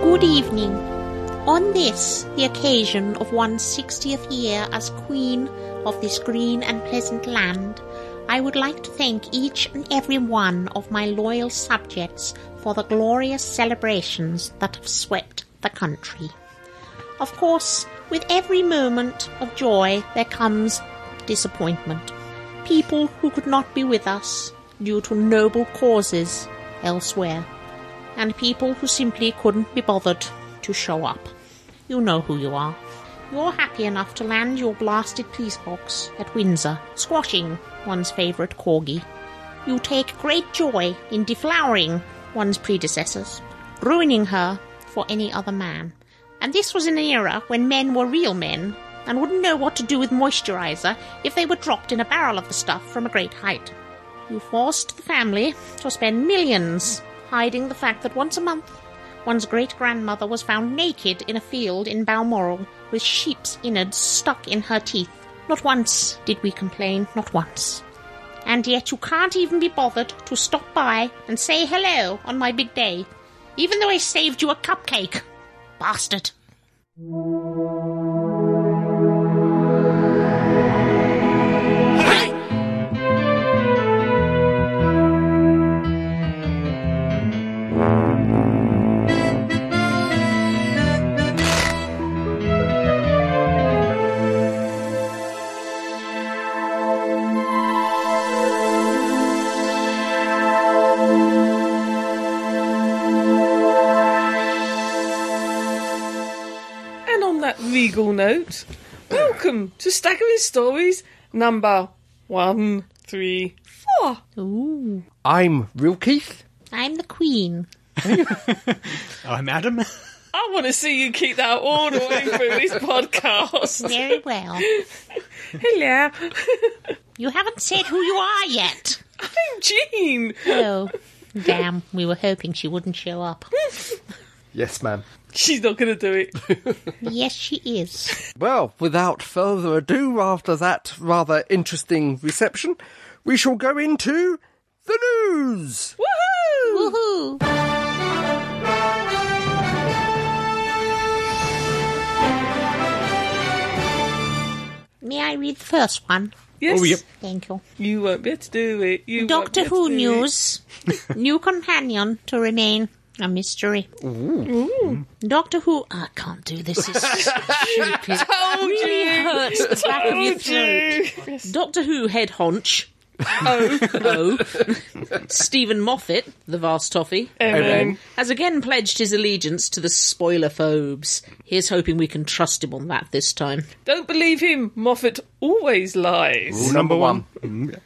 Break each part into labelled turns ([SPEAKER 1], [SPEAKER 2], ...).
[SPEAKER 1] Good evening. On this, the occasion of one's 60th year as Queen of this green and pleasant land, I would like to thank each and every one of my loyal subjects for the glorious celebrations that have swept the country. Of course, with every moment of joy there comes disappointment. People who could not be with us due to noble causes elsewhere, and people who simply couldn't be bothered to show up. You know who you are. You're happy enough to land your blasted peace box at Windsor, squashing one's favourite corgi. You take great joy in deflowering one's predecessors, ruining her for any other man. And this was in an era when men were real men and wouldn't know what to do with moisturizer if they were dropped in a barrel of the stuff from a great height. You forced the family to spend millions hiding the fact that once a month one's great grandmother was found naked in a field in Balmoral with sheep's innards stuck in her teeth. Not once did we complain, not once. And yet you can't even be bothered to stop by and say hello on my big day, even though I saved you a cupcake. Bastard.
[SPEAKER 2] And on that regal note, welcome to Staggering Stories number 134.
[SPEAKER 3] I'm Real Keith.
[SPEAKER 1] I'm the queen.
[SPEAKER 4] I'm Adam.
[SPEAKER 2] I want to see you keep that all the way through this podcast.
[SPEAKER 1] Very well.
[SPEAKER 2] Hello,
[SPEAKER 1] You haven't said who you are yet.
[SPEAKER 2] I'm Jean.
[SPEAKER 1] Oh, damn. We were hoping she wouldn't show up.
[SPEAKER 3] Yes, ma'am.
[SPEAKER 2] She's not going to do it.
[SPEAKER 1] Yes, she is.
[SPEAKER 3] Well, without further ado, after that rather interesting reception, we shall go into the news.
[SPEAKER 1] Oh,
[SPEAKER 2] Woohoo!
[SPEAKER 1] Woohoo! May I read the first one?
[SPEAKER 2] Yes,
[SPEAKER 4] Oh, yep.
[SPEAKER 1] Thank you.
[SPEAKER 2] you won't be able to do it. You won't be
[SPEAKER 1] Doctor
[SPEAKER 2] able to
[SPEAKER 1] Who
[SPEAKER 2] do it.
[SPEAKER 1] news. New companion to remain a mystery. Doctor Who. I can't do this. It's stupid.
[SPEAKER 2] Told
[SPEAKER 1] really
[SPEAKER 2] you.
[SPEAKER 1] hurts the
[SPEAKER 2] Oh,
[SPEAKER 1] back of your
[SPEAKER 2] Told
[SPEAKER 1] throat.
[SPEAKER 2] you.
[SPEAKER 1] Doctor Who head honch. Oh. Stephen Moffat, the vast toffee,
[SPEAKER 2] Eh. Evan.
[SPEAKER 1] has again pledged his allegiance to the spoiler phobes. Here's hoping we can trust him on that this time.
[SPEAKER 2] Don't believe him. Moffat always lies.
[SPEAKER 3] Number one.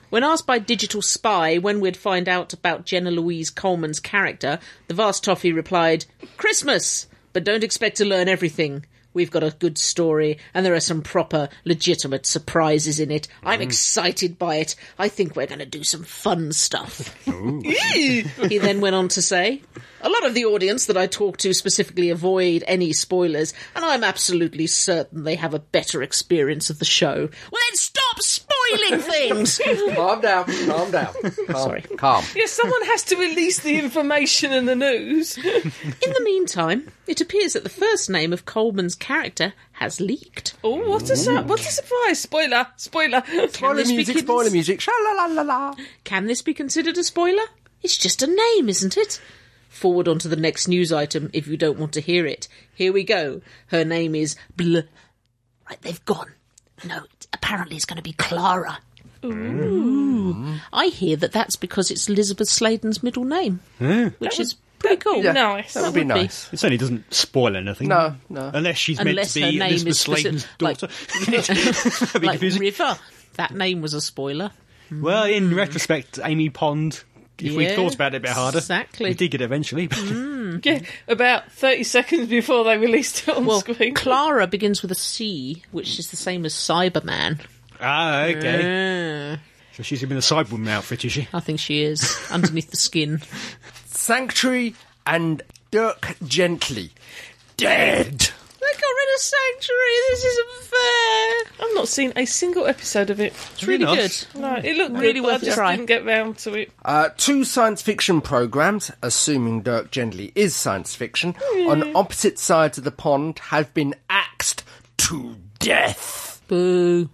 [SPEAKER 1] When asked by Digital Spy when we'd find out about Jenna Louise Coleman's character, the vast toffee replied, Christmas! But don't expect to learn everything. We've got a good story, and there are some proper, legitimate surprises in it. I'm excited by it. I think we're going to do some fun stuff. he then went on to say, A lot of the audience that I talk to specifically avoid any spoilers, and I'm absolutely certain they have a better experience of the show. Well, then stop spoiling things!
[SPEAKER 3] Calm down. Calm down. Calm,
[SPEAKER 1] Sorry.
[SPEAKER 3] Calm.
[SPEAKER 2] Yes, someone has to release the information and the news.
[SPEAKER 1] In the meantime, it appears that the first name of Coleman's character has leaked.
[SPEAKER 2] Oh, what a sur- what a surprise! Spoiler, spoiler.
[SPEAKER 3] Spoiler
[SPEAKER 1] this be
[SPEAKER 3] music.
[SPEAKER 1] kittens?
[SPEAKER 3] Spoiler music. Sha la la la la.
[SPEAKER 1] Can this be considered a spoiler? It's just a name, isn't it? Forward onto the next news item if you don't want to hear it. Here we go. Her name is Bl. Right, they've gone. No, it- apparently it's going to be Clara.
[SPEAKER 4] Mm-hmm.
[SPEAKER 1] Ooh. I hear that that's because it's Elizabeth Sladen's middle name,
[SPEAKER 4] Hmm.
[SPEAKER 1] which is pretty cool.
[SPEAKER 3] Yeah,
[SPEAKER 2] Nice.
[SPEAKER 3] That would be
[SPEAKER 1] would be.
[SPEAKER 3] nice.
[SPEAKER 4] It certainly doesn't spoil anything.
[SPEAKER 3] No, no.
[SPEAKER 4] Unless she's
[SPEAKER 1] Unless
[SPEAKER 4] meant to be
[SPEAKER 1] her name
[SPEAKER 4] Elizabeth
[SPEAKER 1] is specific-
[SPEAKER 4] Sladen's
[SPEAKER 1] like-
[SPEAKER 4] daughter. That'd be
[SPEAKER 1] Like
[SPEAKER 4] confusing.
[SPEAKER 1] River. That name was a spoiler.
[SPEAKER 4] Well, in retrospect, Amy Pond. If we'd
[SPEAKER 1] Yeah,
[SPEAKER 4] thought about it a bit harder,
[SPEAKER 1] exactly. Mm-hmm.
[SPEAKER 4] we did get it eventually. but-
[SPEAKER 2] Yeah, about 30 seconds before they released it on
[SPEAKER 1] Well,
[SPEAKER 2] screen.
[SPEAKER 1] Clara begins with a C, which is the same as Cyberman.
[SPEAKER 4] ah, okay.
[SPEAKER 1] Uh,
[SPEAKER 4] So she's gonna be in a Cyberwoman outfit, is she?
[SPEAKER 1] I think she is underneath the skin.
[SPEAKER 3] Sanctuary and Dirk Gently. Dead.
[SPEAKER 1] They got rid
[SPEAKER 5] the sanctuary. This isn't fair.
[SPEAKER 2] I've not seen a single episode of it.
[SPEAKER 5] It's really
[SPEAKER 4] Very
[SPEAKER 5] good.
[SPEAKER 4] nice.
[SPEAKER 2] No, it looked
[SPEAKER 5] Really
[SPEAKER 2] good, but
[SPEAKER 5] worth
[SPEAKER 2] I
[SPEAKER 5] a
[SPEAKER 2] just
[SPEAKER 5] try.
[SPEAKER 2] didn't get round to it.
[SPEAKER 3] Uh, two science fiction programs, assuming Dirk Gently is science fiction, on opposite sides of the pond have been axed to death.
[SPEAKER 5] Boo.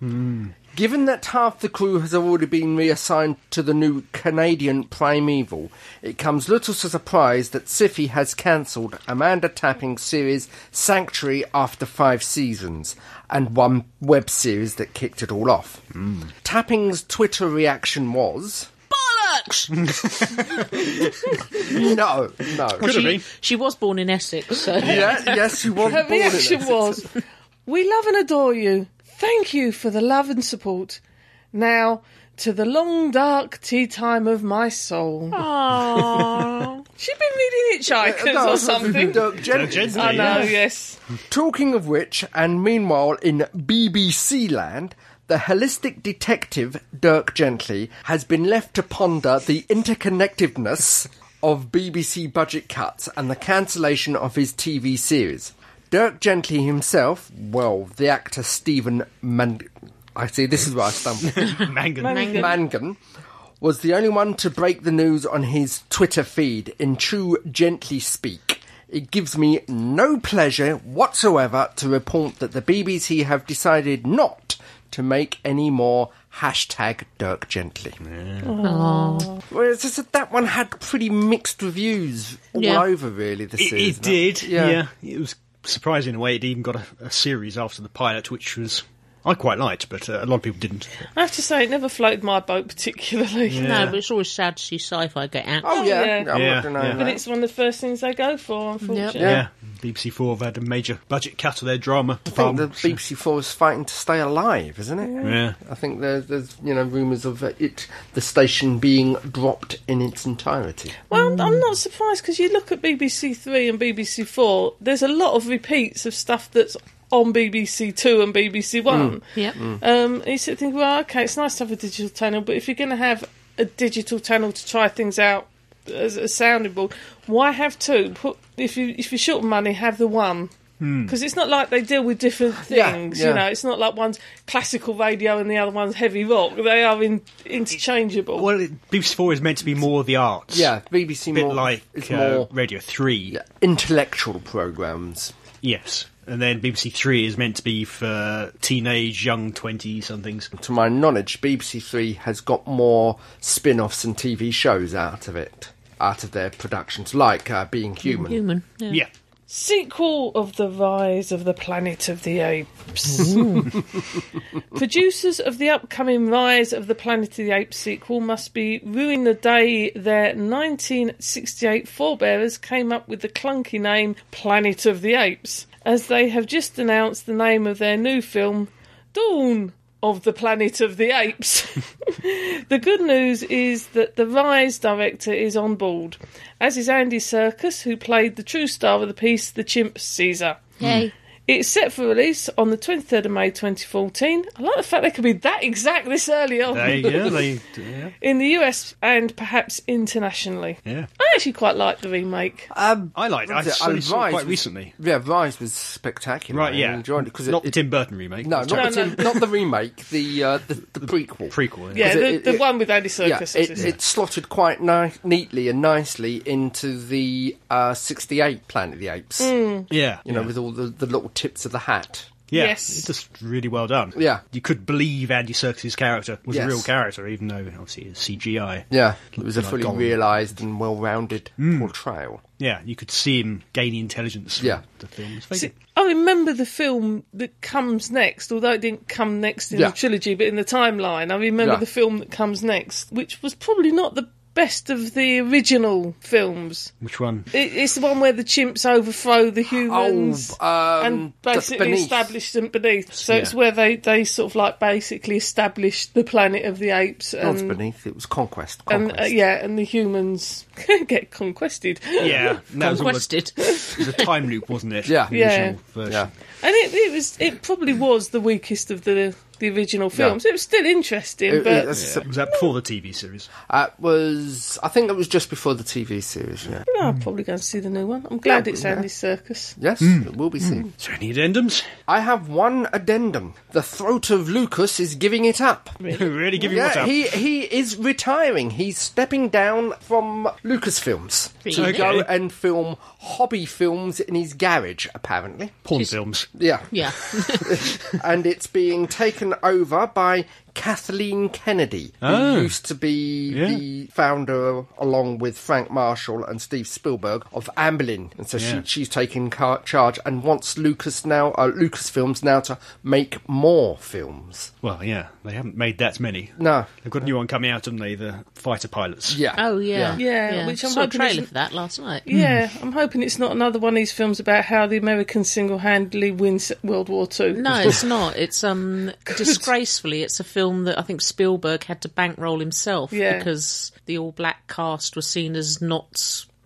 [SPEAKER 3] Given that half the crew has already been reassigned to the new Canadian Primeval, it comes little to surprise that Siffy has cancelled Amanda Tapping's series Sanctuary after five seasons and one web series that kicked it all off. Tapping's Twitter reaction was.
[SPEAKER 5] Bollocks!
[SPEAKER 3] No, no.
[SPEAKER 4] Could have
[SPEAKER 5] she,
[SPEAKER 4] been.
[SPEAKER 5] she was born in Essex, so.
[SPEAKER 3] Yeah, yes, she was
[SPEAKER 2] Her
[SPEAKER 3] born in
[SPEAKER 2] reaction
[SPEAKER 3] Essex.
[SPEAKER 2] was, "We love and adore you. Thank you for the love and support. Now to the long dark tea time of my soul."
[SPEAKER 5] Aww.
[SPEAKER 2] She'd been reading Hitchhikers
[SPEAKER 3] No,
[SPEAKER 2] or something.
[SPEAKER 3] Dirk Gently.
[SPEAKER 4] Gently,
[SPEAKER 2] I know.
[SPEAKER 4] yeah.
[SPEAKER 2] Yes.
[SPEAKER 3] Talking of which, and meanwhile in BBC land, the holistic detective Dirk Gently has been left to ponder the interconnectedness of BBC budget cuts and the cancellation of his TV series. Dirk Gently himself, well, the actor Stephen Man- I see, this is where I stumble.
[SPEAKER 4] Mangan.
[SPEAKER 2] Mangan.
[SPEAKER 3] Mangan was the only one to break the news on his Twitter feed in true gently speak. It gives me no pleasure whatsoever to report that the BBC have decided not to make any more hashtag Dirk Gently. Whereas I said that one had pretty mixed reviews all
[SPEAKER 5] Yeah.
[SPEAKER 3] over, really, the
[SPEAKER 4] It,
[SPEAKER 3] series.
[SPEAKER 4] it did,
[SPEAKER 3] Yeah.
[SPEAKER 4] yeah. It was surprising in a way. It even got a, a series after the pilot, which was I quite liked, but uh, a lot of people didn't.
[SPEAKER 2] I have to say, it never floated my boat particularly.
[SPEAKER 5] No, but it's always sad to see sci fi get out.
[SPEAKER 3] Oh, yeah.
[SPEAKER 2] Yeah.
[SPEAKER 3] I'm
[SPEAKER 4] Yeah,
[SPEAKER 3] not denying
[SPEAKER 4] yeah.
[SPEAKER 2] But
[SPEAKER 3] that.
[SPEAKER 2] it's one of the first things they go for, unfortunately.
[SPEAKER 3] Yeah.
[SPEAKER 4] Yeah. BBC Four have had a major budget cut of their drama.
[SPEAKER 3] I think the BBC Four is fighting to stay alive, isn't it?
[SPEAKER 4] yeah.
[SPEAKER 3] I think there's, there's you know rumours of uh, it the station being dropped in its entirety.
[SPEAKER 2] Well, I'm not surprised because you look at BBC Three and BBC Four. There's a lot of repeats of stuff that's on BBC Two and BBC One.
[SPEAKER 5] Yep.
[SPEAKER 2] Um, and you sort of think, well, okay, it's nice to have a digital channel, but if you're going to have a digital channel to try things out as a sounding board, why have two? Put if you if you're short of money, have the one. Because it's not like they deal with different
[SPEAKER 3] Hmm. Yeah,
[SPEAKER 2] things,
[SPEAKER 3] yeah.
[SPEAKER 2] you know. It's not like one's classical radio and the other one's heavy rock. They are in, interchangeable.
[SPEAKER 4] Well, it, BBC Four is meant to be more the arts.
[SPEAKER 3] Yeah, BBC
[SPEAKER 4] a bit
[SPEAKER 3] more
[SPEAKER 4] like
[SPEAKER 3] it's
[SPEAKER 4] uh,
[SPEAKER 3] more
[SPEAKER 4] Radio Three.
[SPEAKER 3] intellectual programs.
[SPEAKER 4] Yes. And then BBC Three is meant to be for teenage, young twenty somethings.
[SPEAKER 3] To my knowledge, BBC Three has got more spin-offs and TV shows out of it, out of their productions, like uh, Being Human.
[SPEAKER 5] Human. Yeah.
[SPEAKER 4] Yeah.
[SPEAKER 2] Sequel of The Rise of the Planet of the Apes. Producers of the upcoming Rise of the Planet of the Apes sequel must be ruining the day their 1968 forebearers came up with the clunky name Planet of the Apes, as they have just announced the name of their new film, Dawn of the Planet of the Apes. The good news is that the Rise director is on board, as is Andy Serkis, who played the true star of the piece, the chimp Caesar. Hmm.
[SPEAKER 5] Yay.
[SPEAKER 2] It's set for release on the 23rd of May 2014. I like the fact they could be that exact this early on
[SPEAKER 4] They, yeah, they, yeah,
[SPEAKER 2] in the US and perhaps internationally.
[SPEAKER 4] yeah.
[SPEAKER 2] I actually quite like the remake.
[SPEAKER 3] Uh,
[SPEAKER 4] I liked. it. I
[SPEAKER 3] Was it-
[SPEAKER 4] saw,
[SPEAKER 3] uh,
[SPEAKER 4] saw it
[SPEAKER 3] Rise
[SPEAKER 4] quite
[SPEAKER 3] was-
[SPEAKER 4] recently.
[SPEAKER 3] Yeah, Rise was spectacular.
[SPEAKER 4] Right,
[SPEAKER 3] I
[SPEAKER 4] yeah.
[SPEAKER 3] enjoyed it because
[SPEAKER 4] not
[SPEAKER 3] it,
[SPEAKER 4] Tim Burton remake.
[SPEAKER 3] no,
[SPEAKER 4] It's
[SPEAKER 3] not,
[SPEAKER 4] terrible.
[SPEAKER 3] the Tim- not the remake, the uh, the, the prequel.
[SPEAKER 4] prequel.
[SPEAKER 2] yeah,
[SPEAKER 3] it-
[SPEAKER 2] the,
[SPEAKER 3] it-
[SPEAKER 2] the
[SPEAKER 3] it-
[SPEAKER 2] one with Andy
[SPEAKER 3] Yeah,
[SPEAKER 2] Serkis.
[SPEAKER 3] it,
[SPEAKER 2] is-
[SPEAKER 3] it slotted quite ni- neatly and nicely into the uh, 68 Planet of the Apes.
[SPEAKER 2] Hmm.
[SPEAKER 4] yeah,
[SPEAKER 3] you know, with all the, the little tips of the hat.
[SPEAKER 4] Yeah,
[SPEAKER 2] Yes.
[SPEAKER 4] it's just really well done.
[SPEAKER 3] Yeah.
[SPEAKER 4] you could believe Andy Serkis's character was
[SPEAKER 3] Yes.
[SPEAKER 4] a real character, even though obviously it's CGI.
[SPEAKER 3] Yeah, it was a
[SPEAKER 4] like Hmm.
[SPEAKER 3] fully
[SPEAKER 4] Gollum.
[SPEAKER 3] realised and well-rounded portrayal.
[SPEAKER 4] Yeah, you could see him gaining intelligence. From
[SPEAKER 3] Yeah.
[SPEAKER 4] the film. It's very
[SPEAKER 2] See,
[SPEAKER 4] good.
[SPEAKER 2] I remember the film that comes next, although it didn't come next in
[SPEAKER 3] Yeah.
[SPEAKER 2] the trilogy, but in the timeline, I remember
[SPEAKER 3] Yeah.
[SPEAKER 2] the film that comes next, which was probably not the best of the original films.
[SPEAKER 4] Which one?
[SPEAKER 2] It, it's the one where the chimps overthrow the humans.
[SPEAKER 3] Oh, um,
[SPEAKER 2] and
[SPEAKER 3] the
[SPEAKER 2] basically
[SPEAKER 3] Beneath.
[SPEAKER 2] establish them beneath. So it's
[SPEAKER 4] Yeah.
[SPEAKER 2] where they, they sort of like basically establish the planet of the apes
[SPEAKER 3] Not
[SPEAKER 2] and,
[SPEAKER 3] beneath, it was Conquest.
[SPEAKER 2] and
[SPEAKER 3] Conquest.
[SPEAKER 2] uh, yeah, and the humans get conquested.
[SPEAKER 4] Yeah, no, it was all the-
[SPEAKER 5] Requested.
[SPEAKER 4] it was a time loop, wasn't it?
[SPEAKER 3] Yeah.
[SPEAKER 4] the
[SPEAKER 2] Yeah.
[SPEAKER 4] original version.
[SPEAKER 3] Yeah.
[SPEAKER 2] And it, it was it probably was the weakest of the the the original films. It was still interesting,
[SPEAKER 3] It-
[SPEAKER 2] but
[SPEAKER 3] it's-
[SPEAKER 4] Was that before the TV series?
[SPEAKER 3] That was, I think that was just before the TV series. Yeah.
[SPEAKER 4] Hmm.
[SPEAKER 2] no, I'm probably going to see the new one. I'm glad it's Andy Circus.
[SPEAKER 3] Yes, it will be seen.
[SPEAKER 4] Is there any addendums?
[SPEAKER 3] I have one addendum. The throat of Lucas is giving it up.
[SPEAKER 4] really giving what
[SPEAKER 3] Yeah,
[SPEAKER 4] up?
[SPEAKER 3] he he is retiring. He's stepping down from Lucasfilms to
[SPEAKER 1] Really?
[SPEAKER 3] go
[SPEAKER 4] Okay.
[SPEAKER 3] and film hobby films in his garage, apparently.
[SPEAKER 4] Porn films.
[SPEAKER 3] Yeah.
[SPEAKER 1] Yeah.
[SPEAKER 3] and it's being taken over by Kathleen Kennedy, who
[SPEAKER 4] Oh.
[SPEAKER 3] used to be
[SPEAKER 4] Yeah.
[SPEAKER 3] the founder, along with Frank Marshall and Steve Spielberg, of Amblin. And so she,
[SPEAKER 4] Yeah.
[SPEAKER 3] she's taking car- charge and wants Lucas now, uh, Lucasfilms now to make more films.
[SPEAKER 4] Well, yeah, they haven't made that many.
[SPEAKER 3] No.
[SPEAKER 4] They've got a new one coming out, haven't they? The fighter pilots.
[SPEAKER 3] Yeah.
[SPEAKER 1] Oh yeah.
[SPEAKER 2] Yeah, which I'm
[SPEAKER 1] saw a
[SPEAKER 2] hoping
[SPEAKER 1] trailer
[SPEAKER 2] isn't-
[SPEAKER 1] for that last night.
[SPEAKER 2] Yeah, I'm hoping it's not another one of these films about how the Americans single-handedly wins World War Two.
[SPEAKER 1] No, it's not. It's um disgracefully. It's a film that I think Spielberg had to bankroll himself
[SPEAKER 2] Yeah.
[SPEAKER 1] because the all black cast was seen as not.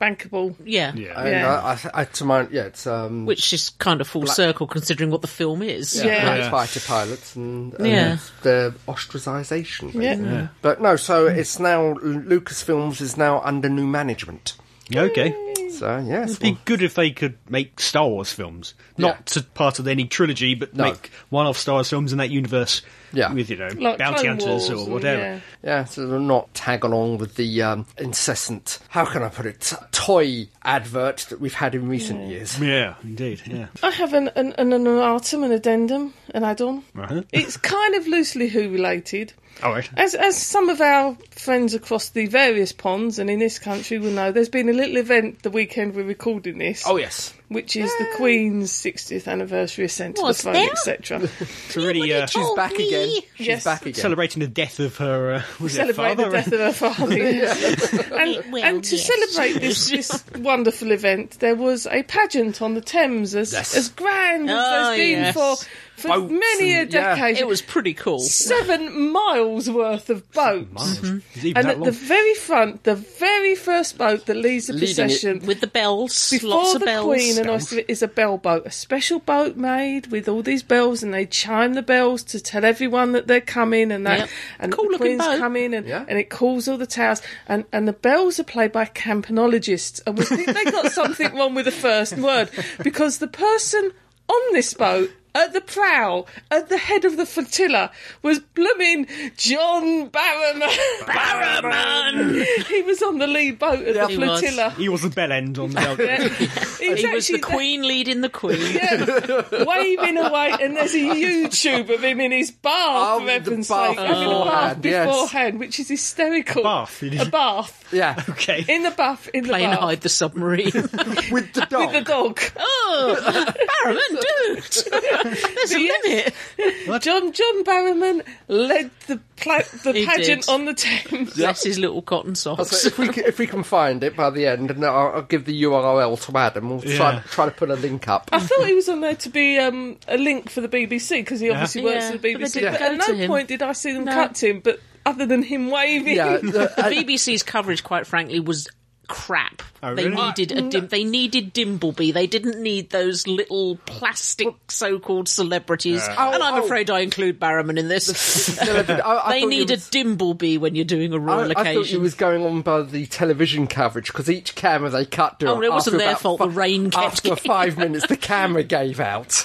[SPEAKER 2] bankable.
[SPEAKER 1] Yeah.
[SPEAKER 4] Yeah.
[SPEAKER 3] And
[SPEAKER 2] Yeah.
[SPEAKER 3] I, I, I, to my, yeah, it's um,
[SPEAKER 1] Which is kind of full circle considering what the film is.
[SPEAKER 2] Yeah.
[SPEAKER 3] like fighter pilots and, and
[SPEAKER 1] Yeah.
[SPEAKER 3] their ostracisation.
[SPEAKER 2] Yeah.
[SPEAKER 3] But no, so it's now Lucasfilms is now under new management.
[SPEAKER 4] Okay.
[SPEAKER 3] So yes,
[SPEAKER 4] It'd be good if they could make Star Wars films,
[SPEAKER 3] Yeah.
[SPEAKER 4] not to part of any trilogy, but
[SPEAKER 3] No.
[SPEAKER 4] make one-off Star Wars films in that universe.
[SPEAKER 3] Yeah.
[SPEAKER 4] With you know
[SPEAKER 2] Like
[SPEAKER 4] bounty
[SPEAKER 2] Clone
[SPEAKER 4] hunters
[SPEAKER 2] Wars
[SPEAKER 4] or
[SPEAKER 2] and-
[SPEAKER 4] whatever.
[SPEAKER 2] yeah.
[SPEAKER 3] Yeah, so they're not tag along with the um, incessant, how can I put it, toy advert that we've had in recent years.
[SPEAKER 4] Yeah, indeed. Yeah.
[SPEAKER 2] I have an an, an, an artem, an addendum, an add-on.
[SPEAKER 4] Uh-huh.
[SPEAKER 2] It's kind of loosely Who related.
[SPEAKER 4] All right.
[SPEAKER 2] As as some of our friends across the various ponds and in this country will know, there's been a little event the weekend we're recording this,
[SPEAKER 3] Oh, yes.
[SPEAKER 2] which is the Queen's 60th anniversary ascent to the
[SPEAKER 1] Was
[SPEAKER 2] throne,
[SPEAKER 1] there?
[SPEAKER 2] etc.
[SPEAKER 4] It's already uh,
[SPEAKER 1] Oh,
[SPEAKER 3] She's back
[SPEAKER 1] me.
[SPEAKER 3] again. She's
[SPEAKER 2] Yes.
[SPEAKER 3] back again.
[SPEAKER 4] celebrating the death of her. Uh, was it her
[SPEAKER 2] celebrate
[SPEAKER 4] father?
[SPEAKER 2] the death of her father. yes. and,
[SPEAKER 1] Well,
[SPEAKER 2] and to
[SPEAKER 1] yes.
[SPEAKER 2] celebrate this, this wonderful event, there was a pageant on the Thames as,
[SPEAKER 3] Yes.
[SPEAKER 2] as grand as
[SPEAKER 1] Oh,
[SPEAKER 2] there's been
[SPEAKER 1] yes.
[SPEAKER 2] for, for
[SPEAKER 3] Boats
[SPEAKER 2] many a
[SPEAKER 3] and- yeah.
[SPEAKER 2] decade.
[SPEAKER 1] It was pretty cool.
[SPEAKER 2] seven miles worth of boats.
[SPEAKER 1] Hmm.
[SPEAKER 4] Is it even
[SPEAKER 2] And
[SPEAKER 4] that
[SPEAKER 2] at the
[SPEAKER 4] long?
[SPEAKER 2] very front, the very first boat that leads the
[SPEAKER 3] Leading it
[SPEAKER 2] procession
[SPEAKER 1] With the bells,
[SPEAKER 2] before
[SPEAKER 1] lots of
[SPEAKER 2] the
[SPEAKER 1] bells.
[SPEAKER 2] Queen and most of it is a bell boat, a special boat made with all these bells, and they chime the bells to tell everyone that they're coming and that
[SPEAKER 1] Yep.
[SPEAKER 2] and that
[SPEAKER 1] Cool
[SPEAKER 2] the
[SPEAKER 1] looking
[SPEAKER 2] Queen's
[SPEAKER 1] boat.
[SPEAKER 2] coming, and,
[SPEAKER 3] Yeah.
[SPEAKER 2] and it calls all the towers, and and the bells are played by campanologists, and we think they got something wrong with the first word because the person on this boat. At the prow, at the head of the flotilla, was blooming John Barrowman. Barrowman! he was on the lead boat of the
[SPEAKER 1] He was.
[SPEAKER 2] flotilla.
[SPEAKER 4] He was the bell end on the bell.
[SPEAKER 2] He
[SPEAKER 1] He was the
[SPEAKER 2] actually-
[SPEAKER 1] Queen leading the Queen.
[SPEAKER 2] yeah, waving away, and there's a YouTube of him in his bath,
[SPEAKER 3] Oh,
[SPEAKER 2] for
[SPEAKER 3] the
[SPEAKER 2] heaven's
[SPEAKER 3] bath
[SPEAKER 2] sake, having
[SPEAKER 1] Oh,
[SPEAKER 2] a bath
[SPEAKER 3] beforehand, yes.
[SPEAKER 2] beforehand, which is hysterical.
[SPEAKER 4] A bath, it is.
[SPEAKER 2] a bath,
[SPEAKER 3] Yeah,
[SPEAKER 4] okay.
[SPEAKER 2] in the bath, in the
[SPEAKER 1] Playing
[SPEAKER 2] bath,
[SPEAKER 1] hide the submarine.
[SPEAKER 3] with the
[SPEAKER 2] with
[SPEAKER 3] dog.
[SPEAKER 2] the dog.
[SPEAKER 1] oh, Barrowman, dude! There's a limit.
[SPEAKER 2] John John Barrowman led the pla- the
[SPEAKER 1] He
[SPEAKER 2] pageant
[SPEAKER 1] did.
[SPEAKER 2] on the Thames.
[SPEAKER 1] Bless his little cotton socks.
[SPEAKER 3] so if we can, if we can find it by the end, and I'll, I'll give the URL to Adam, we'll try
[SPEAKER 4] Yeah.
[SPEAKER 3] try to put a link up.
[SPEAKER 2] I thought he was on there to be um, a link for the BBC because he obviously works
[SPEAKER 1] Yeah,
[SPEAKER 2] for the
[SPEAKER 1] but they
[SPEAKER 2] BBC.
[SPEAKER 1] didn't
[SPEAKER 2] But,
[SPEAKER 1] go
[SPEAKER 2] at
[SPEAKER 1] to
[SPEAKER 2] no
[SPEAKER 1] him.
[SPEAKER 2] point did I see them
[SPEAKER 1] No.
[SPEAKER 2] cut him. But other than him waving,
[SPEAKER 3] Yeah, the-
[SPEAKER 1] The BBC's coverage, quite frankly, was crap.
[SPEAKER 4] Oh,
[SPEAKER 1] They
[SPEAKER 4] really?
[SPEAKER 1] needed a dim- they needed Dimbleby. They didn't need those little plastic so-called celebrities. and I'm
[SPEAKER 3] Oh, oh.
[SPEAKER 1] afraid I include Barrowman in this.
[SPEAKER 3] television- I- I
[SPEAKER 1] they
[SPEAKER 3] thought it
[SPEAKER 1] need
[SPEAKER 3] was-
[SPEAKER 1] a Dimbleby when you're doing a royal
[SPEAKER 3] I, I thought it
[SPEAKER 1] occasion.
[SPEAKER 3] was going on by the television coverage because each camera they cut during.
[SPEAKER 1] Oh, it wasn't
[SPEAKER 3] after
[SPEAKER 1] their
[SPEAKER 3] about
[SPEAKER 1] fault
[SPEAKER 3] fi-
[SPEAKER 1] the rain kept
[SPEAKER 3] After
[SPEAKER 1] getting
[SPEAKER 3] five minutes, the camera gave out.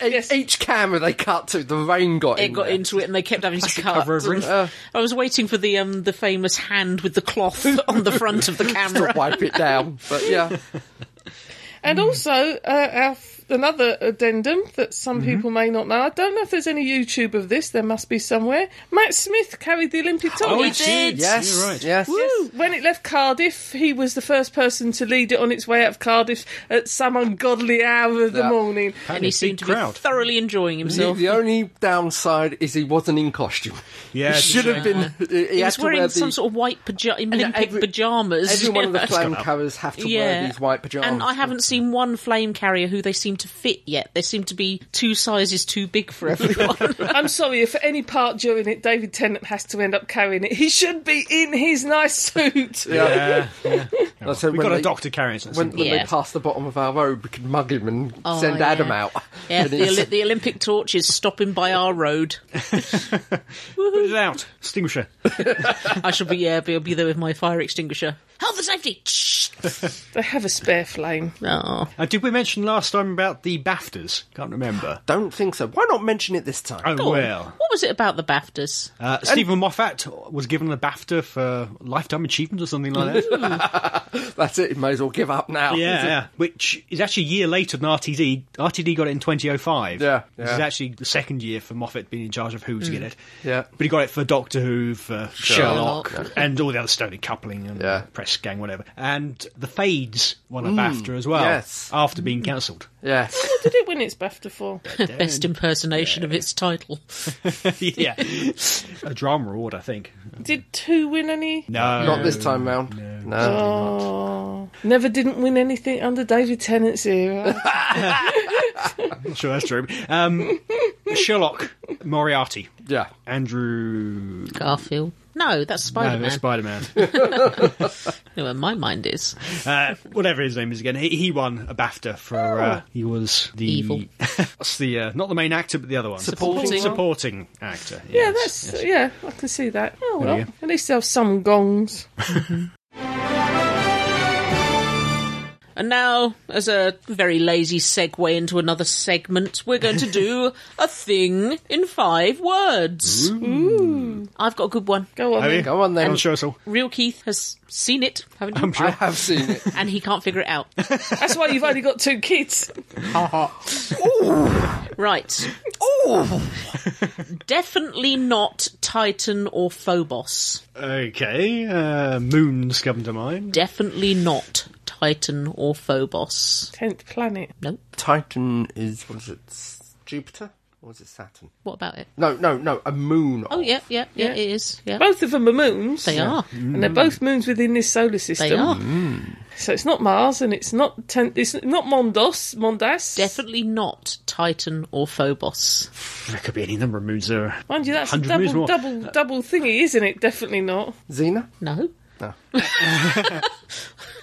[SPEAKER 3] E- Each camera they cut to, the rain got
[SPEAKER 1] It
[SPEAKER 3] in.
[SPEAKER 1] got
[SPEAKER 3] there.
[SPEAKER 1] into it, and they kept having to cut.
[SPEAKER 4] cover over it.
[SPEAKER 3] Uh.
[SPEAKER 1] And I was waiting for the um, the famous hand with the cloth on the front of the camera.
[SPEAKER 3] to wipe it down. But yeah,
[SPEAKER 2] And also, uh, our f- another addendum that some people may not know. I don't know if there's any YouTube of this. There must be somewhere. Matt Smith carried the Olympic
[SPEAKER 1] Oh,
[SPEAKER 2] torch.
[SPEAKER 1] he did.
[SPEAKER 3] yes,
[SPEAKER 4] You're right.
[SPEAKER 3] yes.
[SPEAKER 2] Yes, When it left Cardiff, he was the first person to lead it on its way out of Cardiff at some ungodly hour of the
[SPEAKER 3] Yeah.
[SPEAKER 2] morning.
[SPEAKER 1] And he seemed to
[SPEAKER 4] big
[SPEAKER 1] be
[SPEAKER 4] crowd.
[SPEAKER 1] thoroughly enjoying
[SPEAKER 3] The,
[SPEAKER 1] himself.
[SPEAKER 3] the only downside is he wasn't in costume.
[SPEAKER 4] Yeah,
[SPEAKER 3] he
[SPEAKER 4] it's a
[SPEAKER 3] should have been. He,
[SPEAKER 1] He
[SPEAKER 3] had
[SPEAKER 1] was
[SPEAKER 3] to wear
[SPEAKER 1] wearing
[SPEAKER 3] the,
[SPEAKER 1] some sort of white paja- Olympic
[SPEAKER 3] every-
[SPEAKER 1] pajamas.
[SPEAKER 3] Every one of the
[SPEAKER 1] you know?
[SPEAKER 3] flame covers have to wear these white pajamas.
[SPEAKER 1] And I haven't seen one flame carrier who they seem seem to fit yet. They seem to be two sizes too big for everyone.
[SPEAKER 2] I'm sorry if at any part during it David Tennant has to end up carrying it. He should be in his nice suit.
[SPEAKER 4] Yeah, yeah.
[SPEAKER 3] That's it,
[SPEAKER 4] We've
[SPEAKER 3] when
[SPEAKER 4] got a
[SPEAKER 3] they-
[SPEAKER 4] doctor carrying us.
[SPEAKER 3] When, when
[SPEAKER 1] Yeah.
[SPEAKER 3] they pass the bottom of our road, we could mug him and
[SPEAKER 1] Oh,
[SPEAKER 3] send
[SPEAKER 1] yeah.
[SPEAKER 3] Adam out.
[SPEAKER 1] yeah,
[SPEAKER 3] And
[SPEAKER 1] the,
[SPEAKER 3] it's-
[SPEAKER 1] Oli- the Olympic torch is stopping by our road.
[SPEAKER 4] Put it out. Extinguisher.
[SPEAKER 1] I shall be yeah, be, be there with my fire extinguisher. Health and safety.
[SPEAKER 2] They have a spare flame.
[SPEAKER 1] Oh,
[SPEAKER 4] Uh, did we mention last time about the BAFTAs? Can't remember.
[SPEAKER 3] Don't think so. Why not mention it this time?
[SPEAKER 4] Oh,
[SPEAKER 1] go on.
[SPEAKER 4] well.
[SPEAKER 1] what was it about the Baftas?
[SPEAKER 4] Uh, Stephen Moffat was given a BAFTA for lifetime achievement or something like that.
[SPEAKER 3] That's it. You may as well give up now.
[SPEAKER 4] yeah, yeah. Which is actually a year later than RTD. RTD got it in 2005.
[SPEAKER 3] Yeah,
[SPEAKER 4] This
[SPEAKER 3] yeah. Mm.
[SPEAKER 4] is actually the second year for Moffat being in charge of who to get it.
[SPEAKER 3] Yeah.
[SPEAKER 4] But he got it for Doctor Who, for
[SPEAKER 1] Sherlock.
[SPEAKER 4] Sherlock, and all the other Stoney coupling and
[SPEAKER 3] Yeah. Mm.
[SPEAKER 4] press gang, whatever. And the Fades won a BAFTA as well.
[SPEAKER 3] yes.
[SPEAKER 4] After being cancelled.
[SPEAKER 3] Yes.
[SPEAKER 2] Did it win its BAFTA for?
[SPEAKER 1] Best impersonation of its title.
[SPEAKER 4] yeah. a drama award, I think.
[SPEAKER 2] Did two win any?
[SPEAKER 4] No.
[SPEAKER 3] Not this time round. No.
[SPEAKER 2] Oh, never didn't win anything under David Tennant's era.
[SPEAKER 4] Sure, that's true. Um, Sherlock Moriarty.
[SPEAKER 3] Yeah.
[SPEAKER 4] Andrew.
[SPEAKER 1] Garfield. No, that's Spider Man.
[SPEAKER 4] Spider Man.
[SPEAKER 1] where my mind is.
[SPEAKER 4] uh, whatever his name is again. He, he won a BAFTA for. Uh, he was the.
[SPEAKER 1] Evil.
[SPEAKER 4] what's the. Uh, not the main actor, but the other one.
[SPEAKER 1] Supporting.
[SPEAKER 4] Supporting actor.
[SPEAKER 2] yeah,
[SPEAKER 4] yes.
[SPEAKER 2] that's yeah. I can see that. Oh
[SPEAKER 4] There
[SPEAKER 2] well,
[SPEAKER 4] you go.
[SPEAKER 2] at least they have some gongs.
[SPEAKER 1] And now, as a very lazy segue into another segment, we're going to do a thing in five words. I've got a good one.
[SPEAKER 2] Go on.
[SPEAKER 4] Have you?
[SPEAKER 2] then.
[SPEAKER 3] Go on then.
[SPEAKER 4] Go on, show us all.
[SPEAKER 1] Real Keith has seen it, haven't you?
[SPEAKER 4] I'm
[SPEAKER 3] I
[SPEAKER 4] sure.
[SPEAKER 3] have seen it.
[SPEAKER 1] and he can't figure it out.
[SPEAKER 2] That's why you've only got two kids.
[SPEAKER 1] Right. Definitely not Titan or Phobos.
[SPEAKER 4] Okay. Uh, moons come to mind.
[SPEAKER 1] Definitely not Titan or Phobos.
[SPEAKER 2] Tenth planet.
[SPEAKER 3] Titan is what is it? S- Jupiter or is it Saturn?
[SPEAKER 1] What about it?
[SPEAKER 3] No, no, no. A moon.
[SPEAKER 1] Oh yeah, yeah, yeah,
[SPEAKER 2] Yeah.
[SPEAKER 1] it is. Yeah.
[SPEAKER 2] Both of them are moons.
[SPEAKER 1] They are.
[SPEAKER 2] and they're both moons within this solar system.
[SPEAKER 1] They are.
[SPEAKER 2] So it's not Mars, and it's not ten- it's not Mondos, Mondas.
[SPEAKER 1] Definitely not Titan or Phobos.
[SPEAKER 4] There could be any number of moons there.
[SPEAKER 2] Mind you, that's a
[SPEAKER 4] 100 moons
[SPEAKER 2] double,
[SPEAKER 4] more.
[SPEAKER 2] double, double thingy, isn't it? Definitely not.
[SPEAKER 3] Xena.
[SPEAKER 1] No.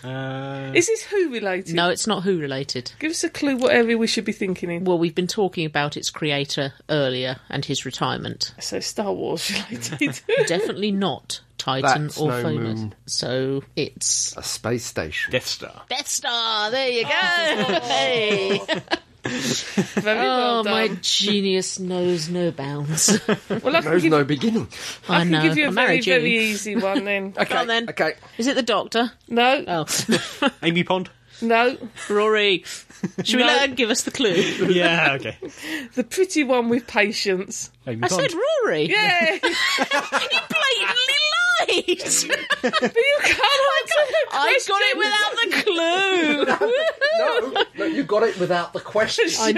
[SPEAKER 2] Is this Who related?
[SPEAKER 1] No, it's not who related.
[SPEAKER 2] Give us a clue what area we should be thinking in.
[SPEAKER 1] Well, we've been talking about its creator earlier and his retirement.
[SPEAKER 2] So Star Wars related.
[SPEAKER 1] Definitely not Titan
[SPEAKER 3] That's
[SPEAKER 1] or
[SPEAKER 3] no
[SPEAKER 1] Phobos.
[SPEAKER 3] moon.
[SPEAKER 1] So it's
[SPEAKER 3] A space station.
[SPEAKER 4] Death Star.
[SPEAKER 1] Death Star. There you go. Hey.
[SPEAKER 2] Very
[SPEAKER 1] Oh,
[SPEAKER 2] well
[SPEAKER 1] my
[SPEAKER 2] done.
[SPEAKER 1] genius knows no bounds.
[SPEAKER 2] Well, I can
[SPEAKER 3] There's
[SPEAKER 2] give,
[SPEAKER 3] no beginning.
[SPEAKER 1] I,
[SPEAKER 2] I can
[SPEAKER 1] know.
[SPEAKER 2] give you a
[SPEAKER 1] I
[SPEAKER 2] very,
[SPEAKER 1] married you.
[SPEAKER 2] very easy one then.
[SPEAKER 3] Okay.
[SPEAKER 1] on then.
[SPEAKER 3] Okay.
[SPEAKER 1] Is it the doctor?
[SPEAKER 2] No,
[SPEAKER 1] Oh,
[SPEAKER 4] Amy Pond.
[SPEAKER 2] no.
[SPEAKER 1] Rory. Should we
[SPEAKER 2] No.
[SPEAKER 1] let her give us the clue?
[SPEAKER 4] yeah. Okay.
[SPEAKER 2] The pretty one with patience.
[SPEAKER 4] Amy
[SPEAKER 1] I
[SPEAKER 4] Pond.
[SPEAKER 1] said Rory.
[SPEAKER 2] Yay! but you
[SPEAKER 1] Blatantly lied.
[SPEAKER 2] can't answer the
[SPEAKER 1] Oh I
[SPEAKER 2] question.
[SPEAKER 1] got it without the clue.
[SPEAKER 3] No, no, you got it without the question.
[SPEAKER 1] I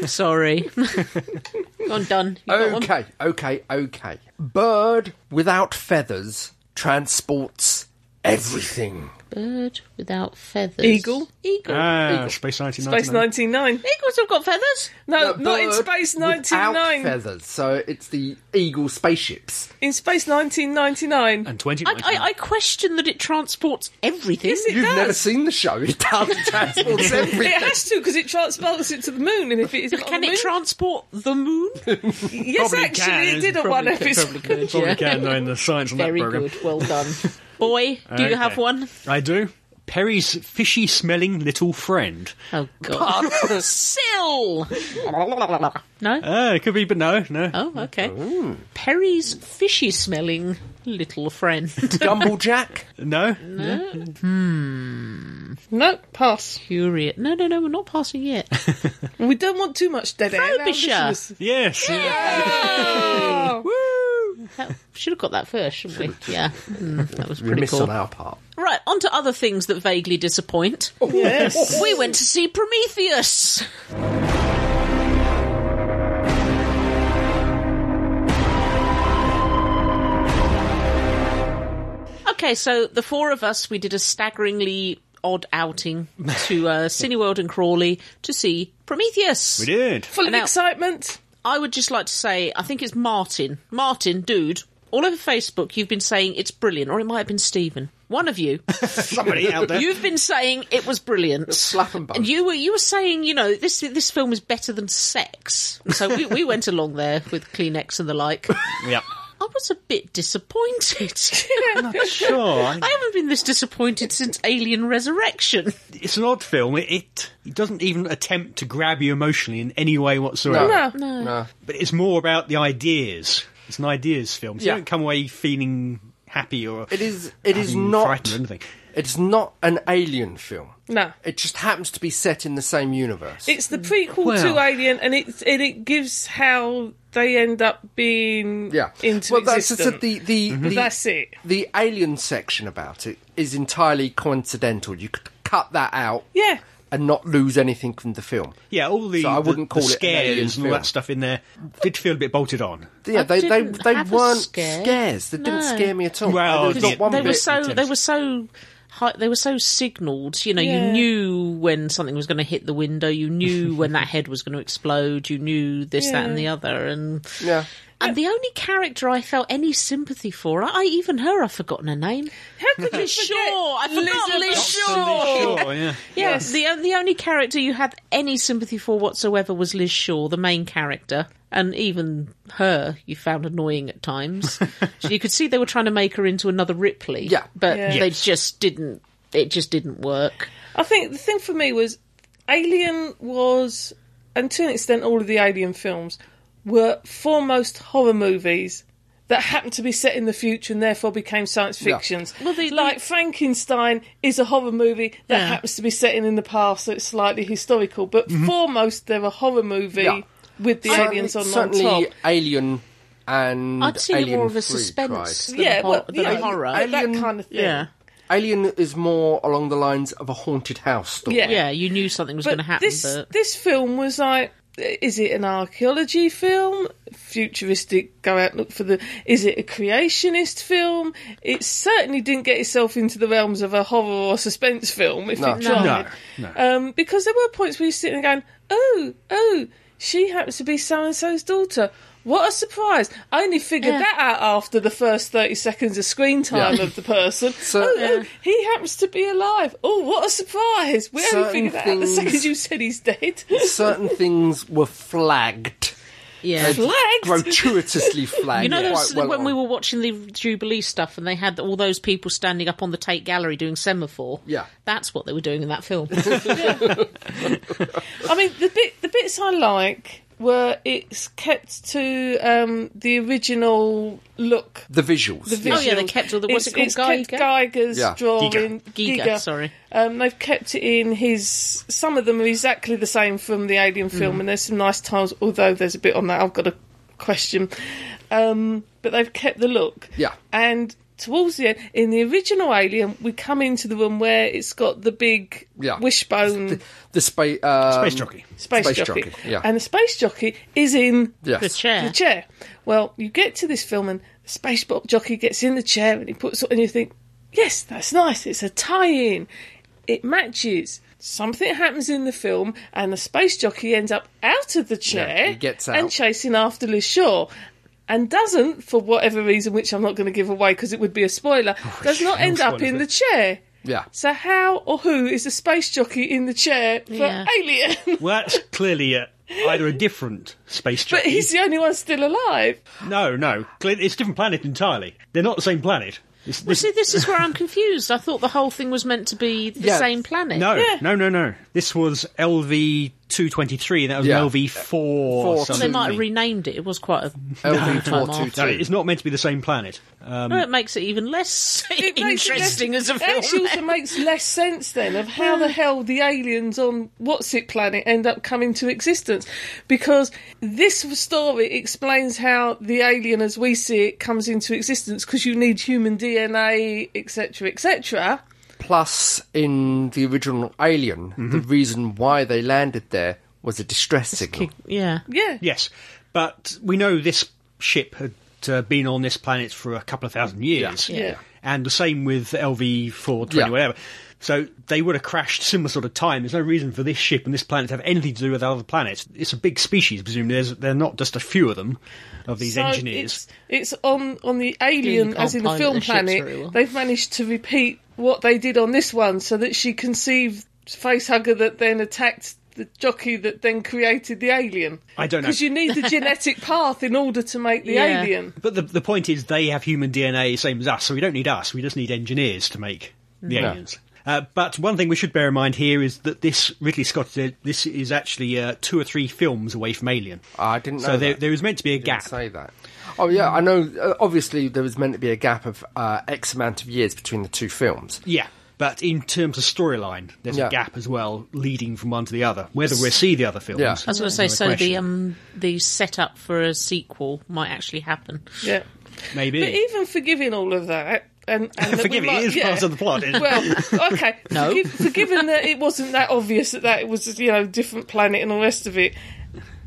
[SPEAKER 1] did. Sorry. I'm done. You got one?
[SPEAKER 3] Okay, okay, okay. Bird without feathers transports everything.
[SPEAKER 1] Bird without feathers.
[SPEAKER 2] Eagle.
[SPEAKER 1] Eagle.
[SPEAKER 4] Ah, Space 1999.
[SPEAKER 2] Space 99.
[SPEAKER 1] Eagles have got feathers.
[SPEAKER 2] No,
[SPEAKER 3] A
[SPEAKER 2] Uh, not in
[SPEAKER 3] bird
[SPEAKER 2] Space
[SPEAKER 3] Without
[SPEAKER 2] 99.
[SPEAKER 3] feathers, so it's the eagle spaceships.
[SPEAKER 2] In Space 1999.
[SPEAKER 4] And 20.
[SPEAKER 1] I, I, I question that it transports everything.
[SPEAKER 2] Yes, it
[SPEAKER 3] You've
[SPEAKER 2] does.
[SPEAKER 3] never seen the show. It does it transports everything.
[SPEAKER 2] It has to because it transports it to the moon, and if it isn't on
[SPEAKER 1] Can
[SPEAKER 2] the
[SPEAKER 1] it
[SPEAKER 2] moon,
[SPEAKER 1] transport the moon?
[SPEAKER 2] yes,
[SPEAKER 4] Probably
[SPEAKER 2] actually,
[SPEAKER 4] can.
[SPEAKER 2] it did at
[SPEAKER 4] Probably
[SPEAKER 2] one
[SPEAKER 4] can,
[SPEAKER 2] episode.
[SPEAKER 1] Good,
[SPEAKER 4] Probably can know in the science on
[SPEAKER 1] Very
[SPEAKER 4] that program.
[SPEAKER 1] good. Well done. Boy, do you
[SPEAKER 4] Okay.
[SPEAKER 1] have one?
[SPEAKER 4] I do. Perry's fishy smelling little friend.
[SPEAKER 1] Oh God. Sill. no.
[SPEAKER 4] Ah, it could be, but no, no.
[SPEAKER 1] Oh, okay. Perry's fishy smelling little friend.
[SPEAKER 3] Gumblejack.
[SPEAKER 4] No?
[SPEAKER 2] No, pass.
[SPEAKER 1] Curious. No, no, no, we're not passing yet.
[SPEAKER 2] We don't want too much dead air. Our
[SPEAKER 1] Frobisher.
[SPEAKER 2] listeners-
[SPEAKER 4] Yes.
[SPEAKER 2] Oh,
[SPEAKER 1] That, should have got that first, shouldn't we? Yeah. Mm, that was
[SPEAKER 3] We
[SPEAKER 1] pretty
[SPEAKER 3] missed
[SPEAKER 1] cool.
[SPEAKER 3] on our part.
[SPEAKER 1] Right, on to other things that vaguely disappoint.
[SPEAKER 2] Yes.
[SPEAKER 1] We went to see Prometheus. Okay, so the four of us, we did a staggeringly odd outing to uh, Cineworld and Crawley to see Prometheus.
[SPEAKER 4] We did.
[SPEAKER 2] Full of
[SPEAKER 1] Now-
[SPEAKER 2] excitement.
[SPEAKER 1] I would just like to say, I think it's Martin. Martin, dude, all over Facebook, you've been saying it's brilliant, or it might have been Stephen. One of you,
[SPEAKER 4] Somebody out there.
[SPEAKER 1] you've been saying it was brilliant.
[SPEAKER 3] Slap 'em both.
[SPEAKER 1] And you were you were saying, you know, this this film is better than Sex. So we, we went along there with Kleenex and the like. I
[SPEAKER 4] Yeah.
[SPEAKER 1] was a bit disappointed.
[SPEAKER 4] Sure. I-
[SPEAKER 1] I haven't been this disappointed since Alien Resurrection.
[SPEAKER 4] It's an odd film. It, it it doesn't even attempt to grab you emotionally in any way whatsoever.
[SPEAKER 2] No.
[SPEAKER 1] No.
[SPEAKER 3] No.
[SPEAKER 4] But it's more about the ideas. It's an ideas film. So
[SPEAKER 3] Yeah.
[SPEAKER 4] you don't come away feeling happy or
[SPEAKER 3] It is. It is
[SPEAKER 4] um,
[SPEAKER 3] not.
[SPEAKER 4] frightened or anything.
[SPEAKER 3] It's not an alien film.
[SPEAKER 2] No.
[SPEAKER 3] It just happens to be set in the same universe.
[SPEAKER 2] It's
[SPEAKER 1] Mm.
[SPEAKER 2] the prequel
[SPEAKER 4] Well-
[SPEAKER 2] to Alien, and it's and it gives how they end up being
[SPEAKER 3] yeah.
[SPEAKER 2] into
[SPEAKER 3] well, that's
[SPEAKER 2] existence.
[SPEAKER 3] that's the the, the
[SPEAKER 2] That's it.
[SPEAKER 3] The alien section about it is entirely coincidental. You could cut that out.
[SPEAKER 2] Yeah.
[SPEAKER 3] And not lose anything from the film.
[SPEAKER 4] Yeah, all the,
[SPEAKER 3] So I
[SPEAKER 4] the-
[SPEAKER 3] wouldn't call
[SPEAKER 4] the
[SPEAKER 3] it an alien
[SPEAKER 4] scares and all
[SPEAKER 3] film.
[SPEAKER 4] that stuff in there did feel a bit bolted on.
[SPEAKER 3] Yeah,
[SPEAKER 1] I
[SPEAKER 3] they they,
[SPEAKER 1] didn't
[SPEAKER 3] they
[SPEAKER 1] have a
[SPEAKER 3] weren't
[SPEAKER 1] scare.
[SPEAKER 3] scares. They didn't
[SPEAKER 1] No.
[SPEAKER 3] scare me at all.
[SPEAKER 4] Well,
[SPEAKER 3] There was not
[SPEAKER 4] yeah,
[SPEAKER 3] one
[SPEAKER 1] they were
[SPEAKER 3] bit-
[SPEAKER 1] so
[SPEAKER 4] intense.
[SPEAKER 1] they were so hi- they were so signalled. You know,
[SPEAKER 2] Yeah.
[SPEAKER 1] you knew when something was going to hit the window. You knew when that head was going to explode. You knew this, that, and the other. And
[SPEAKER 3] Yeah.
[SPEAKER 1] and the only character I felt any sympathy for, I, I even her, I've forgotten her name.
[SPEAKER 2] How could we forget?
[SPEAKER 1] Shaw, I forgot Liz
[SPEAKER 2] Elizabeth-
[SPEAKER 1] Shaw.
[SPEAKER 4] Sure, yeah.
[SPEAKER 1] Yes, the the only character you had any sympathy for whatsoever was Liz Shaw, the main character, and even her you found annoying at times. so you could see they were trying to make her into another Ripley.
[SPEAKER 3] Yeah.
[SPEAKER 1] but
[SPEAKER 2] Yeah.
[SPEAKER 1] they just didn't. It just didn't work.
[SPEAKER 2] I think the thing for me was Alien was, and to an extent, all of the Alien films were foremost horror movies that happened to be set in the future and therefore became science fictions.
[SPEAKER 1] Well, they-
[SPEAKER 2] like Frankenstein is a horror movie that
[SPEAKER 1] Yeah.
[SPEAKER 2] happens to be set in, in the past, so it's slightly historical. But foremost, they're a horror movie
[SPEAKER 3] Mm-hmm. Yeah.
[SPEAKER 2] with the
[SPEAKER 3] Certainly-
[SPEAKER 2] aliens on, on
[SPEAKER 3] certainly
[SPEAKER 2] top.
[SPEAKER 3] Alien and
[SPEAKER 1] I'd seen it
[SPEAKER 3] Alien
[SPEAKER 1] more of a
[SPEAKER 3] 3
[SPEAKER 1] suspense
[SPEAKER 3] tried.
[SPEAKER 1] than,
[SPEAKER 2] Yeah,
[SPEAKER 1] a, hor-
[SPEAKER 2] well,
[SPEAKER 1] than a
[SPEAKER 2] yeah,
[SPEAKER 1] horror.
[SPEAKER 2] like that
[SPEAKER 3] Alien-
[SPEAKER 2] kind of thing.
[SPEAKER 1] yeah.
[SPEAKER 3] Alien is more along the lines of a haunted house story.
[SPEAKER 2] Yeah.
[SPEAKER 1] yeah, you knew something was going to happen.
[SPEAKER 2] This,
[SPEAKER 1] but
[SPEAKER 2] this film was like, is it an archaeology film? Futuristic, go out and look for the. Is it a creationist film? It certainly didn't get itself into the realms of a horror or suspense film, if
[SPEAKER 3] No.
[SPEAKER 2] it
[SPEAKER 3] No.
[SPEAKER 2] tried.
[SPEAKER 4] No,
[SPEAKER 2] Um, because there were points where you're sitting there going, oh, oh, she happens to be so and so's daughter. What a surprise! I only figured
[SPEAKER 1] Yeah.
[SPEAKER 2] that out after the first thirty seconds of screen time
[SPEAKER 3] Yeah.
[SPEAKER 2] of the person.
[SPEAKER 3] So-
[SPEAKER 2] oh,
[SPEAKER 3] Yeah.
[SPEAKER 2] oh, he happens to be alive. Oh, what a surprise! We only
[SPEAKER 3] Certain
[SPEAKER 2] figured that out the
[SPEAKER 3] things-
[SPEAKER 2] second you said he's dead.
[SPEAKER 3] Certain things were flagged.
[SPEAKER 1] yeah,
[SPEAKER 2] Flagged?
[SPEAKER 3] Gratuitously flagged.
[SPEAKER 1] You know,
[SPEAKER 3] quite
[SPEAKER 1] those,
[SPEAKER 3] well
[SPEAKER 1] when we
[SPEAKER 3] on.
[SPEAKER 1] were watching the Jubilee stuff and they had all those people standing up on the Tate Gallery doing semaphore?
[SPEAKER 3] Yeah.
[SPEAKER 1] That's what they were doing in that film.
[SPEAKER 2] I mean, the bit the bits I like were it's kept to um, the original look.
[SPEAKER 3] The visuals.
[SPEAKER 2] The
[SPEAKER 1] Oh, yeah, they
[SPEAKER 2] visuals.
[SPEAKER 1] kept all the- what's
[SPEAKER 2] it's,
[SPEAKER 1] it called?
[SPEAKER 2] It's kept
[SPEAKER 1] Geiger?
[SPEAKER 2] Geiger's
[SPEAKER 3] Yeah.
[SPEAKER 2] drawing.
[SPEAKER 1] Giga, sorry.
[SPEAKER 2] Um, they've kept it in his. Some of them are exactly the same from the Alien
[SPEAKER 3] Mm-hmm.
[SPEAKER 2] film, and there's some nice tiles. Although there's a bit on that I've got a question, um, but they've kept the look.
[SPEAKER 3] Yeah.
[SPEAKER 2] And towards the end, in the original Alien, we come into the room where it's got the big
[SPEAKER 3] Yeah.
[SPEAKER 2] wishbone
[SPEAKER 3] the, the spa- um,
[SPEAKER 4] Space jockey.
[SPEAKER 2] space,
[SPEAKER 3] space
[SPEAKER 2] jockey,
[SPEAKER 3] jockey, yeah.
[SPEAKER 2] and the space jockey is in
[SPEAKER 3] Yes.
[SPEAKER 1] the chair.
[SPEAKER 2] the chair. Well, you get to this film and the space bo- jockey gets in the chair and he puts it, and you think, yes, that's nice. It's a tie-in. It matches. Something happens in the film, and the space jockey ends up out of the chair
[SPEAKER 3] he gets out.
[SPEAKER 2] and chasing after Liz Shaw. And doesn't, for whatever reason, which I'm not going to give away because it would be a spoiler, does not end up
[SPEAKER 4] spoilers
[SPEAKER 2] in
[SPEAKER 4] it.
[SPEAKER 2] the chair.
[SPEAKER 3] Yeah.
[SPEAKER 2] So how or who is the space jockey in the chair for
[SPEAKER 1] Yeah.
[SPEAKER 2] Alien?
[SPEAKER 4] Well, that's clearly a, either a different space jockey.
[SPEAKER 2] But he's the only one still alive.
[SPEAKER 4] No, no. Cle- It's a different planet entirely. They're not the same planet. It's,
[SPEAKER 1] Well,
[SPEAKER 4] this-
[SPEAKER 1] see, this is where I'm confused. I thought the whole thing was meant to be the
[SPEAKER 3] Yeah.
[SPEAKER 1] same planet.
[SPEAKER 4] no,
[SPEAKER 2] Yeah.
[SPEAKER 4] no, no, no. This was LV two twenty three. That was
[SPEAKER 3] Yeah.
[SPEAKER 4] an LV four.
[SPEAKER 3] Four
[SPEAKER 1] Well, they might have renamed it. It was quite a.
[SPEAKER 3] LV422.
[SPEAKER 4] No, it's not meant to be the same planet. Um,
[SPEAKER 1] No, it makes it even less
[SPEAKER 2] It makes
[SPEAKER 1] interesting
[SPEAKER 2] less-
[SPEAKER 1] as a
[SPEAKER 2] It actually
[SPEAKER 1] film. Hmm.
[SPEAKER 2] also makes less sense then of how the hell the aliens on What's It Planet end up coming to existence. Because this story explains how the alien as we see it comes into existence because you need human DNA, etc., etc.
[SPEAKER 3] Plus, in the original Alien, the
[SPEAKER 4] Mm-hmm.
[SPEAKER 3] reason why they landed there was a distress signal.
[SPEAKER 1] Yeah.
[SPEAKER 2] Yeah.
[SPEAKER 4] Yes, but we know this ship had uh, been on this planet for a couple of thousand years,
[SPEAKER 2] Yeah. Yeah.
[SPEAKER 4] and the same with LV four
[SPEAKER 3] Yeah.
[SPEAKER 4] twenty whatever. So they would have crashed similar sort of time. There's no reason for this ship and this planet to have anything to do with other planets. It's a big species, presumably. There's, there are not just a few of them, of these
[SPEAKER 2] So
[SPEAKER 4] engineers.
[SPEAKER 2] It's, it's on on the alien,
[SPEAKER 1] can't
[SPEAKER 2] as in the
[SPEAKER 1] pilot
[SPEAKER 2] film
[SPEAKER 1] the ships
[SPEAKER 2] planet.
[SPEAKER 1] very well.
[SPEAKER 2] They've managed to repeat what they did on this one, so that she conceived facehugger that then attacked the jockey that then created the alien.
[SPEAKER 4] I don't know.
[SPEAKER 2] because you need the genetic path in order to make the
[SPEAKER 1] Yeah.
[SPEAKER 2] alien.
[SPEAKER 4] But the, the point is, they have human DNA, same as us, so we don't need us. We just need engineers to make the aliens. Uh, but one thing we should bear in mind here is that this Ridley Scott, this is actually uh, two or three films away from Alien.
[SPEAKER 3] I didn't know
[SPEAKER 4] So there,
[SPEAKER 3] that.
[SPEAKER 4] there is meant to be a
[SPEAKER 3] Didn't
[SPEAKER 4] gap.
[SPEAKER 3] say that. Oh yeah, I know. Uh, obviously, there was meant to be a gap of uh, X amount of years between the two films.
[SPEAKER 4] Yeah, but in terms of storyline, there's
[SPEAKER 3] Yeah.
[SPEAKER 4] a gap as well, leading from one to the other. Whether we see the other films,
[SPEAKER 3] Yeah. I
[SPEAKER 1] I was going to
[SPEAKER 4] is
[SPEAKER 1] say,
[SPEAKER 4] another
[SPEAKER 1] so the
[SPEAKER 4] question.
[SPEAKER 1] um the setup for a sequel might actually happen.
[SPEAKER 2] Yeah,
[SPEAKER 4] maybe
[SPEAKER 2] but even forgiving all of that. And, and that we
[SPEAKER 4] forgive it,
[SPEAKER 2] might-
[SPEAKER 4] it is
[SPEAKER 2] yeah.
[SPEAKER 4] part of the plot. isn't it?
[SPEAKER 2] Well, okay.
[SPEAKER 1] No.
[SPEAKER 2] Forgive, forgiven that it wasn't that obvious that, that it was, you know, different planet and all the rest of it,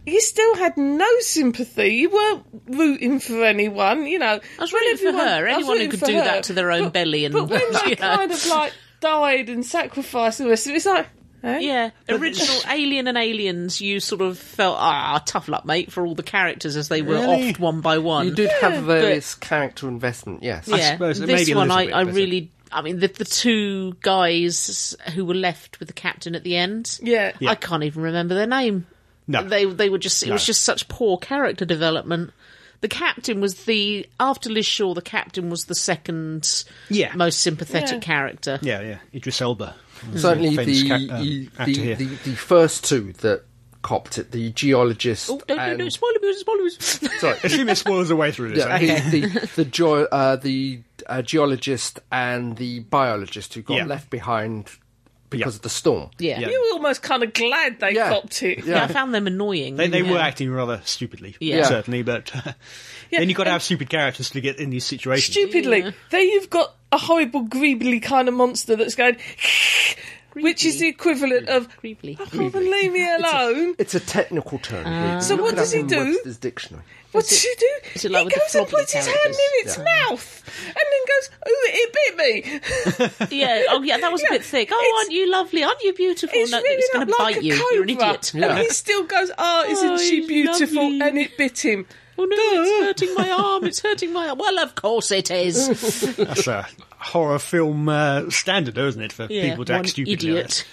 [SPEAKER 2] you still had no sympathy. You weren't rooting for anyone, you know.
[SPEAKER 1] I was rooting for her.
[SPEAKER 2] I was
[SPEAKER 1] Anyone who
[SPEAKER 2] rooting
[SPEAKER 1] could
[SPEAKER 2] for
[SPEAKER 1] do
[SPEAKER 2] her.
[SPEAKER 1] that to their own
[SPEAKER 2] But-
[SPEAKER 1] belly and-
[SPEAKER 2] But when they
[SPEAKER 1] you know.
[SPEAKER 2] kind of, like, died and sacrificed and the rest of it, it's like... eh?
[SPEAKER 1] Yeah, original Alien and Aliens, you sort of felt ah tough luck, mate, for all the characters as they were
[SPEAKER 4] Really?
[SPEAKER 1] offed one by one.
[SPEAKER 3] You did have various character investment, yes.
[SPEAKER 1] yeah,
[SPEAKER 4] suppose it may
[SPEAKER 1] this
[SPEAKER 4] be a
[SPEAKER 1] one
[SPEAKER 4] little
[SPEAKER 1] I,
[SPEAKER 4] bit
[SPEAKER 1] I
[SPEAKER 4] better.
[SPEAKER 1] really, I mean, the, the two guys who were left with the captain at the end,
[SPEAKER 2] Yeah.
[SPEAKER 1] I can't even remember their name.
[SPEAKER 4] No.
[SPEAKER 1] they they were just it was
[SPEAKER 4] No.
[SPEAKER 1] just such poor character development. The captain was the after Liz Shaw. The captain was the second
[SPEAKER 4] Yeah.
[SPEAKER 1] most sympathetic
[SPEAKER 2] Yeah.
[SPEAKER 1] character.
[SPEAKER 4] yeah, yeah, Idris Elba.
[SPEAKER 3] Certainly,
[SPEAKER 4] Famous
[SPEAKER 3] the,
[SPEAKER 4] ca- um,
[SPEAKER 3] the,
[SPEAKER 4] actor
[SPEAKER 3] the,
[SPEAKER 4] here.
[SPEAKER 3] the the first two that copped it, the geologist
[SPEAKER 1] Oh, don't do
[SPEAKER 3] and
[SPEAKER 4] Um,
[SPEAKER 1] no spoiler music, spoiler music.
[SPEAKER 4] Sorry, assume it spoils the way through this.
[SPEAKER 3] yeah,
[SPEAKER 4] eh?
[SPEAKER 3] the the, the, geo- uh, the uh, geologist and the biologist who got
[SPEAKER 4] Yeah.
[SPEAKER 3] left behind because
[SPEAKER 4] Yeah.
[SPEAKER 3] of the storm.
[SPEAKER 1] yeah.
[SPEAKER 4] Yeah.
[SPEAKER 2] You were almost kind of glad they
[SPEAKER 3] Yeah.
[SPEAKER 2] copped it.
[SPEAKER 1] I found them annoying.
[SPEAKER 4] They, they
[SPEAKER 1] yeah.
[SPEAKER 4] were acting rather stupidly,
[SPEAKER 1] Yeah.
[SPEAKER 4] certainly, but uh, then you've got to have stupid characters to get in these situations.
[SPEAKER 2] stupidly. There you've got a horrible, greebly kind of monster that's going, which is the equivalent of,
[SPEAKER 1] Creepily.
[SPEAKER 2] "Oh, leave me alone.
[SPEAKER 3] It's a technical term. really.
[SPEAKER 2] So
[SPEAKER 3] Look
[SPEAKER 2] what
[SPEAKER 3] it up
[SPEAKER 2] does he
[SPEAKER 3] in
[SPEAKER 2] do?
[SPEAKER 3] Webster's dictionary.
[SPEAKER 2] What did you do?
[SPEAKER 1] is it like
[SPEAKER 2] he
[SPEAKER 1] with the
[SPEAKER 2] goes and
[SPEAKER 1] floppy
[SPEAKER 2] puts his hand
[SPEAKER 1] characters?
[SPEAKER 2] in its mouth and then goes, ooh, it bit me.
[SPEAKER 1] Yeah, oh yeah, that was a bit thick. Oh,
[SPEAKER 2] It's-
[SPEAKER 1] aren't you lovely? Aren't you beautiful?
[SPEAKER 2] It's
[SPEAKER 1] no,
[SPEAKER 2] really
[SPEAKER 1] it's going
[SPEAKER 2] not
[SPEAKER 1] to
[SPEAKER 2] like
[SPEAKER 1] bite
[SPEAKER 2] a
[SPEAKER 1] you.
[SPEAKER 2] cobra.
[SPEAKER 1] You're an idiot.
[SPEAKER 2] And he still goes, oh, isn't
[SPEAKER 1] Oh,
[SPEAKER 2] she
[SPEAKER 1] he's
[SPEAKER 2] beautiful?
[SPEAKER 1] lovely.
[SPEAKER 2] And it bit him.
[SPEAKER 1] Oh no, it's hurting my arm. It's hurting my arm. Well, of course it is.
[SPEAKER 4] That's a horror film uh, standard, isn't it, for
[SPEAKER 1] Yeah,
[SPEAKER 4] people to
[SPEAKER 1] one
[SPEAKER 4] act stupidly? like
[SPEAKER 1] idiot.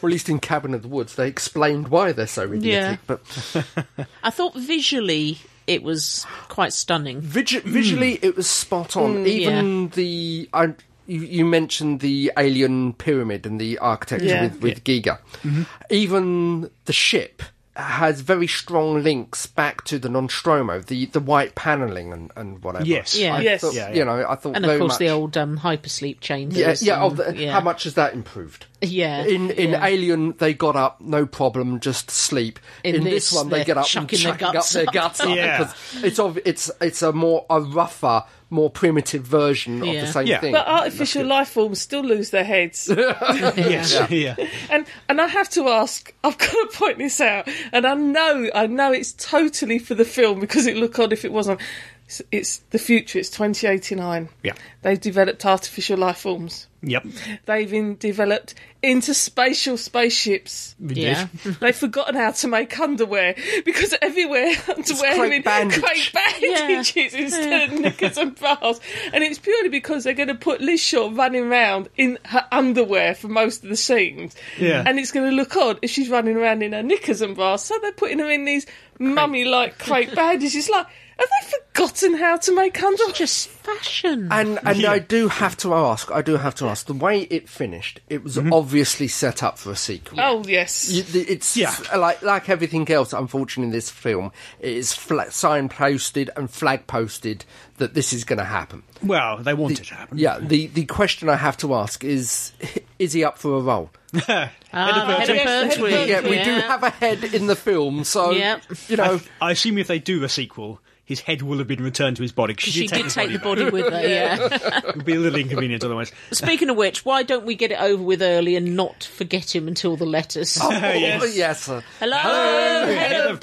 [SPEAKER 3] Or at least in Cabin of the Woods, they explained why they're so idiotic.
[SPEAKER 1] Yeah.
[SPEAKER 3] But
[SPEAKER 1] I thought visually it was quite stunning.
[SPEAKER 3] visu- visually,
[SPEAKER 1] Hmm.
[SPEAKER 3] it was spot on. Even the I, you, you mentioned the alien pyramid and the architecture
[SPEAKER 2] Yeah.
[SPEAKER 3] with, with Giga.
[SPEAKER 4] Mm-hmm.
[SPEAKER 3] Even the ship has very strong links back to the Nostromo, the, the white panelling and, and whatever.
[SPEAKER 4] Yes.
[SPEAKER 1] Yeah.
[SPEAKER 3] I
[SPEAKER 2] Yes.
[SPEAKER 3] thought-
[SPEAKER 4] Yeah,
[SPEAKER 3] You
[SPEAKER 4] yeah.
[SPEAKER 3] know, I thought
[SPEAKER 1] And
[SPEAKER 3] very
[SPEAKER 1] of course
[SPEAKER 3] much,
[SPEAKER 1] the old um, hypersleep changes.
[SPEAKER 3] Yeah, yeah.
[SPEAKER 1] and-
[SPEAKER 3] Oh, the,
[SPEAKER 1] yeah.
[SPEAKER 3] How much has that improved?
[SPEAKER 1] Yeah,
[SPEAKER 3] In in
[SPEAKER 1] yeah.
[SPEAKER 3] Alien, they got up, no problem, just sleep.
[SPEAKER 1] In
[SPEAKER 3] In, this,
[SPEAKER 1] this,
[SPEAKER 3] one, they
[SPEAKER 1] they're
[SPEAKER 3] get up
[SPEAKER 1] chucking
[SPEAKER 3] and
[SPEAKER 1] their
[SPEAKER 3] chucking
[SPEAKER 1] guts
[SPEAKER 3] up their
[SPEAKER 1] up.
[SPEAKER 3] guts up
[SPEAKER 4] Yeah.
[SPEAKER 3] because it's of it's it's a more a rougher, more primitive version of
[SPEAKER 1] Yeah.
[SPEAKER 3] the same
[SPEAKER 4] Yeah.
[SPEAKER 3] thing.
[SPEAKER 2] But artificial life forms still lose their heads.
[SPEAKER 4] that. Yes, yeah.
[SPEAKER 2] And and I have to ask, I've got to point this out, and I know I know it's totally for the film because it look odd if it wasn't. It's, it's the future. It's 2089.
[SPEAKER 4] Yeah.
[SPEAKER 2] they've developed artificial life forms.
[SPEAKER 4] Yep.
[SPEAKER 2] They've in developed interspatial spaceships.
[SPEAKER 4] Indeed.
[SPEAKER 1] Yeah.
[SPEAKER 2] They've forgotten how to make underwear because everywhere underwear
[SPEAKER 3] crepe
[SPEAKER 2] in
[SPEAKER 3] bandage.
[SPEAKER 2] crepe bandages instead of knickers and bras. And it's purely because they're going to put Liz Shaw running around in her underwear for most of the scenes.
[SPEAKER 4] Yeah.
[SPEAKER 2] And it's going to look odd if she's running around in her knickers and bras. So they're putting her in these mummy like crepe bandages. It's like, have they forgotten how to make underwear?
[SPEAKER 1] just fashion.
[SPEAKER 3] and and
[SPEAKER 4] Yeah.
[SPEAKER 3] I do have to ask, I do have to ask, the way it finished, it was
[SPEAKER 4] Mm-hmm.
[SPEAKER 3] obviously set up for a sequel.
[SPEAKER 2] Oh, yes.
[SPEAKER 3] You- the- It's
[SPEAKER 4] Yeah.
[SPEAKER 3] like like everything else. Unfortunately, in this film it is fla- sign posted and flag posted that this is going to happen.
[SPEAKER 4] Well, they want it to happen.
[SPEAKER 3] Yeah, the, the question I have to ask is is he up for a role?
[SPEAKER 1] ah, the head of
[SPEAKER 2] Pertwee.
[SPEAKER 1] Pertwee,
[SPEAKER 2] Head of
[SPEAKER 3] Yeah, we do
[SPEAKER 1] yeah.
[SPEAKER 3] have a head in the film, so
[SPEAKER 1] Yep.
[SPEAKER 3] you know
[SPEAKER 4] I assume if they do a sequel, his head will have been returned to his body. 'cause
[SPEAKER 1] She did take the
[SPEAKER 4] back.
[SPEAKER 1] body with her. Yeah.
[SPEAKER 4] It would be a little inconvenient otherwise.
[SPEAKER 1] Speaking of which, why don't we get it over with early and not forget him until the letters?
[SPEAKER 3] Oh,
[SPEAKER 4] Oh,
[SPEAKER 3] yes. uh,
[SPEAKER 1] Hello, head of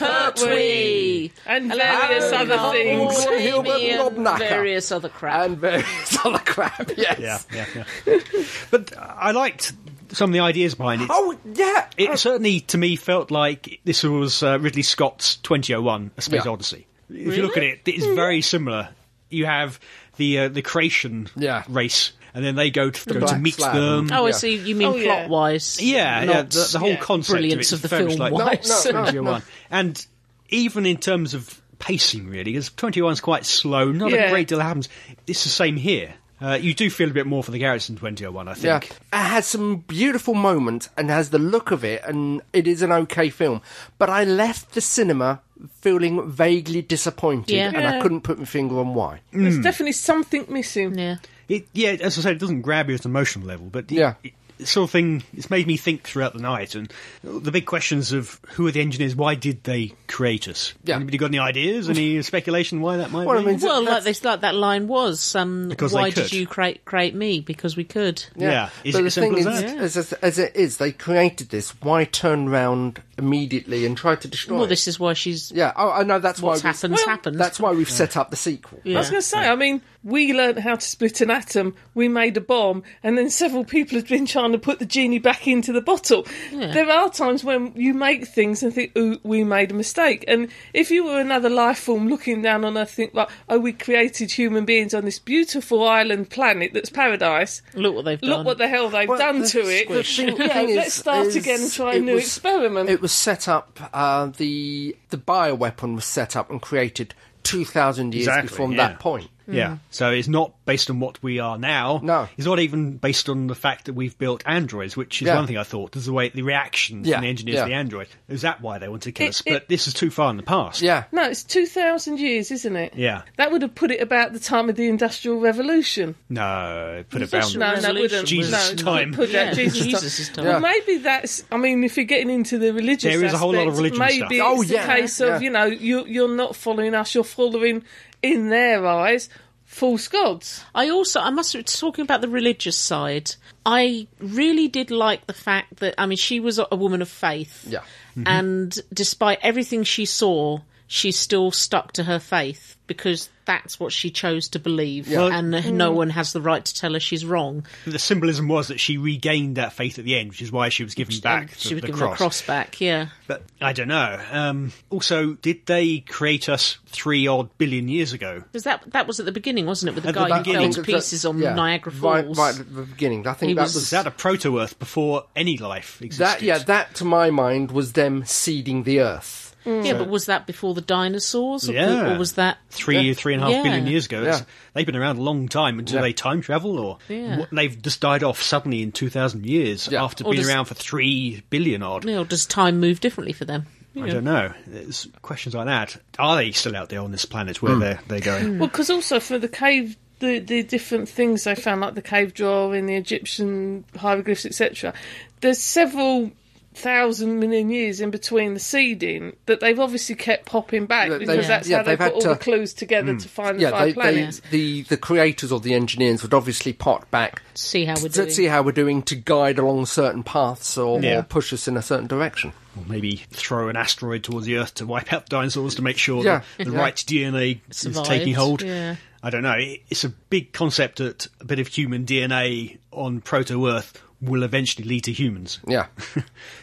[SPEAKER 1] Pertwee.
[SPEAKER 2] And
[SPEAKER 1] Hello,
[SPEAKER 2] various other
[SPEAKER 1] Uncle
[SPEAKER 2] things.
[SPEAKER 3] Uncle Hilbert
[SPEAKER 1] Timmy and
[SPEAKER 3] Lobnacker.
[SPEAKER 1] Various other crap.
[SPEAKER 3] and various other crap. Yes,
[SPEAKER 4] Yeah, yeah, yeah. but I liked some of the ideas behind it.
[SPEAKER 3] Oh yeah,
[SPEAKER 4] It certainly, to me, felt like this was uh, Ridley Scott's 2001: A Space
[SPEAKER 3] Yeah.
[SPEAKER 4] Odyssey. If you look at it, it is very similar. You have the uh, the creation
[SPEAKER 3] Yeah.
[SPEAKER 4] race, and then they go to, go to
[SPEAKER 3] black Mm.
[SPEAKER 4] meet
[SPEAKER 3] slab.
[SPEAKER 4] them.
[SPEAKER 1] Oh, I
[SPEAKER 3] Yeah.
[SPEAKER 1] see. You mean
[SPEAKER 2] Oh, yeah.
[SPEAKER 1] plot-wise?
[SPEAKER 4] Yeah,
[SPEAKER 1] not
[SPEAKER 4] yeah the, the whole concept
[SPEAKER 1] brilliance of
[SPEAKER 4] of, it
[SPEAKER 1] the
[SPEAKER 4] very much
[SPEAKER 1] film.
[SPEAKER 4] like
[SPEAKER 1] wise.
[SPEAKER 3] No, no, no.
[SPEAKER 4] 21. And even in terms of pacing, really, because 21 is quite slow, not
[SPEAKER 2] Yeah.
[SPEAKER 4] a great deal happens. It's the same here. Uh, you do feel a bit more for the Garrison 2001, I
[SPEAKER 3] Yeah,
[SPEAKER 4] think.
[SPEAKER 3] it has some beautiful moments and has the look of it, and it is an okay film. But I left the cinema feeling vaguely disappointed,
[SPEAKER 1] Yeah.
[SPEAKER 3] and I
[SPEAKER 2] Yeah.
[SPEAKER 3] couldn't put my finger on why.
[SPEAKER 2] There's definitely something missing.
[SPEAKER 1] Yeah.
[SPEAKER 4] It, yeah, as I said, it doesn't grab you at an emotional level, but it-
[SPEAKER 3] Yeah.
[SPEAKER 4] it- it's sort of thing. It's made me think throughout the night, and the big questions of who are the engineers? Why did they create us?
[SPEAKER 3] Yeah.
[SPEAKER 4] Anybody got any ideas? Any speculation why that might
[SPEAKER 3] Well, I
[SPEAKER 4] be?
[SPEAKER 3] mean,
[SPEAKER 1] Well,
[SPEAKER 3] that's-
[SPEAKER 1] like this, like that line was. Um,
[SPEAKER 4] Because they
[SPEAKER 1] why did
[SPEAKER 4] could.
[SPEAKER 1] you create create me? Because we could.
[SPEAKER 4] yeah. Is
[SPEAKER 3] but
[SPEAKER 4] it
[SPEAKER 3] the
[SPEAKER 4] as simple
[SPEAKER 3] thing
[SPEAKER 4] as
[SPEAKER 3] is,
[SPEAKER 4] that?
[SPEAKER 3] as, as, as it is, they created this. Why turn round immediately and try to destroy?
[SPEAKER 1] Well,
[SPEAKER 3] it?
[SPEAKER 1] this is why she's.
[SPEAKER 3] yeah. Oh, I know. That's
[SPEAKER 1] What's
[SPEAKER 3] why.
[SPEAKER 1] happened's
[SPEAKER 3] we,
[SPEAKER 1] happened.
[SPEAKER 3] That's why we've set up the sequel.
[SPEAKER 1] Yeah.
[SPEAKER 2] I was going to say, I mean, we learned how to split an atom, we made a bomb, and then several people have been trying to put the genie back into the bottle. There are times when you make things and think, ooh, we made a mistake. And if you were another life form looking down on Earth, think, like, oh, we created human beings on this beautiful island planet that's paradise.
[SPEAKER 1] Look what they've done.
[SPEAKER 2] Look what the hell they've
[SPEAKER 3] Well,
[SPEAKER 2] done
[SPEAKER 3] the
[SPEAKER 2] to it.
[SPEAKER 3] squish. The thing-
[SPEAKER 2] yeah,
[SPEAKER 3] thing
[SPEAKER 2] let's
[SPEAKER 3] is-
[SPEAKER 2] start
[SPEAKER 3] is
[SPEAKER 2] again and try a
[SPEAKER 3] it
[SPEAKER 2] new
[SPEAKER 3] was-
[SPEAKER 2] experiment.
[SPEAKER 3] It was set up. Uh, the the bioweapon was set up and created two thousand years
[SPEAKER 4] Exactly,
[SPEAKER 3] before
[SPEAKER 4] yeah.
[SPEAKER 3] that point.
[SPEAKER 2] Mm-hmm.
[SPEAKER 4] Yeah. So it's not based on what we are now.
[SPEAKER 3] No.
[SPEAKER 4] It's not even based on the fact that we've built androids, which is
[SPEAKER 3] Yeah.
[SPEAKER 4] one thing I thought. There's the way the reaction
[SPEAKER 3] Yeah,
[SPEAKER 4] from the engineers
[SPEAKER 3] yeah.
[SPEAKER 4] to the android. Is that why they want to kill
[SPEAKER 2] It-
[SPEAKER 4] us?
[SPEAKER 2] it-
[SPEAKER 4] But this is too far in the past.
[SPEAKER 3] Yeah.
[SPEAKER 2] No, it's 2,000 years, isn't it?
[SPEAKER 4] Yeah.
[SPEAKER 2] That would have put it about the time of the Industrial Revolution.
[SPEAKER 4] No, put it
[SPEAKER 1] That's
[SPEAKER 4] bound.
[SPEAKER 2] No, no, it wouldn't. no,
[SPEAKER 4] Jesus' time.
[SPEAKER 2] Put that
[SPEAKER 1] Yeah,
[SPEAKER 2] Jesus,
[SPEAKER 1] Jesus'
[SPEAKER 2] time.
[SPEAKER 1] time. Yeah.
[SPEAKER 2] Well, maybe that's. I mean, if you're getting into the religious,
[SPEAKER 4] There is a whole lot of
[SPEAKER 2] aspect,
[SPEAKER 4] religion
[SPEAKER 2] Maybe
[SPEAKER 4] stuff.
[SPEAKER 2] it's
[SPEAKER 3] Oh,
[SPEAKER 2] the
[SPEAKER 3] yeah,
[SPEAKER 2] case of
[SPEAKER 3] yeah.
[SPEAKER 2] you know you you're not following us. You're following in their eyes false gods.
[SPEAKER 1] I also, I must talking about the religious side. I really did like the fact that I mean, she was a a woman of faith,
[SPEAKER 3] Yeah.
[SPEAKER 4] Mm-hmm.
[SPEAKER 1] and despite everything she saw, she still stuck to her faith because that's what she chose to believe,
[SPEAKER 4] Well- mm.
[SPEAKER 1] and no one has the right to tell her she's wrong.
[SPEAKER 4] The symbolism was that she regained that faith at the end, which is why she was given back
[SPEAKER 1] And
[SPEAKER 4] the,
[SPEAKER 1] um, she was
[SPEAKER 4] the
[SPEAKER 1] given
[SPEAKER 4] cross.
[SPEAKER 1] a cross back, yeah.
[SPEAKER 4] But I don't know. Um, also, did they create us three odd billion years ago?
[SPEAKER 1] Because that that was at the beginning, wasn't it, with the
[SPEAKER 4] At the
[SPEAKER 1] guy who
[SPEAKER 4] beginning.
[SPEAKER 1] fell
[SPEAKER 3] That-
[SPEAKER 1] to
[SPEAKER 3] that-
[SPEAKER 1] pieces on
[SPEAKER 3] yeah.
[SPEAKER 1] Niagara
[SPEAKER 3] Right,
[SPEAKER 1] Falls.
[SPEAKER 3] right at the beginning. I think
[SPEAKER 1] He
[SPEAKER 3] that
[SPEAKER 1] was-
[SPEAKER 3] was,
[SPEAKER 4] Is that a proto Earth before any life existed?
[SPEAKER 3] that. Yeah, that to my mind was them seeding the earth.
[SPEAKER 1] Yeah, but was that before the dinosaurs, or,
[SPEAKER 4] Yeah.
[SPEAKER 1] or was that
[SPEAKER 4] three, three and a half
[SPEAKER 1] Yeah.
[SPEAKER 4] billion years ago. It's-
[SPEAKER 3] Yeah.
[SPEAKER 4] They've been around a long time. Do
[SPEAKER 3] Yeah.
[SPEAKER 4] they time travel, or
[SPEAKER 1] Yeah.
[SPEAKER 4] what- they've just died off suddenly in two thousand years
[SPEAKER 3] Yeah.
[SPEAKER 4] after
[SPEAKER 1] Or
[SPEAKER 4] being
[SPEAKER 1] does-
[SPEAKER 4] around for three billion odd?
[SPEAKER 1] You know, does time move differently for them?
[SPEAKER 4] I don't know. It's questions like that. Are they still out there on this planet where they're they're going?
[SPEAKER 2] Well, because also for the cave, the the different things they found, like the cave drawing, the Egyptian hieroglyphs, etc. There's several thousand million years in between the seeding that they've obviously kept popping back
[SPEAKER 3] Yeah,
[SPEAKER 2] because
[SPEAKER 3] they've-
[SPEAKER 2] that's
[SPEAKER 3] yeah,
[SPEAKER 2] how they
[SPEAKER 3] they've
[SPEAKER 2] put
[SPEAKER 3] had
[SPEAKER 2] all the
[SPEAKER 3] to- Hmm.
[SPEAKER 2] clues together to find the
[SPEAKER 3] Yeah,
[SPEAKER 2] five
[SPEAKER 3] they, they,
[SPEAKER 2] planets.
[SPEAKER 3] the the creators or the engineers would obviously pot back
[SPEAKER 1] See how we're doing.
[SPEAKER 3] to see how we're doing to guide along certain paths or,
[SPEAKER 4] Yeah.
[SPEAKER 3] or push us in a certain direction.
[SPEAKER 4] Or maybe throw an asteroid towards the Earth to wipe out dinosaurs to make sure
[SPEAKER 3] Yeah.
[SPEAKER 4] that the
[SPEAKER 3] Yeah.
[SPEAKER 4] right DNA
[SPEAKER 1] Survived,
[SPEAKER 4] is taking hold.
[SPEAKER 1] yeah.
[SPEAKER 4] I don't know. It- It's a big concept that a bit of human DNA on proto Earth will eventually lead to humans.
[SPEAKER 3] Yeah,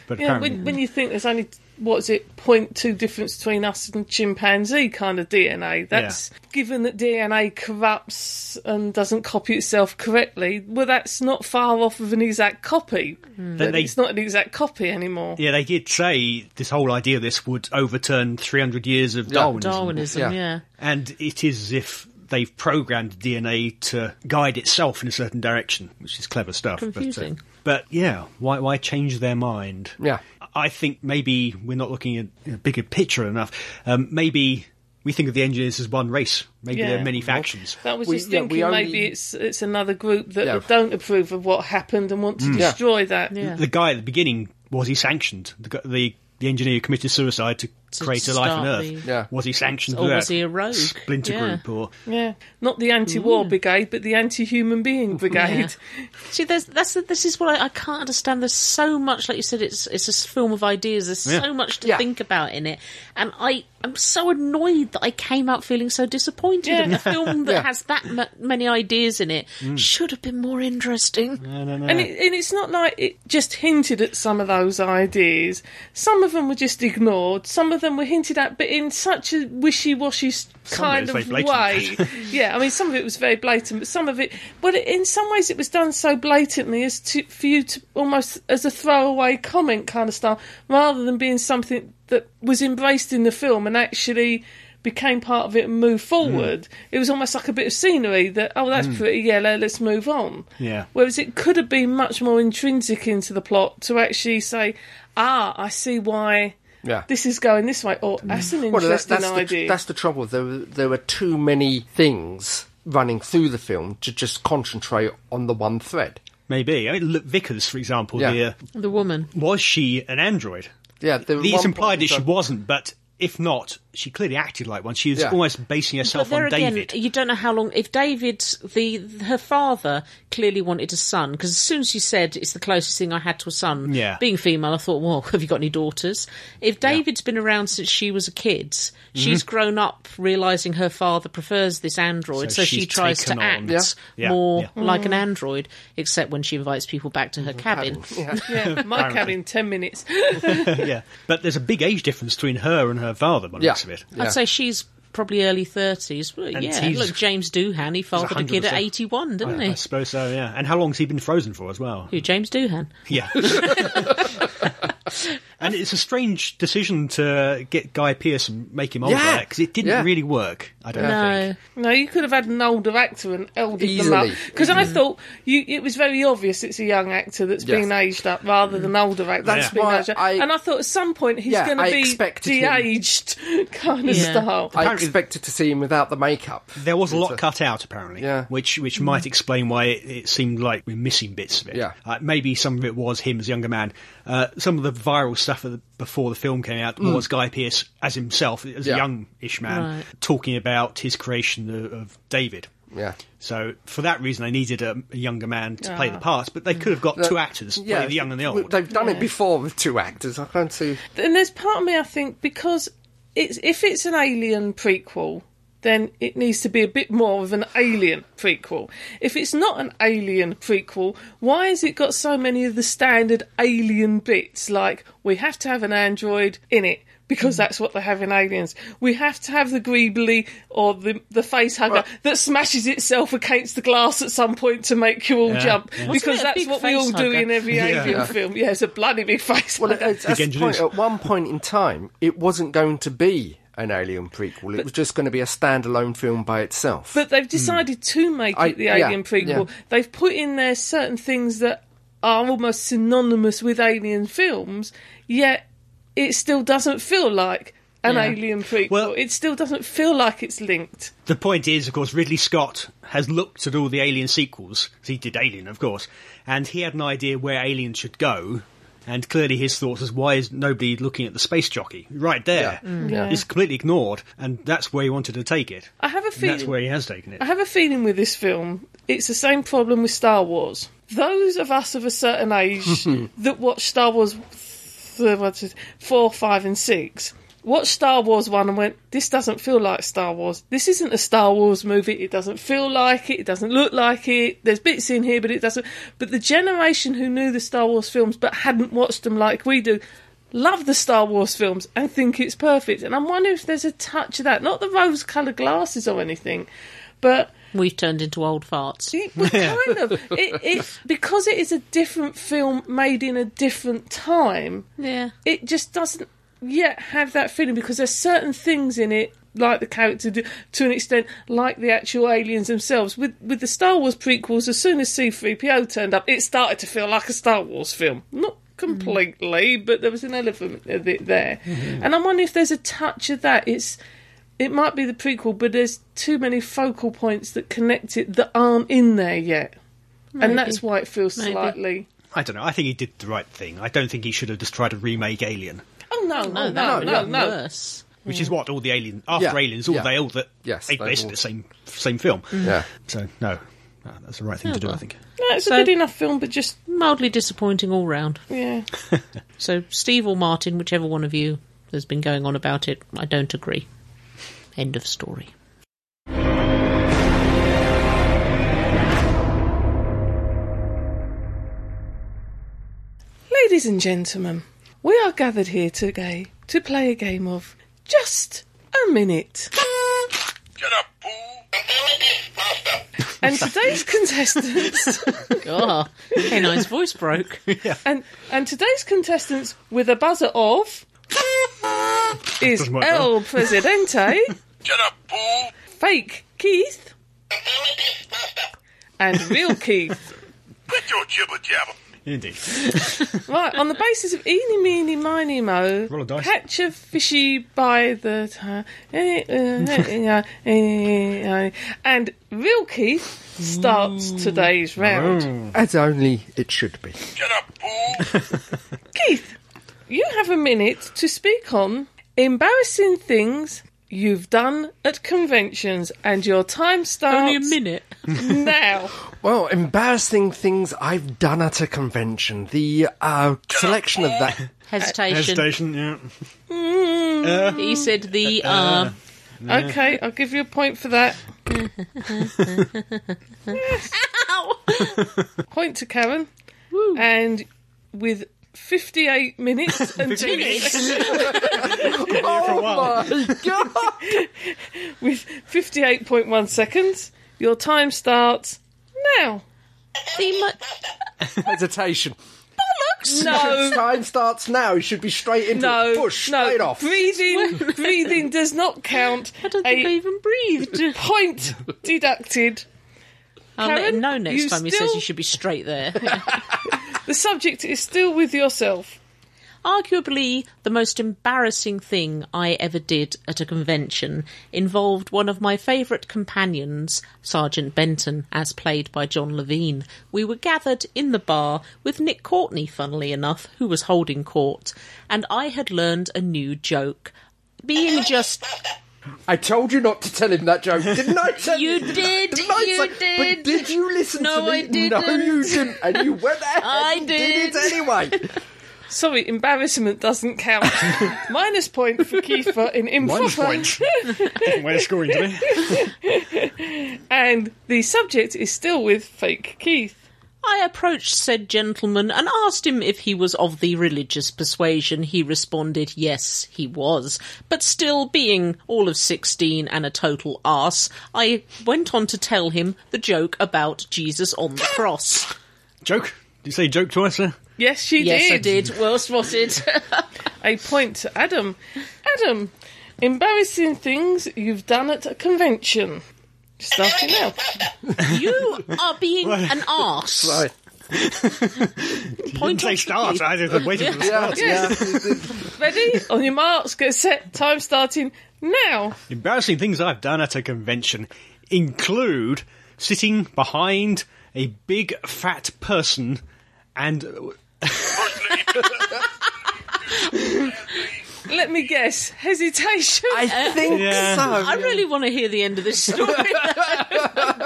[SPEAKER 4] But
[SPEAKER 2] Yeah,
[SPEAKER 4] apparently,
[SPEAKER 2] when, when you think there's only what is it point two difference between us and chimpanzee kind of DNA. That's given that DNA corrupts and doesn't copy itself correctly. Well, that's not far off of an exact copy.
[SPEAKER 3] Hmm.
[SPEAKER 4] That they-
[SPEAKER 2] It's not an exact copy anymore.
[SPEAKER 4] Yeah, they did say this whole idea of this would overturn 300 years of Darwinism.
[SPEAKER 1] Darwinism,
[SPEAKER 3] Yeah.
[SPEAKER 1] yeah.
[SPEAKER 4] And it is as if they've programmed DNA to guide itself in a certain direction, which is clever stuff. but, uh,
[SPEAKER 1] Confusing.
[SPEAKER 4] But, yeah, why, why change their mind?
[SPEAKER 3] Yeah.
[SPEAKER 4] I think maybe we're not looking at a bigger picture enough. Um, maybe we think of the engineers as one race. Maybe there
[SPEAKER 2] Yeah.
[SPEAKER 4] are many factions.
[SPEAKER 2] That was
[SPEAKER 3] We-
[SPEAKER 2] just
[SPEAKER 3] yeah, we
[SPEAKER 2] thinking
[SPEAKER 3] only-
[SPEAKER 2] maybe it's it's another group that
[SPEAKER 3] Yeah. Hmm.
[SPEAKER 2] don't approve of what happened and want to destroy that.
[SPEAKER 1] Yeah.
[SPEAKER 4] The guy at the beginning, was he sanctioned? The, gu- the, the engineer who committed suicide to
[SPEAKER 1] to
[SPEAKER 4] creator
[SPEAKER 1] start
[SPEAKER 4] Life on Earth.
[SPEAKER 1] the-
[SPEAKER 3] Yeah.
[SPEAKER 4] Was he sanctioned
[SPEAKER 1] Or
[SPEAKER 4] for
[SPEAKER 1] was
[SPEAKER 4] that?
[SPEAKER 1] he a rogue?
[SPEAKER 4] Splinter
[SPEAKER 1] Yeah.
[SPEAKER 4] group or
[SPEAKER 2] Yeah, not the anti-war
[SPEAKER 3] Hmm.
[SPEAKER 2] brigade, but the anti-human being brigade.
[SPEAKER 1] See, there's, that's the- this is what I, I can't understand. There's so much, like you said, it's it's a film of ideas. There's
[SPEAKER 4] Yeah.
[SPEAKER 1] so much to
[SPEAKER 3] Yeah.
[SPEAKER 1] think about in it, and I I'm so annoyed that I came out feeling so disappointed.
[SPEAKER 2] Yeah.
[SPEAKER 1] that A film that
[SPEAKER 3] Yeah. Mm.
[SPEAKER 1] has that m- many ideas in it should have been more interesting.
[SPEAKER 2] And, it, and it's not like it just hinted at some of those ideas. Some of them were just ignored. Some of them were hinted at, but in such a wishy-washy s- kind
[SPEAKER 4] it
[SPEAKER 2] of
[SPEAKER 4] was very blatant.
[SPEAKER 2] way. yeah, I mean, some of it was very blatant, but some of it, but in some ways, it was done so blatantly as to for you to almost as a throwaway comment kind of style, rather than being something that was embraced in the film and actually. Became part of it and moved
[SPEAKER 4] Hmm.
[SPEAKER 2] forward. It was almost like a bit of scenery that, oh, that's pretty yellow, let's move on.
[SPEAKER 4] Yeah.
[SPEAKER 2] Whereas it could have been much more intrinsic into the plot to actually say, ah, I see why
[SPEAKER 3] Yeah. Mm.
[SPEAKER 2] this is going this way, or that's an interesting
[SPEAKER 3] Well, that's, that's, the,
[SPEAKER 2] idea.
[SPEAKER 3] that's the trouble. There, were- there were too many things running through the film to just concentrate on the one thread.
[SPEAKER 4] maybe. I mean, look, Vickers, for example,
[SPEAKER 3] Yeah.
[SPEAKER 4] the, uh,
[SPEAKER 1] The woman,
[SPEAKER 4] was she an android?
[SPEAKER 3] Yeah, there was
[SPEAKER 4] It's
[SPEAKER 3] one
[SPEAKER 4] implied that
[SPEAKER 3] point-
[SPEAKER 4] she wasn't, but if not, she clearly acted like one. She was
[SPEAKER 3] Yeah.
[SPEAKER 4] almost basing herself
[SPEAKER 1] there
[SPEAKER 4] on
[SPEAKER 1] again,
[SPEAKER 4] David.
[SPEAKER 1] you don't know how long. If David, the her father, clearly wanted a son, because as soon as you said it's the closest thing I had to a son,
[SPEAKER 4] Yeah.
[SPEAKER 1] being female, I thought, well, have you got any daughters? If David's been around since she was a kid,
[SPEAKER 4] Mm-hmm.
[SPEAKER 1] she's grown up realizing her father prefers this android, so,
[SPEAKER 4] So
[SPEAKER 1] she
[SPEAKER 4] she's
[SPEAKER 1] tries to
[SPEAKER 4] taken
[SPEAKER 1] act
[SPEAKER 4] on. Yeah. Yeah.
[SPEAKER 1] more
[SPEAKER 4] Yeah.
[SPEAKER 1] like an android, except when she invites people back to her cabin.
[SPEAKER 2] yeah, my cabin, 10 minutes.
[SPEAKER 4] yeah, but there's a big age difference between her and her father, by the
[SPEAKER 3] Yeah.
[SPEAKER 4] looks of it.
[SPEAKER 3] Yeah.
[SPEAKER 1] I'd say she's. Probably early thirties. Well,
[SPEAKER 4] And
[SPEAKER 1] yeah,
[SPEAKER 4] he's-
[SPEAKER 1] look, James Doohan, he fathered a kid at
[SPEAKER 4] 100%.
[SPEAKER 1] eighty-one, didn't
[SPEAKER 4] I, I
[SPEAKER 1] he?
[SPEAKER 4] suppose so. Yeah, and how long's he been frozen for as well?
[SPEAKER 1] Who, James Doohan?
[SPEAKER 4] Yeah. and it's a strange decision to get Guy Pearce and make him older
[SPEAKER 3] Yeah.
[SPEAKER 4] because it didn't
[SPEAKER 3] Yeah.
[SPEAKER 4] really work. I don't
[SPEAKER 1] No.
[SPEAKER 4] think.
[SPEAKER 2] No, you could have had an older actor and eldered them up.
[SPEAKER 3] Easily. Mm-hmm.
[SPEAKER 2] Because I thought you, it was very obvious it's a young actor that's
[SPEAKER 3] Yes. Mm.
[SPEAKER 2] being aged up rather than older actor.
[SPEAKER 3] That's
[SPEAKER 2] that's being
[SPEAKER 3] why
[SPEAKER 2] aged up.
[SPEAKER 3] I-
[SPEAKER 2] and I thought at some point he's
[SPEAKER 3] Yeah,
[SPEAKER 2] going to
[SPEAKER 3] I
[SPEAKER 2] be
[SPEAKER 3] expected him-
[SPEAKER 2] de-aged kind of
[SPEAKER 1] Yeah.
[SPEAKER 2] style.
[SPEAKER 3] I
[SPEAKER 4] Apparently-
[SPEAKER 3] expected to see him without the makeup.
[SPEAKER 4] There was a lot cut out apparently,
[SPEAKER 3] Yeah.
[SPEAKER 4] which which might explain why it, it seemed like we're missing bits of it.
[SPEAKER 3] Yeah.
[SPEAKER 4] Uh, maybe some of it was him as a younger man. Uh, some of the viral stuff of the, before the film came out was Guy Pearce as himself, as
[SPEAKER 3] Hmm. Yeah.
[SPEAKER 4] a youngish man,
[SPEAKER 1] Right.
[SPEAKER 4] talking about his creation of, of David.
[SPEAKER 3] Yeah.
[SPEAKER 4] So for that reason, they needed a, a younger man to play the parts, but they could have got two actors to play the young and the old.
[SPEAKER 3] They've done it before with two actors. I can't see.
[SPEAKER 2] and there's part of me I think because it's if it's an alien prequel, then it needs to be a bit more of an alien prequel. If it's not an alien prequel, why has it got so many of the standard alien bits like we have to have an android in it? Because
[SPEAKER 4] Hmm.
[SPEAKER 2] that's what they have in Aliens. We have to have the greebly or the the face hugger that smashes itself against the glass at some point to make you all
[SPEAKER 4] Yeah,
[SPEAKER 2] jump.
[SPEAKER 4] yeah.
[SPEAKER 2] Because
[SPEAKER 1] it a
[SPEAKER 2] that's
[SPEAKER 1] big
[SPEAKER 2] what we all do
[SPEAKER 1] facehugger?
[SPEAKER 2] in every
[SPEAKER 4] Yeah.
[SPEAKER 2] Alien film. Yeah, it's a bloody big face.
[SPEAKER 3] Well,
[SPEAKER 2] hugger.
[SPEAKER 3] it's, that's the point.
[SPEAKER 4] engineers.
[SPEAKER 3] At one point in time, it wasn't going to be an Alien prequel. It was just going to be a standalone film by itself.
[SPEAKER 2] But they've decided to make
[SPEAKER 3] Hmm. I-
[SPEAKER 2] it the
[SPEAKER 3] yeah,
[SPEAKER 2] Alien prequel.
[SPEAKER 3] yeah.
[SPEAKER 2] They've put in there certain things that are almost synonymous with Alien films, yet it still doesn't feel like an
[SPEAKER 1] Yeah.
[SPEAKER 2] Alien prequel.
[SPEAKER 4] Well-
[SPEAKER 2] it still doesn't feel like it's linked.
[SPEAKER 4] The point is, of course, Ridley Scott has looked at all the Alien sequels. 'cause He did Alien, of course, and he had an idea where Alien should go. And clearly, his thoughts is why is nobody looking at the space jockey right there?
[SPEAKER 2] Yeah.
[SPEAKER 4] It's completely ignored, and that's where he wanted to take it.
[SPEAKER 2] I have a
[SPEAKER 4] And that's
[SPEAKER 2] feeling.
[SPEAKER 4] where he has taken it.
[SPEAKER 2] I have a feeling with this film, it's the same problem with Star Wars. Those of us of a certain age that watched Star Wars th- what is it, four, five, and six watched Star Wars one and went, "This doesn't feel like Star Wars. This isn't a Star Wars movie. It doesn't feel like it. It doesn't look like it. There's bits in here, but it doesn't." But the generation who knew the Star Wars films but hadn't watched them like we do. Love the Star Wars films and think it's perfect. And I'm wondering if there's a touch of that. Not the rose coloured glasses or anything, but
[SPEAKER 1] We've turned into old farts.
[SPEAKER 2] it was kind of it, it because it is a different film made in a different time.
[SPEAKER 1] Yeah.
[SPEAKER 2] It just doesn't yet have that feeling because there's certain things in it, like the character do, to an extent, like the actual aliens themselves. With with the Star Wars prequels, as soon as C-3PO turned up, it started to feel like a Star Wars film. Not completely, but there was an element of it there. And I'm wondering if there's a touch of that. It's it might be the prequel, but there's too many focal points that connect it that aren't in there yet. And that's why it feels
[SPEAKER 1] Maybe.
[SPEAKER 2] slightly.
[SPEAKER 4] I don't know. I think he did the right thing. I don't think he should have just tried to remake Alien.
[SPEAKER 2] Oh no,
[SPEAKER 1] No,
[SPEAKER 2] no,
[SPEAKER 1] that
[SPEAKER 2] no,
[SPEAKER 1] would
[SPEAKER 2] no,
[SPEAKER 1] be
[SPEAKER 2] no.
[SPEAKER 1] worse.
[SPEAKER 4] which is what all the aliens after
[SPEAKER 3] Yeah,
[SPEAKER 4] aliens all
[SPEAKER 3] yeah.
[SPEAKER 4] they all that
[SPEAKER 3] Yes,
[SPEAKER 4] they
[SPEAKER 3] they
[SPEAKER 4] basically
[SPEAKER 3] all-
[SPEAKER 4] the same same film
[SPEAKER 3] Yeah.
[SPEAKER 4] so no no, that's the right thing to do I think
[SPEAKER 2] No, it's
[SPEAKER 1] So-
[SPEAKER 2] a good enough film, but just
[SPEAKER 1] Mildly disappointing all round.
[SPEAKER 2] yeah.
[SPEAKER 1] So, Steve or Martin, whichever one of you has been going on about it, I don't agree. End of story.
[SPEAKER 2] Ladies and gentlemen, we are gathered here today to play a game of just a minute.
[SPEAKER 6] Shut up, fool.
[SPEAKER 2] And today's contestants
[SPEAKER 1] Ah, Canine's voice broke.
[SPEAKER 2] and and today's contestants with a buzzer of is
[SPEAKER 4] Doesn't work,
[SPEAKER 2] El Presidente,
[SPEAKER 6] Shut up, fool.
[SPEAKER 2] fake Keith, and real Keith.
[SPEAKER 6] Quit your jibber jabber.
[SPEAKER 4] indeed
[SPEAKER 2] Right, on the basis of eeny, meeny, miny, mo,
[SPEAKER 4] Roll a dice.
[SPEAKER 2] catch a fishy by the time. and real Keith starts today's round.
[SPEAKER 3] As only it should be.
[SPEAKER 6] Shut up, fool.
[SPEAKER 2] Keith, you have a minute to speak on embarrassing things you've done at conventions, and your time starts
[SPEAKER 1] Only a minute.
[SPEAKER 2] now.
[SPEAKER 3] Well, embarrassing things I've done at a convention. The uh, selection of that.
[SPEAKER 1] Hesitation.
[SPEAKER 4] hesitation yeah
[SPEAKER 1] He said the uh,
[SPEAKER 2] Okay, I'll give you a point for that.
[SPEAKER 1] ow!
[SPEAKER 2] Point to Karen. And with 58 minutes and two
[SPEAKER 4] for a while
[SPEAKER 2] with 58.1 seconds. Your time starts now.
[SPEAKER 1] The mo-
[SPEAKER 3] Hesitation.
[SPEAKER 2] No.
[SPEAKER 3] Time starts now. You should be straight into
[SPEAKER 2] No,
[SPEAKER 3] it. Push
[SPEAKER 2] no.
[SPEAKER 3] straight off.
[SPEAKER 2] Breathing, breathing does not count.
[SPEAKER 1] I don't think I
[SPEAKER 2] A
[SPEAKER 1] even breathed.
[SPEAKER 2] point deducted.
[SPEAKER 1] I'll let him
[SPEAKER 2] Karen,
[SPEAKER 1] know next
[SPEAKER 2] you
[SPEAKER 1] time he says
[SPEAKER 2] still-
[SPEAKER 1] you should be straight there.
[SPEAKER 2] The subject is still with yourself.
[SPEAKER 1] Arguably, the most embarrassing thing I ever did at a convention involved one of my favourite companions, Sergeant Benton, as played by John Levine. We were gathered in the bar with Nick Courtney, funnily enough, who was holding court, and I had learned a new joke. Being just.
[SPEAKER 3] I told you not to tell him that joke, didn't I? Tell
[SPEAKER 1] You
[SPEAKER 3] that?
[SPEAKER 1] did,
[SPEAKER 3] Didn't I
[SPEAKER 1] you
[SPEAKER 3] say-
[SPEAKER 1] did.
[SPEAKER 3] But did you listen
[SPEAKER 1] No, I
[SPEAKER 3] to me? No,
[SPEAKER 1] didn't.
[SPEAKER 3] you didn't. And you went ahead
[SPEAKER 1] I
[SPEAKER 3] and did
[SPEAKER 1] did.
[SPEAKER 3] it anyway.
[SPEAKER 2] Sorry, embarrassment doesn't count. Minus point for Kiefer in
[SPEAKER 4] minus
[SPEAKER 2] improper.
[SPEAKER 4] point different way of scoring today
[SPEAKER 2] And the subject is still with fake Keith.
[SPEAKER 1] I approached said gentleman and asked him if he was of the religious persuasion. He responded, yes, he was. But still, being all of 16 and a total arse, I went on to tell him the joke about Jesus on the cross.
[SPEAKER 4] joke did you say joke twice sir
[SPEAKER 2] Yes, she
[SPEAKER 1] Yes,
[SPEAKER 2] did.
[SPEAKER 1] I did. Well spotted.
[SPEAKER 2] a point to Adam. Adam, embarrassing things you've done at a convention. Starting now.
[SPEAKER 1] you are being an arse.
[SPEAKER 3] Right.
[SPEAKER 1] Point
[SPEAKER 4] say
[SPEAKER 1] off
[SPEAKER 4] start I was waiting for the
[SPEAKER 3] Yeah,
[SPEAKER 4] start
[SPEAKER 2] Ready? On your marks, get set, time starting now.
[SPEAKER 4] Embarrassing things I've done at a convention include sitting behind a big fat person and
[SPEAKER 2] Let me guess. Hesitation.
[SPEAKER 3] I think
[SPEAKER 4] Yeah.
[SPEAKER 1] I
[SPEAKER 3] so.
[SPEAKER 1] really want to hear the end of this story.
[SPEAKER 2] Well,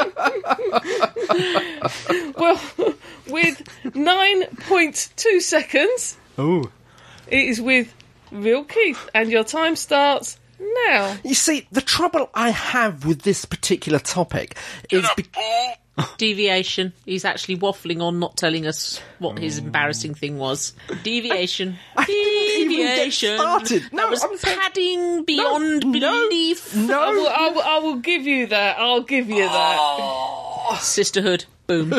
[SPEAKER 2] with 9.2 seconds,
[SPEAKER 4] oh
[SPEAKER 2] it is with Real Keith, and your time starts now.
[SPEAKER 3] You see, the trouble I have with this particular topic is be-
[SPEAKER 6] Fool.
[SPEAKER 1] Deviation. He's actually waffling on, not telling us what his embarrassing thing was. Deviation.
[SPEAKER 3] I didn't even get
[SPEAKER 1] Deviation.
[SPEAKER 3] started. No,
[SPEAKER 1] that was
[SPEAKER 3] I'm saying-
[SPEAKER 1] padding beyond
[SPEAKER 3] no,
[SPEAKER 1] belief.
[SPEAKER 2] I
[SPEAKER 3] no.
[SPEAKER 2] will, I, will, I will give you that. I'll give you
[SPEAKER 3] Oh.
[SPEAKER 2] that.
[SPEAKER 1] Sisterhood. Boom.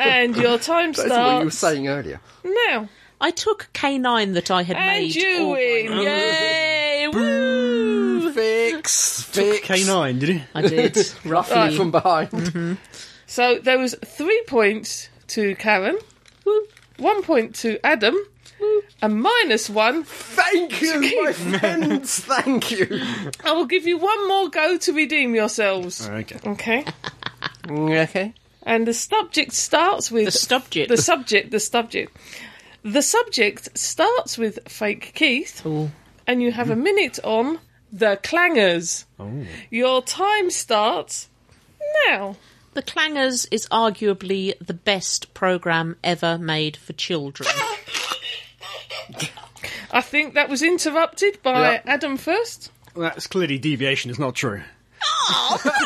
[SPEAKER 2] And your time
[SPEAKER 3] That's what you were
[SPEAKER 2] starts
[SPEAKER 3] saying earlier.
[SPEAKER 2] now.
[SPEAKER 1] I took a K9 that I had
[SPEAKER 2] And
[SPEAKER 1] made. Oh.
[SPEAKER 2] you
[SPEAKER 1] all by
[SPEAKER 2] win.
[SPEAKER 1] myself. Yay! Woo!
[SPEAKER 3] Fix, fix.
[SPEAKER 4] K9 did it
[SPEAKER 1] I did. Roughly.
[SPEAKER 3] Right from behind.
[SPEAKER 2] So there was three points to Karen, one point to Adam, and minus one.
[SPEAKER 3] Thank you, my friends. Thank you.
[SPEAKER 2] I will give you one more go to redeem yourselves.
[SPEAKER 4] okay
[SPEAKER 2] Okay.
[SPEAKER 3] Okay.
[SPEAKER 2] And the subject starts with
[SPEAKER 1] The subject.
[SPEAKER 2] the subject. The subject. The subject starts with fake Keith,
[SPEAKER 1] Ooh.
[SPEAKER 2] and you have a minute on the clangers. Your time starts now.
[SPEAKER 1] The Clangers is arguably the best programme ever made for children.
[SPEAKER 2] I think that was interrupted by
[SPEAKER 3] Yeah.
[SPEAKER 2] Adam first.
[SPEAKER 4] Well, that's clearly deviation is not true.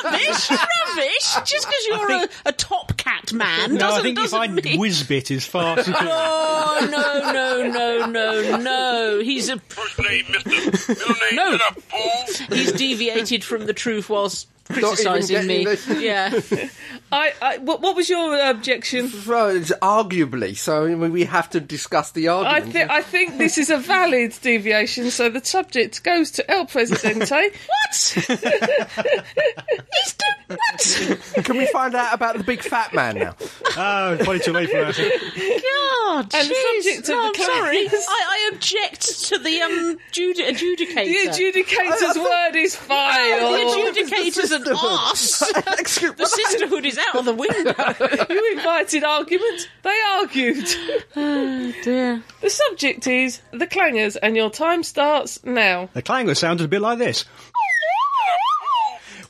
[SPEAKER 1] rubbish, rubbish! Just because you're
[SPEAKER 4] think-
[SPEAKER 1] a, a top cat man
[SPEAKER 4] no,
[SPEAKER 1] doesn't,
[SPEAKER 4] I think you
[SPEAKER 1] doesn't
[SPEAKER 4] find
[SPEAKER 1] mean...
[SPEAKER 4] Whizbit is far superior.
[SPEAKER 1] Oh, no, no, no, no, no. He's a,
[SPEAKER 6] First name, Mister. Middle name,
[SPEAKER 1] No.
[SPEAKER 6] get up, fool.
[SPEAKER 1] he's deviated from the truth whilst
[SPEAKER 3] even
[SPEAKER 1] criticising
[SPEAKER 3] getting
[SPEAKER 1] me.
[SPEAKER 3] this.
[SPEAKER 1] Yeah.
[SPEAKER 2] I, I what, what was your objection?
[SPEAKER 3] Well, it's arguably, so I mean, we have to discuss the
[SPEAKER 2] I,
[SPEAKER 3] argument.
[SPEAKER 2] thi- I think this is a valid deviation, so the subject goes to El Presidente.
[SPEAKER 1] What? he's do- what?
[SPEAKER 3] Can we find out about the big fat man now?
[SPEAKER 4] oh, probably too late for that.
[SPEAKER 1] God,
[SPEAKER 2] And the
[SPEAKER 1] jeez.
[SPEAKER 2] subject of
[SPEAKER 1] Oh,
[SPEAKER 2] the
[SPEAKER 1] I'm sorry.
[SPEAKER 2] Clangers.
[SPEAKER 1] I, I object to the um, judi-
[SPEAKER 2] The
[SPEAKER 1] adjudicator.
[SPEAKER 2] adjudicator's
[SPEAKER 1] Oh,
[SPEAKER 2] word is
[SPEAKER 1] the
[SPEAKER 2] file.
[SPEAKER 1] adjudicator's an arse.
[SPEAKER 3] Excuse
[SPEAKER 1] The sisterhood is out of the window.
[SPEAKER 2] you invited argument, they argued.
[SPEAKER 1] Dear.
[SPEAKER 2] The subject is the clangers, and your time starts now.
[SPEAKER 4] The clangor sounded a bit like this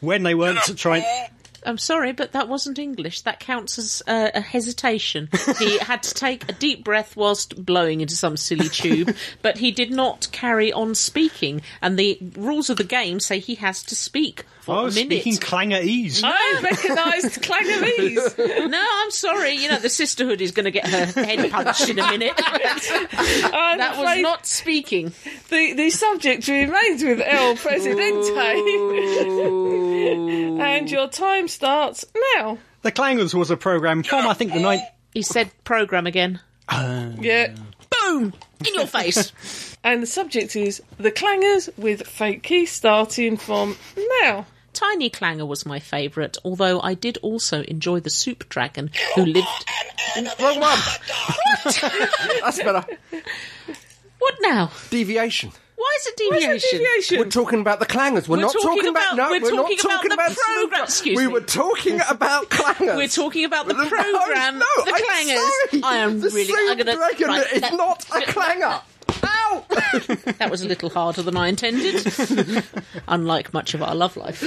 [SPEAKER 4] when they weren't trying.
[SPEAKER 1] I'm sorry, but that wasn't English. That counts as uh, a hesitation. He had to take a deep breath whilst blowing into some silly tube, but he did not carry on speaking. And the rules of the game say he has to speak for
[SPEAKER 4] I
[SPEAKER 1] a
[SPEAKER 4] was
[SPEAKER 1] minute.
[SPEAKER 4] Oh, speaking clangorese.
[SPEAKER 2] I recognised clangerese.
[SPEAKER 1] no, I'm sorry. You know, the sisterhood is going to get her head punched in a minute.
[SPEAKER 2] I'm
[SPEAKER 1] that was
[SPEAKER 2] afraid
[SPEAKER 1] not speaking.
[SPEAKER 2] the, the subject remains with El Presidente. and your time starts now.
[SPEAKER 4] The clangors was a program from I think the ninth.
[SPEAKER 1] He said program again.
[SPEAKER 2] Yeah.
[SPEAKER 1] Boom! In your face.
[SPEAKER 2] And the subject is the clangers with fake key starting from now.
[SPEAKER 1] Tiny Clanger was my favourite, although I did also enjoy the Soup Dragon, who lived.
[SPEAKER 3] Wrong one. That's better.
[SPEAKER 1] What now?
[SPEAKER 3] Deviation.
[SPEAKER 1] Why is it
[SPEAKER 2] What's
[SPEAKER 1] deviation?
[SPEAKER 2] that deviation?
[SPEAKER 3] We're talking about the clangers. We're, not
[SPEAKER 1] talking
[SPEAKER 3] talking
[SPEAKER 1] about-
[SPEAKER 3] about, no.
[SPEAKER 1] we're
[SPEAKER 3] We're, not
[SPEAKER 1] talking about the
[SPEAKER 3] talking about,
[SPEAKER 1] program-
[SPEAKER 3] Snoop Dogg.
[SPEAKER 1] excuse
[SPEAKER 3] We
[SPEAKER 1] me.
[SPEAKER 3] were talking about clangers.
[SPEAKER 1] We're talking about the
[SPEAKER 3] No,
[SPEAKER 1] program,
[SPEAKER 3] No,
[SPEAKER 1] the
[SPEAKER 3] I'm
[SPEAKER 1] clangers.
[SPEAKER 3] sorry.
[SPEAKER 1] I am
[SPEAKER 3] the
[SPEAKER 1] really.
[SPEAKER 3] Snoop
[SPEAKER 1] I'm gonna.
[SPEAKER 3] Dragon
[SPEAKER 1] right,
[SPEAKER 3] is
[SPEAKER 1] that,
[SPEAKER 3] not a clanger. Ow!
[SPEAKER 1] that was a little harder than I intended. Unlike much of our love life.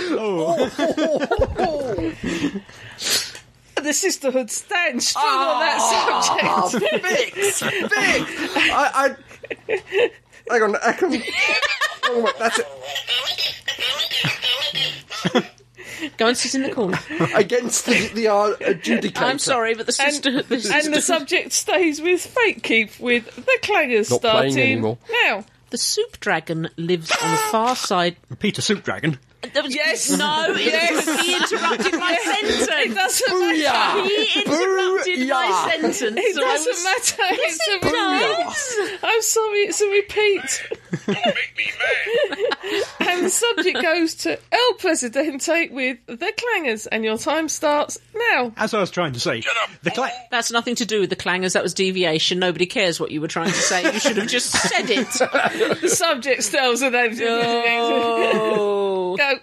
[SPEAKER 2] The sisterhood stands strong
[SPEAKER 1] Ah,
[SPEAKER 2] on that subject.
[SPEAKER 3] Fix, fix. I, I, hang on, I can. Oh, wait, that's it.
[SPEAKER 1] Go and sit in the corner.
[SPEAKER 3] Against the, the uh, adjudicator.
[SPEAKER 1] I'm sorry, but the sister. the sister-
[SPEAKER 2] and the subject stays with fake keep with the clangers
[SPEAKER 3] Not playing
[SPEAKER 2] starting
[SPEAKER 3] anymore.
[SPEAKER 2] now.
[SPEAKER 1] the Soup Dragon lives on the far side.
[SPEAKER 4] Peter Soup Dragon.
[SPEAKER 1] That was-
[SPEAKER 2] Yes.
[SPEAKER 1] No. it-
[SPEAKER 2] Yes.
[SPEAKER 1] He interrupted my
[SPEAKER 2] It
[SPEAKER 1] sentence.
[SPEAKER 2] doesn't matter.
[SPEAKER 1] He interrupted my
[SPEAKER 3] Booyah.
[SPEAKER 1] sentence.
[SPEAKER 2] It
[SPEAKER 1] so I
[SPEAKER 2] doesn't
[SPEAKER 1] was-
[SPEAKER 2] matter. It's a
[SPEAKER 1] Booyah.
[SPEAKER 2] repeat. I'm sorry, it's a repeat.
[SPEAKER 6] Don't make me mad.
[SPEAKER 2] And the subject goes to El Presidente with the clangers, and your time starts now.
[SPEAKER 4] As I was trying to say,
[SPEAKER 6] up.
[SPEAKER 4] the clang.
[SPEAKER 1] That's nothing to do with the clangers. That was deviation. Nobody cares what you were trying to say. You should have just said it.
[SPEAKER 2] The subject tells her they've
[SPEAKER 1] Oh.
[SPEAKER 2] Go.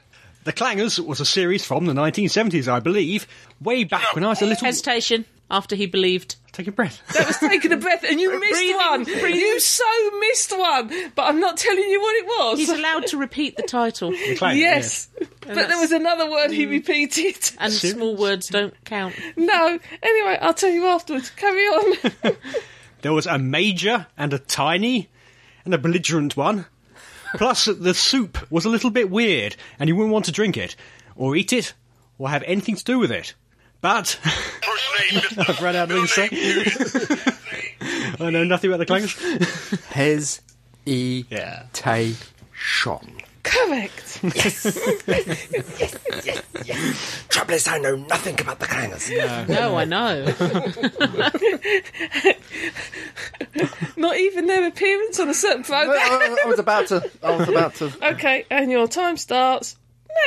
[SPEAKER 4] The Clangers was a series from the 1970s, I believe, way back when I was a little.
[SPEAKER 1] Hesitation after he believed.
[SPEAKER 4] Take a breath.
[SPEAKER 2] That was taking a breath, and you missed
[SPEAKER 1] Breathing,
[SPEAKER 2] one.
[SPEAKER 1] breathing.
[SPEAKER 2] You so missed one, but I'm not telling you what it was.
[SPEAKER 1] He's allowed to repeat the title,
[SPEAKER 4] The Clangers,
[SPEAKER 2] Yes. But there was another word
[SPEAKER 1] Mm.
[SPEAKER 2] he repeated.
[SPEAKER 1] and small words don't count.
[SPEAKER 2] No. Anyway, I'll tell you afterwards. Carry on.
[SPEAKER 4] There was a major and a tiny and a belligerent one. Plus, the soup was a little bit weird, and you wouldn't want to drink it, or eat it, or have anything to do with it. But
[SPEAKER 6] First name, Mister.
[SPEAKER 4] I've run out of things to say. I know nothing about the Clangers.
[SPEAKER 3] His e
[SPEAKER 4] Yeah.
[SPEAKER 3] tay shon.
[SPEAKER 2] Correct.
[SPEAKER 3] Trouble is, I know nothing about the clangers.
[SPEAKER 1] No, I know.
[SPEAKER 2] Not even their appearance on a certain
[SPEAKER 3] I,
[SPEAKER 2] program.
[SPEAKER 3] I- I was about to. I was about to.
[SPEAKER 2] Okay, and your time starts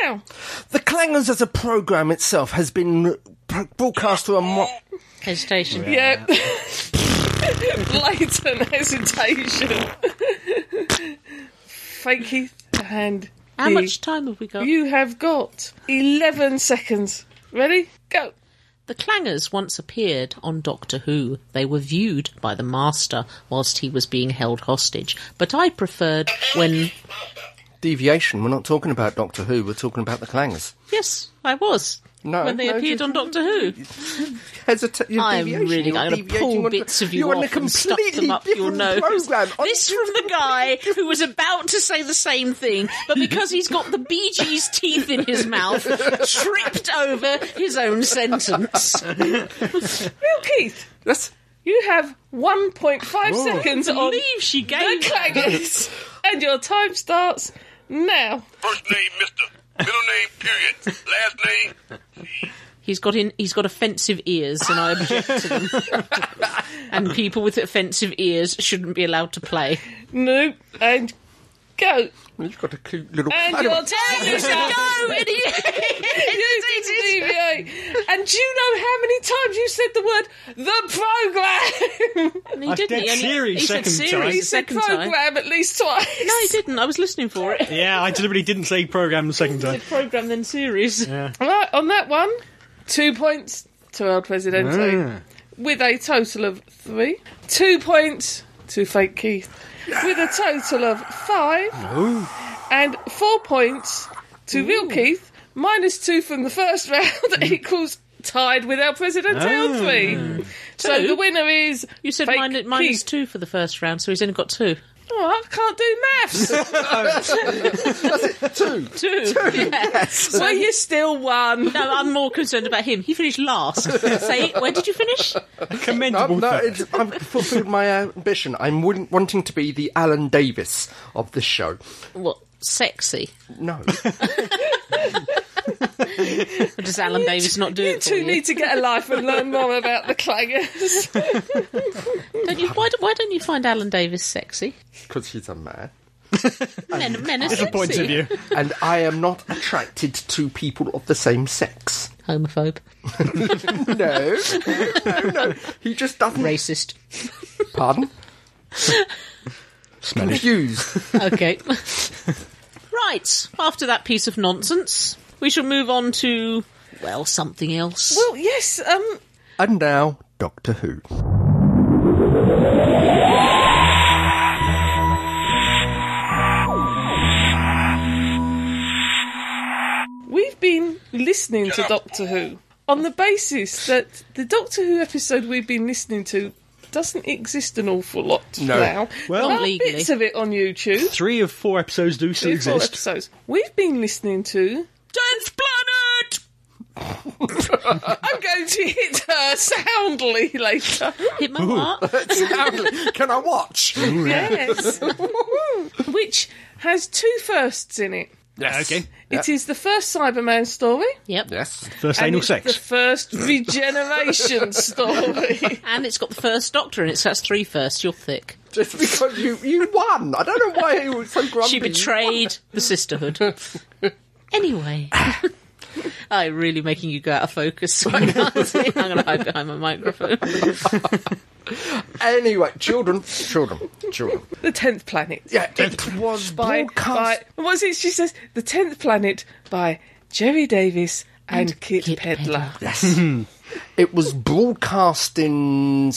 [SPEAKER 2] now.
[SPEAKER 3] The clangers as a program itself has been pro- broadcast through a. Mo-
[SPEAKER 1] Hesitation.
[SPEAKER 2] Yep. Blatant hesitation. Fake Keith and
[SPEAKER 1] How
[SPEAKER 2] you.
[SPEAKER 1] much time have we got?
[SPEAKER 2] You have got 11 seconds. Ready? Go.
[SPEAKER 1] The clangers once appeared on Doctor Who. They were viewed by the Master whilst he was being held hostage, but I preferred when.
[SPEAKER 3] Deviation. We're not talking about Doctor Who. We're talking about the clangers.
[SPEAKER 1] Yes, I was.
[SPEAKER 3] No,
[SPEAKER 1] when they
[SPEAKER 3] no,
[SPEAKER 1] appeared
[SPEAKER 3] just-
[SPEAKER 1] on Doctor Who.
[SPEAKER 3] Hesita- you're
[SPEAKER 1] I'm
[SPEAKER 3] deviation,
[SPEAKER 1] really
[SPEAKER 3] you're
[SPEAKER 1] going to
[SPEAKER 3] deviating
[SPEAKER 1] pull
[SPEAKER 3] on-
[SPEAKER 1] bits of you
[SPEAKER 3] you're on a
[SPEAKER 1] off and stuff
[SPEAKER 3] completely
[SPEAKER 1] them up your
[SPEAKER 3] different
[SPEAKER 1] nose.
[SPEAKER 3] Program. I'm-
[SPEAKER 1] This from the guy who was about to say the same thing, but because he's got the Bee Gees teeth in his mouth, tripped over his own sentence.
[SPEAKER 2] Real Keith,
[SPEAKER 3] Yes.
[SPEAKER 2] you have 1.5 seconds
[SPEAKER 1] I
[SPEAKER 2] on
[SPEAKER 1] believe she
[SPEAKER 2] the
[SPEAKER 1] gave
[SPEAKER 2] clangers, and your time starts now.
[SPEAKER 6] First name, Mister. Middle name, period. Last name,
[SPEAKER 1] He's got in. He's got offensive ears, and I object to them. and people with offensive ears shouldn't be allowed to play.
[SPEAKER 2] No, and go.
[SPEAKER 3] You've got a cute little.
[SPEAKER 2] And
[SPEAKER 3] Anyway,
[SPEAKER 2] your time is up.
[SPEAKER 1] Go, idiot!
[SPEAKER 2] You did deviate. And do you know how many times you said the word the program?
[SPEAKER 1] And he
[SPEAKER 4] I
[SPEAKER 1] didn't.
[SPEAKER 4] did
[SPEAKER 1] He only-
[SPEAKER 4] series
[SPEAKER 1] he said
[SPEAKER 4] second
[SPEAKER 1] series
[SPEAKER 4] time.
[SPEAKER 2] He
[SPEAKER 1] the
[SPEAKER 2] said
[SPEAKER 1] second time.
[SPEAKER 2] program at least twice.
[SPEAKER 1] No, he didn't. I was listening for it.
[SPEAKER 4] Yeah, I deliberately didn't say program the second time.
[SPEAKER 1] Program then series.
[SPEAKER 2] Right, on that one, two points to El Presidente with a total of three. Two points to Fake Keith with a total of five. And four points to Real Keith, minus two from the first round equals tied with El Presidente on three. So
[SPEAKER 1] Two?
[SPEAKER 2] the winner is.
[SPEAKER 1] You said
[SPEAKER 2] Fake
[SPEAKER 1] minus, minus
[SPEAKER 2] Keith.
[SPEAKER 1] two for the first round, so he's only got two.
[SPEAKER 2] Oh, I can't do maths.
[SPEAKER 3] two.
[SPEAKER 1] Two. Yes.
[SPEAKER 2] so you still won.
[SPEAKER 1] No, I'm more concerned about him. He finished last. Say, where did you finish?
[SPEAKER 3] No,
[SPEAKER 4] Commendable.
[SPEAKER 3] no,
[SPEAKER 4] thought.
[SPEAKER 3] it's, I've fulfilled my ambition. I'm win- wanting to be the Alan Davis of this show.
[SPEAKER 1] What? Sexy.
[SPEAKER 3] No,
[SPEAKER 1] Or does Alan Davis not do
[SPEAKER 2] You
[SPEAKER 1] it? For
[SPEAKER 2] two
[SPEAKER 1] you?
[SPEAKER 2] need to get a life and learn more about the clangers.
[SPEAKER 1] Don't you- why, don't- why don't you find Alan Davis sexy?
[SPEAKER 3] because he's a man,
[SPEAKER 1] Men, men are sexy.
[SPEAKER 4] Point of view.
[SPEAKER 3] and I am not attracted to people of the same sex.
[SPEAKER 1] Homophobe.
[SPEAKER 3] No, no, no. He just doesn't.
[SPEAKER 1] Racist.
[SPEAKER 3] Pardon. Confused.
[SPEAKER 1] Okay. right. After that piece of nonsense, we shall move on to, well, something else.
[SPEAKER 2] well, yes, um,
[SPEAKER 3] And now Doctor Who.
[SPEAKER 2] We've been listening to Doctor Who on the basis that the Doctor Who episode we've been listening to doesn't exist an awful lot
[SPEAKER 3] No.
[SPEAKER 2] now.
[SPEAKER 4] Well-
[SPEAKER 2] there are
[SPEAKER 1] Legally.
[SPEAKER 2] bits of it on YouTube.
[SPEAKER 4] Three of four episodes do still
[SPEAKER 2] Two full
[SPEAKER 4] exist.
[SPEAKER 2] episodes. We've been listening to.
[SPEAKER 1] Death Planet!
[SPEAKER 2] I'm going to hit her soundly later.
[SPEAKER 1] Hit my heart.
[SPEAKER 3] Can I watch?
[SPEAKER 2] Yes. Which has two firsts in it.
[SPEAKER 3] Yes.
[SPEAKER 4] Okay.
[SPEAKER 2] It is the first Cyberman story.
[SPEAKER 1] Yep.
[SPEAKER 3] Yes.
[SPEAKER 4] First
[SPEAKER 2] and
[SPEAKER 4] anal
[SPEAKER 2] it's
[SPEAKER 4] sex.
[SPEAKER 2] The first regeneration story.
[SPEAKER 1] And it's got the first Doctor in it, so that's three first. You're thick.
[SPEAKER 3] Just because you you won. I don't know why he was so grumpy.
[SPEAKER 1] She betrayed the sisterhood. Anyway. I'm really making you go out of focus. So I can't see. I'm going to hide behind my microphone.
[SPEAKER 3] Anyway, children, children, children.
[SPEAKER 2] the tenth planet.
[SPEAKER 3] Yeah, it was
[SPEAKER 2] by, by
[SPEAKER 3] broadcast.
[SPEAKER 2] what is it? She says the tenth planet by Jerry Davis and, Kit,
[SPEAKER 1] Kit
[SPEAKER 2] Pedler.
[SPEAKER 3] Yes.
[SPEAKER 4] Hmm.
[SPEAKER 3] it was broadcast in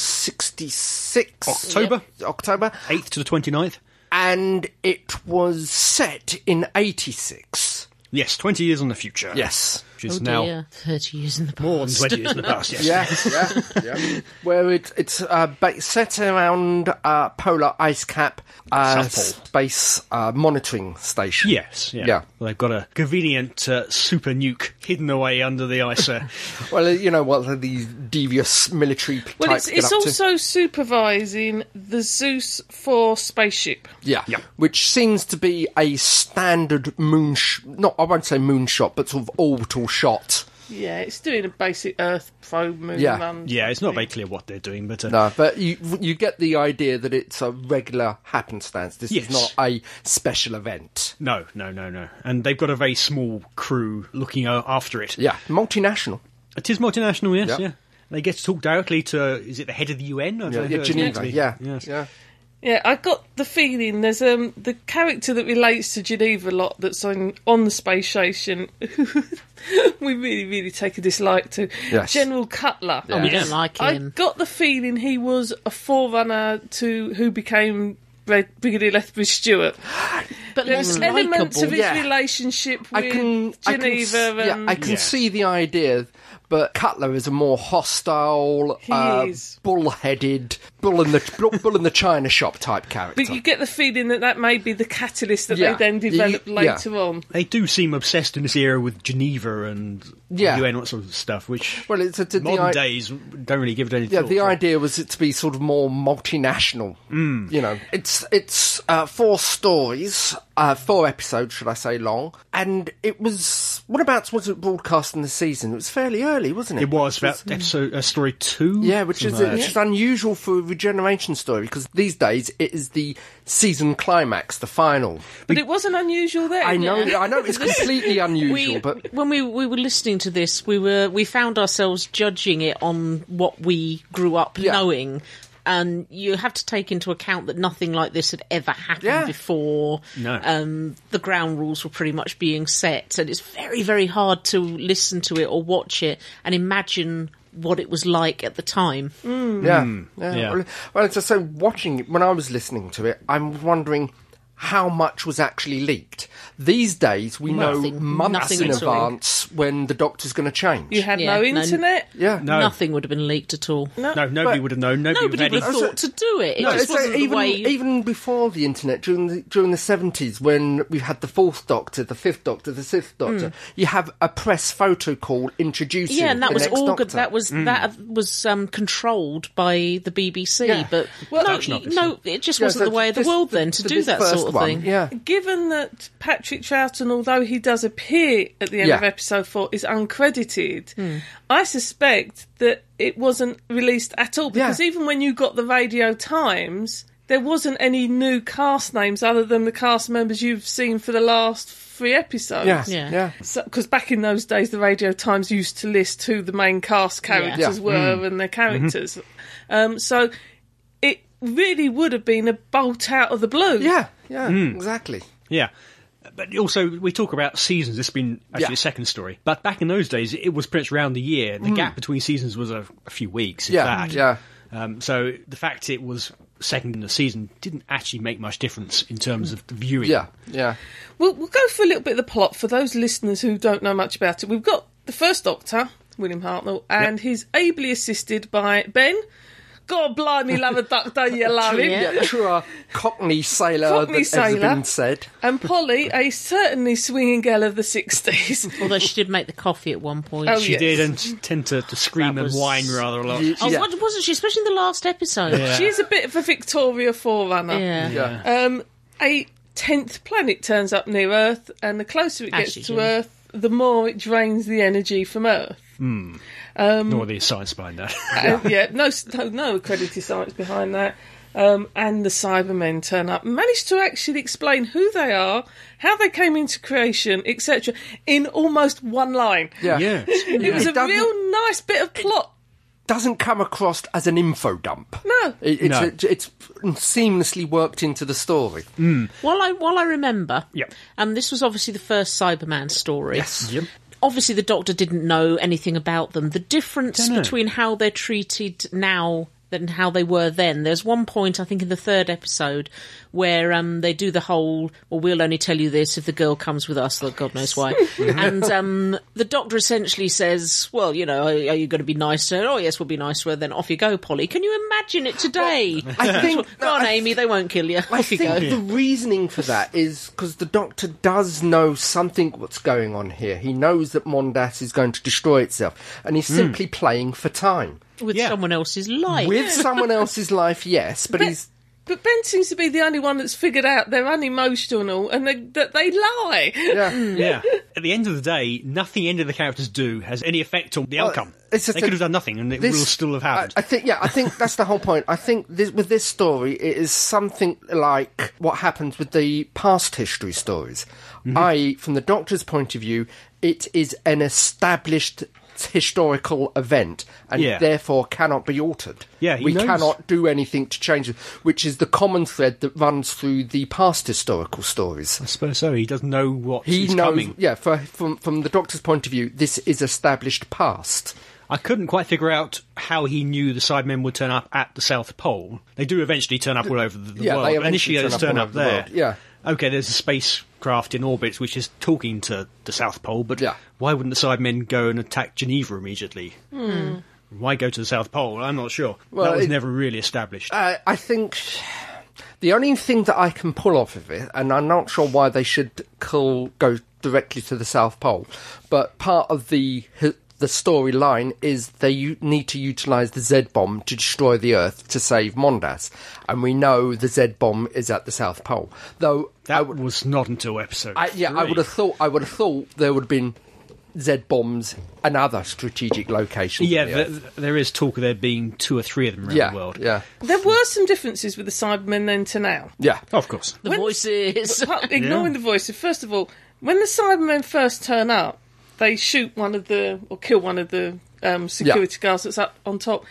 [SPEAKER 3] 66
[SPEAKER 4] October
[SPEAKER 3] October
[SPEAKER 4] 8th to the 29th.
[SPEAKER 3] and it was set in 86.
[SPEAKER 4] Yes, 20 years in the future.
[SPEAKER 3] Yes.
[SPEAKER 4] Which
[SPEAKER 2] Oh,
[SPEAKER 4] is now
[SPEAKER 1] Yeah, 30 Oh, years in the past.
[SPEAKER 4] more than 20 years in the past, yes.
[SPEAKER 3] Yeah, yeah, yeah. Where it, it's uh, ba- set around uh, polar ice cap uh,
[SPEAKER 4] South Pole.
[SPEAKER 3] space uh, monitoring station.
[SPEAKER 4] Yes, yeah.
[SPEAKER 3] Yeah.
[SPEAKER 4] Well, they've got a convenient uh, super nuke hidden away under the ice. Uh,
[SPEAKER 3] Well, you know what these devious military p-
[SPEAKER 2] Well,
[SPEAKER 3] types
[SPEAKER 2] it's,
[SPEAKER 3] get
[SPEAKER 2] it's
[SPEAKER 3] up to.
[SPEAKER 2] also supervising the Zeus 4 spaceship.
[SPEAKER 3] Yeah.
[SPEAKER 4] Yeah.
[SPEAKER 3] Which seems to be a standard moon, sh- not, I won't say moonshot, but sort of orbital shot.
[SPEAKER 2] Yeah, it's doing a basic Earth probe moon
[SPEAKER 3] Yeah.
[SPEAKER 2] run.
[SPEAKER 4] yeah, it's not very clear what they're doing, but uh,
[SPEAKER 3] No, but you you get the idea that it's a regular happenstance. This
[SPEAKER 4] Yes.
[SPEAKER 3] is not a special event.
[SPEAKER 4] no, no, no, no. And they've got a very small crew looking uh, after it.
[SPEAKER 3] Yeah, multinational.
[SPEAKER 4] It is multinational, yes,
[SPEAKER 3] Yeah.
[SPEAKER 4] yeah. They get to talk directly to, is it the head of the UN? I don't
[SPEAKER 3] Yeah,
[SPEAKER 4] know who
[SPEAKER 3] yeah
[SPEAKER 4] it's meant
[SPEAKER 3] Geneva.
[SPEAKER 4] to be.
[SPEAKER 3] Yeah,
[SPEAKER 4] Yes.
[SPEAKER 3] yeah.
[SPEAKER 2] Yeah, I got the feeling there's um the character that relates to Geneva a lot that's on on the space station. we really, really take a dislike to
[SPEAKER 3] Yes.
[SPEAKER 2] General Cutler.
[SPEAKER 3] Yeah.
[SPEAKER 1] We
[SPEAKER 3] Yes.
[SPEAKER 1] don't like
[SPEAKER 2] I
[SPEAKER 1] him.
[SPEAKER 2] got the feeling he was a forerunner to who became Red Brigadier Lethbridge Stewart.
[SPEAKER 1] but
[SPEAKER 2] There's
[SPEAKER 1] less
[SPEAKER 2] elements of
[SPEAKER 1] likable.
[SPEAKER 2] his
[SPEAKER 3] Yeah.
[SPEAKER 2] relationship with
[SPEAKER 3] I can,
[SPEAKER 2] Geneva
[SPEAKER 3] I can, s- yeah,
[SPEAKER 2] and
[SPEAKER 3] I can
[SPEAKER 4] Yeah.
[SPEAKER 3] see the idea, but Cutler is a more hostile,
[SPEAKER 2] He
[SPEAKER 3] uh,
[SPEAKER 2] is.
[SPEAKER 3] bull-headed, bull in the bull- bull in the china shop type character.
[SPEAKER 2] But you get the feeling that that may be the catalyst that
[SPEAKER 3] Yeah.
[SPEAKER 2] they then develop
[SPEAKER 3] Y- yeah.
[SPEAKER 2] later on.
[SPEAKER 4] They do seem obsessed in this era with Geneva and
[SPEAKER 3] Yeah.
[SPEAKER 4] UN, that sort of stuff, which
[SPEAKER 3] well, it's a, the,
[SPEAKER 4] modern
[SPEAKER 3] i-
[SPEAKER 4] days don't really give it any
[SPEAKER 3] Yeah,
[SPEAKER 4] thought.
[SPEAKER 3] the idea was it to be sort of more multinational. Mm. You know, it's it's uh, four stories, uh, four episodes, should I say, long, and it was. What about was it broadcast in the season? It was fairly early, wasn't it?
[SPEAKER 4] It was about episode uh, story two.
[SPEAKER 3] Yeah, which is
[SPEAKER 4] something like
[SPEAKER 3] which is unusual for a regeneration story because these days it is the season climax, the final.
[SPEAKER 2] But it wasn't unusual then.
[SPEAKER 3] I know,
[SPEAKER 1] Uh, Yeah.
[SPEAKER 3] I know, it's completely unusual,
[SPEAKER 1] we,
[SPEAKER 3] but
[SPEAKER 1] when we, we were listening to this, we were we found ourselves judging it on what we grew up
[SPEAKER 3] Yeah.
[SPEAKER 1] knowing. And you have to take into account that nothing like this had ever happened
[SPEAKER 3] Yeah.
[SPEAKER 1] before.
[SPEAKER 4] No.
[SPEAKER 1] Um, the ground rules were pretty much being set, and it's very, very hard to listen to it or watch it and imagine what it was like at the time.
[SPEAKER 3] yeah, yeah.
[SPEAKER 4] yeah.
[SPEAKER 3] Well, well, it's just so watching it when I was listening to it, I'm wondering how much was actually leaked. These days, we know
[SPEAKER 1] Nothing.
[SPEAKER 3] months
[SPEAKER 1] Nothing
[SPEAKER 3] in
[SPEAKER 1] at all.
[SPEAKER 3] advance when the doctor's going to change.
[SPEAKER 2] You had
[SPEAKER 1] Yeah,
[SPEAKER 2] no
[SPEAKER 1] no-
[SPEAKER 2] internet.
[SPEAKER 3] yeah,
[SPEAKER 4] No.
[SPEAKER 1] Nothing would have been leaked at all.
[SPEAKER 4] that. No, nobody
[SPEAKER 3] But-
[SPEAKER 4] would have known. Nobody,
[SPEAKER 1] Nobody
[SPEAKER 4] would
[SPEAKER 1] would
[SPEAKER 4] have
[SPEAKER 1] have
[SPEAKER 4] had
[SPEAKER 1] thought to do it. It
[SPEAKER 3] No,
[SPEAKER 1] just
[SPEAKER 3] it's like
[SPEAKER 1] wasn't
[SPEAKER 3] even
[SPEAKER 1] the way.
[SPEAKER 3] even before the internet, during the during the seventies, when we've had the fourth Doctor, the fifth Doctor, the sixth
[SPEAKER 1] Hmm.
[SPEAKER 3] Doctor, you have a press photo call introducing.
[SPEAKER 1] Yeah, and that
[SPEAKER 3] the
[SPEAKER 1] was
[SPEAKER 3] next
[SPEAKER 1] all good.
[SPEAKER 3] Doctor. Mm.
[SPEAKER 1] That was that was um, controlled by the BBC.
[SPEAKER 3] Yeah.
[SPEAKER 1] But no,
[SPEAKER 4] Production office.
[SPEAKER 1] no, it just
[SPEAKER 3] Yeah,
[SPEAKER 1] wasn't
[SPEAKER 3] so
[SPEAKER 1] the way of the
[SPEAKER 3] this-
[SPEAKER 1] world then to
[SPEAKER 3] for
[SPEAKER 1] do
[SPEAKER 3] this
[SPEAKER 1] that
[SPEAKER 3] first
[SPEAKER 1] sort of
[SPEAKER 3] one,
[SPEAKER 1] thing.
[SPEAKER 3] Yeah,
[SPEAKER 2] Given that Patrick Troughton, although he does appear at the end
[SPEAKER 3] Yeah. Hmm.
[SPEAKER 2] of episode four, is uncredited, I suspect that it wasn't released at all because
[SPEAKER 3] Yeah.
[SPEAKER 2] even when you got the Radio Times, there wasn't any new cast names other than the cast members you've seen for the last three episodes.
[SPEAKER 3] yeah, yeah.
[SPEAKER 1] Yeah.
[SPEAKER 2] because back in those days, the Radio Times used to list who the main cast characters
[SPEAKER 3] Yeah. Hmm. Mm-hmm.
[SPEAKER 2] were and their characters. Um, so it really would have been a bolt out of the blue.
[SPEAKER 3] Yeah, yeah, exactly.
[SPEAKER 4] Yeah. But also, we talk about seasons. This has been actually
[SPEAKER 3] Yeah.
[SPEAKER 4] a second story. But back in those days, it was pretty much around the year. The gap between seasons was a, a few weeks,
[SPEAKER 3] Mm.
[SPEAKER 4] in
[SPEAKER 3] Yeah,
[SPEAKER 4] fact.
[SPEAKER 3] yeah.
[SPEAKER 4] Um, so the fact it was second in the season didn't actually make much difference in terms of the viewing.
[SPEAKER 3] Yeah, yeah,
[SPEAKER 2] We'll, we'll go for a little bit of the plot for those listeners who don't know much about it. We've got the first Doctor, William Hartnell, and he's ably assisted by Ben. God blimey, love a duck, don't you love him?
[SPEAKER 1] Yeah.
[SPEAKER 3] yeah. True, uh, Cockney sailor
[SPEAKER 2] Cockney
[SPEAKER 3] that has
[SPEAKER 2] sailor.
[SPEAKER 3] been said.
[SPEAKER 2] And Polly, a certainly swinging girl of the 60s.
[SPEAKER 1] Although she did make the coffee at one point.
[SPEAKER 2] Oh,
[SPEAKER 4] She
[SPEAKER 2] yes.
[SPEAKER 4] did and tend to, to scream
[SPEAKER 1] That was-
[SPEAKER 4] and whine rather a lot.
[SPEAKER 3] You-
[SPEAKER 1] Oh,
[SPEAKER 3] yeah.
[SPEAKER 1] what- wasn't she? Especially in the last episode.
[SPEAKER 4] Yeah.
[SPEAKER 2] She's a bit of a Victoria forerunner.
[SPEAKER 1] Yeah.
[SPEAKER 3] Yeah.
[SPEAKER 2] Um, a tenth planet turns up near Earth, and the closer it gets to
[SPEAKER 1] Oxygen.
[SPEAKER 2] Earth, the more it drains the energy from Earth.
[SPEAKER 4] Nor the science behind that.
[SPEAKER 2] Uh, yeah, no, s- no, no accredited science behind that. Um, and the Cybermen turn up, manage to actually explain who they are, how they came into creation, etc., in almost one line.
[SPEAKER 3] Yeah.
[SPEAKER 4] yeah.
[SPEAKER 2] It was
[SPEAKER 3] It
[SPEAKER 2] a
[SPEAKER 3] doesn't-
[SPEAKER 2] real nice bit of plot.
[SPEAKER 3] doesn't come across as an info dump.
[SPEAKER 2] No.
[SPEAKER 3] It, it's,
[SPEAKER 4] No.
[SPEAKER 3] it- it's seamlessly worked into the story.
[SPEAKER 1] While I while I remember,
[SPEAKER 4] Yep.
[SPEAKER 1] um, this was obviously the first Cyberman story.
[SPEAKER 3] Yes.
[SPEAKER 4] Yep.
[SPEAKER 1] Obviously, the Doctor didn't know anything about them. The difference
[SPEAKER 4] Dunno.
[SPEAKER 1] between how they're treated now than how they were then. There's one point I think in the third episode where um, they do the whole "well, we'll only tell you this if the girl comes with us," though God knows why.
[SPEAKER 3] Mm-hmm.
[SPEAKER 1] and um, the Doctor essentially says, "Well, you know, are, are you going to be nice to her? Oh, yes, we'll be nice to her. Then off you go, Polly. Can you imagine it today?
[SPEAKER 3] I think.
[SPEAKER 1] Go on,
[SPEAKER 3] I-
[SPEAKER 1] Amy. They won't kill you.
[SPEAKER 3] I
[SPEAKER 1] off you
[SPEAKER 3] think
[SPEAKER 1] go."
[SPEAKER 3] the reasoning for that is because the Doctor does know something what's going on here. He knows that Mondas is going to destroy itself, and he's simply playing for time
[SPEAKER 1] with
[SPEAKER 4] Yeah.
[SPEAKER 1] someone else's life.
[SPEAKER 3] with someone else's life. Yes, but, he's
[SPEAKER 2] But Ben seems to be the only one that's figured out they're unemotional and they, that they lie.
[SPEAKER 3] yeah,
[SPEAKER 4] Yeah. At the end of the day, nothing any of the characters do has any effect on the outcome.
[SPEAKER 3] it's
[SPEAKER 4] they
[SPEAKER 3] just
[SPEAKER 4] could
[SPEAKER 3] a-
[SPEAKER 4] have done nothing and it
[SPEAKER 3] this-
[SPEAKER 4] will still have
[SPEAKER 3] I,
[SPEAKER 4] happened.
[SPEAKER 3] I think yeah, I think that's the whole point. I think this, with this story, it is something like what happens with the past history
[SPEAKER 4] Mm-hmm.
[SPEAKER 3] stories, i.e., from the Doctor's point of view, it is an established historical event and
[SPEAKER 4] Yeah.
[SPEAKER 3] therefore cannot be altered.
[SPEAKER 4] Yeah, he
[SPEAKER 3] we
[SPEAKER 4] knows.
[SPEAKER 3] cannot do anything to change it, which is the common thread that runs through the past historical stories.
[SPEAKER 4] I suppose so. He doesn't know what
[SPEAKER 3] He
[SPEAKER 4] is
[SPEAKER 3] knows,
[SPEAKER 4] coming.
[SPEAKER 3] yeah. For, from from the Doctor's point of view, this is established past.
[SPEAKER 4] I couldn't quite figure out how he knew the Sidemen would turn up at the South Pole. They do eventually turn up all over the, the
[SPEAKER 3] Yeah, they
[SPEAKER 4] world.
[SPEAKER 3] eventually
[SPEAKER 4] Initially, they
[SPEAKER 3] turn
[SPEAKER 4] just
[SPEAKER 3] up
[SPEAKER 4] turn
[SPEAKER 3] all
[SPEAKER 4] up
[SPEAKER 3] over the
[SPEAKER 4] there.
[SPEAKER 3] world, yeah.
[SPEAKER 4] Okay, there's a spacecraft in orbit which is talking to the South Pole, but
[SPEAKER 3] Yeah.
[SPEAKER 4] why wouldn't the Sidemen go and attack Geneva immediately? Why go to the South Pole? I'm not sure.
[SPEAKER 3] Well,
[SPEAKER 4] that was
[SPEAKER 3] it-
[SPEAKER 4] never really established.
[SPEAKER 3] I, Uh, I think the only thing that I can pull off of it, and I'm not sure why they should call, go directly to the South Pole, but part of the the storyline is they u- need to utilize the Z bomb to destroy the Earth to save Mondas, and we know the Z bomb is at the South Pole. Though I
[SPEAKER 4] that
[SPEAKER 3] would,
[SPEAKER 4] was not until episode.
[SPEAKER 3] I, yeah, I
[SPEAKER 4] three.
[SPEAKER 3] would have thought I would have thought there would have been Z bombs and other strategic locations. on
[SPEAKER 4] Yeah,
[SPEAKER 3] the Earth.
[SPEAKER 4] th there is talk of there being two or three of them around
[SPEAKER 3] yeah,
[SPEAKER 4] the world.
[SPEAKER 3] yeah,
[SPEAKER 2] There were some differences with the Cybermen then to now.
[SPEAKER 3] yeah.
[SPEAKER 4] of course.
[SPEAKER 1] The voices.
[SPEAKER 2] Apart- ignoring the voices, first of all, when the Cybermen first turn up, they shoot one of the or kill one of the um, security guards that's up on top,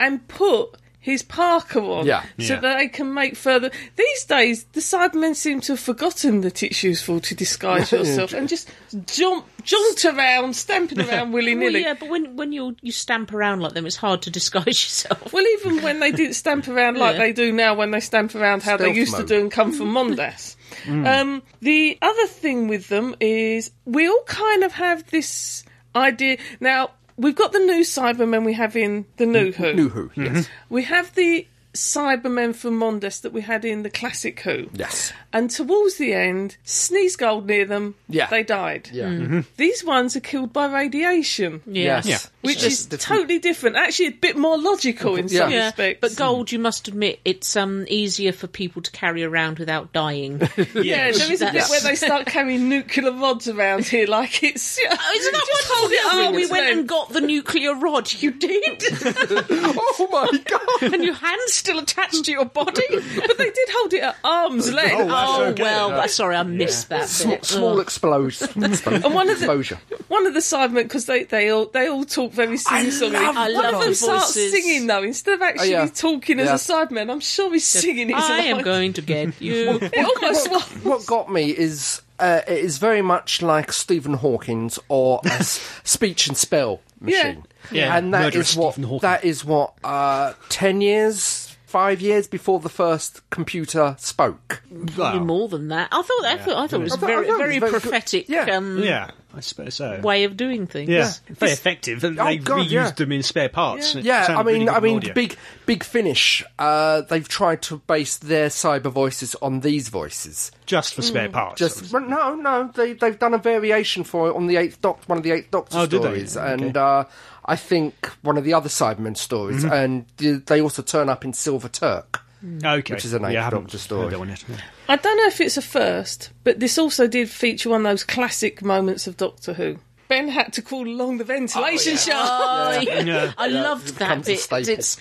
[SPEAKER 2] and put his Parker on,
[SPEAKER 3] Yeah.
[SPEAKER 2] so
[SPEAKER 4] Yeah.
[SPEAKER 2] that they can make further. These days, the Cybermen seem to have forgotten that it's useful to disguise yourself and just jump, jaunt around, stamping around willy
[SPEAKER 1] Well,
[SPEAKER 2] nilly.
[SPEAKER 1] yeah, but when when you you stamp around like them, it's hard to disguise yourself.
[SPEAKER 2] Well, even when they didn't stamp around like
[SPEAKER 1] Yeah. Mm.
[SPEAKER 2] they do now, when they stamp around how they
[SPEAKER 3] Stealth
[SPEAKER 2] used
[SPEAKER 3] mode. Mm.
[SPEAKER 2] to do and come from Mondas. Um, the other thing with them is we all kind of have this idea. Now, we've got the new Cybermen we have in the New Who. Mm-hmm.
[SPEAKER 3] New Who? Yes,
[SPEAKER 2] We have the Cybermen from Mondas that we had in the classic Who.
[SPEAKER 3] yes,
[SPEAKER 2] And towards the end, sneeze gold near them.
[SPEAKER 3] Yeah.
[SPEAKER 2] They died.
[SPEAKER 3] yeah, Mm-hmm.
[SPEAKER 2] These ones are killed by radiation.
[SPEAKER 1] Yeah.
[SPEAKER 3] yes.
[SPEAKER 2] Which
[SPEAKER 3] just
[SPEAKER 2] is
[SPEAKER 3] different.
[SPEAKER 2] totally different. Actually, a bit more logical in some
[SPEAKER 3] Yeah.
[SPEAKER 2] respects.
[SPEAKER 1] But gold, you must admit, it's um easier for people to carry around without dying.
[SPEAKER 2] Yeah, there is a bit
[SPEAKER 1] That's-
[SPEAKER 2] where they start carrying nuclear rods around here, like it's. Yeah,
[SPEAKER 1] Isn't that what told it? Oh, we went and got the nuclear rod. You did,
[SPEAKER 3] Oh my god!
[SPEAKER 1] and your hand's still attached to your body.
[SPEAKER 2] But they did hold it at arm's length.
[SPEAKER 1] oh well, but- sorry, I missed that.
[SPEAKER 3] Small,
[SPEAKER 1] bit.
[SPEAKER 3] small
[SPEAKER 1] Ugh.
[SPEAKER 3] explosion.
[SPEAKER 2] And one of the
[SPEAKER 3] exposure.
[SPEAKER 2] one of the Cybermen, because they, they all they all talk very sing songy.
[SPEAKER 3] love
[SPEAKER 1] I
[SPEAKER 2] One
[SPEAKER 1] love
[SPEAKER 2] of
[SPEAKER 1] the
[SPEAKER 2] them starts
[SPEAKER 1] voices.
[SPEAKER 2] singing though instead of actually
[SPEAKER 3] yeah.
[SPEAKER 2] talking
[SPEAKER 3] Yeah.
[SPEAKER 2] as a Cyberman. I'm sure he's singing. His
[SPEAKER 1] I am
[SPEAKER 2] lines.
[SPEAKER 1] going to get you.
[SPEAKER 2] It almost was.
[SPEAKER 3] What got me is uh, it is very much like Stephen Hawkins or a s- speech and spell machine.
[SPEAKER 4] Yeah. Yeah.
[SPEAKER 3] and that
[SPEAKER 4] Murderous
[SPEAKER 3] is what
[SPEAKER 4] Stephen Hawking.
[SPEAKER 3] that is what uh, ten years, five years before the first computer spoke.
[SPEAKER 1] Probably more than that. I thought. I thought. I thought it was
[SPEAKER 3] I thought- I
[SPEAKER 1] very,
[SPEAKER 3] thought it was
[SPEAKER 1] very,
[SPEAKER 3] very good.
[SPEAKER 1] prophetic.
[SPEAKER 3] Yeah.
[SPEAKER 1] Um,
[SPEAKER 4] yeah, I suppose so.
[SPEAKER 1] Way of doing things.
[SPEAKER 4] Yeah, very effective. and they
[SPEAKER 3] Oh, God,
[SPEAKER 4] reused
[SPEAKER 3] yeah.
[SPEAKER 4] them in spare parts. It
[SPEAKER 3] Yeah, I
[SPEAKER 4] sounded
[SPEAKER 3] mean,
[SPEAKER 4] really good
[SPEAKER 3] I
[SPEAKER 4] on
[SPEAKER 3] mean,
[SPEAKER 4] audio.
[SPEAKER 3] big big finish. Uh, they've tried to base their cyber voices on these voices.
[SPEAKER 4] just for spare parts.
[SPEAKER 3] Mm, Just well, no, no. They they've done a variation for it on the Eighth Doctor, one of the Eighth Doctor
[SPEAKER 4] Oh, did they?
[SPEAKER 3] stories,
[SPEAKER 4] Okay.
[SPEAKER 3] and uh, I think one of the other Cybermen stories,
[SPEAKER 4] Mm-hmm.
[SPEAKER 3] and th- they also turn up in Silver Turk.
[SPEAKER 4] okay,
[SPEAKER 3] which is an
[SPEAKER 4] yeah, I
[SPEAKER 3] Eighth
[SPEAKER 4] haven't
[SPEAKER 3] Doctor
[SPEAKER 4] heard
[SPEAKER 3] story.
[SPEAKER 4] that one yet. Yeah.
[SPEAKER 2] I don't know if it's a first, but this also did feature one of those classic moments of Doctor Who. Ben had to crawl along the ventilation shaft.
[SPEAKER 1] Oh,
[SPEAKER 4] Yeah.
[SPEAKER 1] I loved that
[SPEAKER 3] becomes a
[SPEAKER 1] bit.
[SPEAKER 3] staple.
[SPEAKER 1] It's,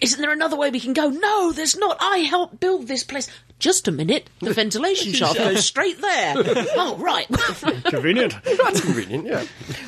[SPEAKER 1] isn't there another way we can go? No, there's not. I helped build this place. Just a minute. The ventilation shaft goes straight there. Oh, right.
[SPEAKER 4] Convenient.
[SPEAKER 3] That's convenient. Yeah.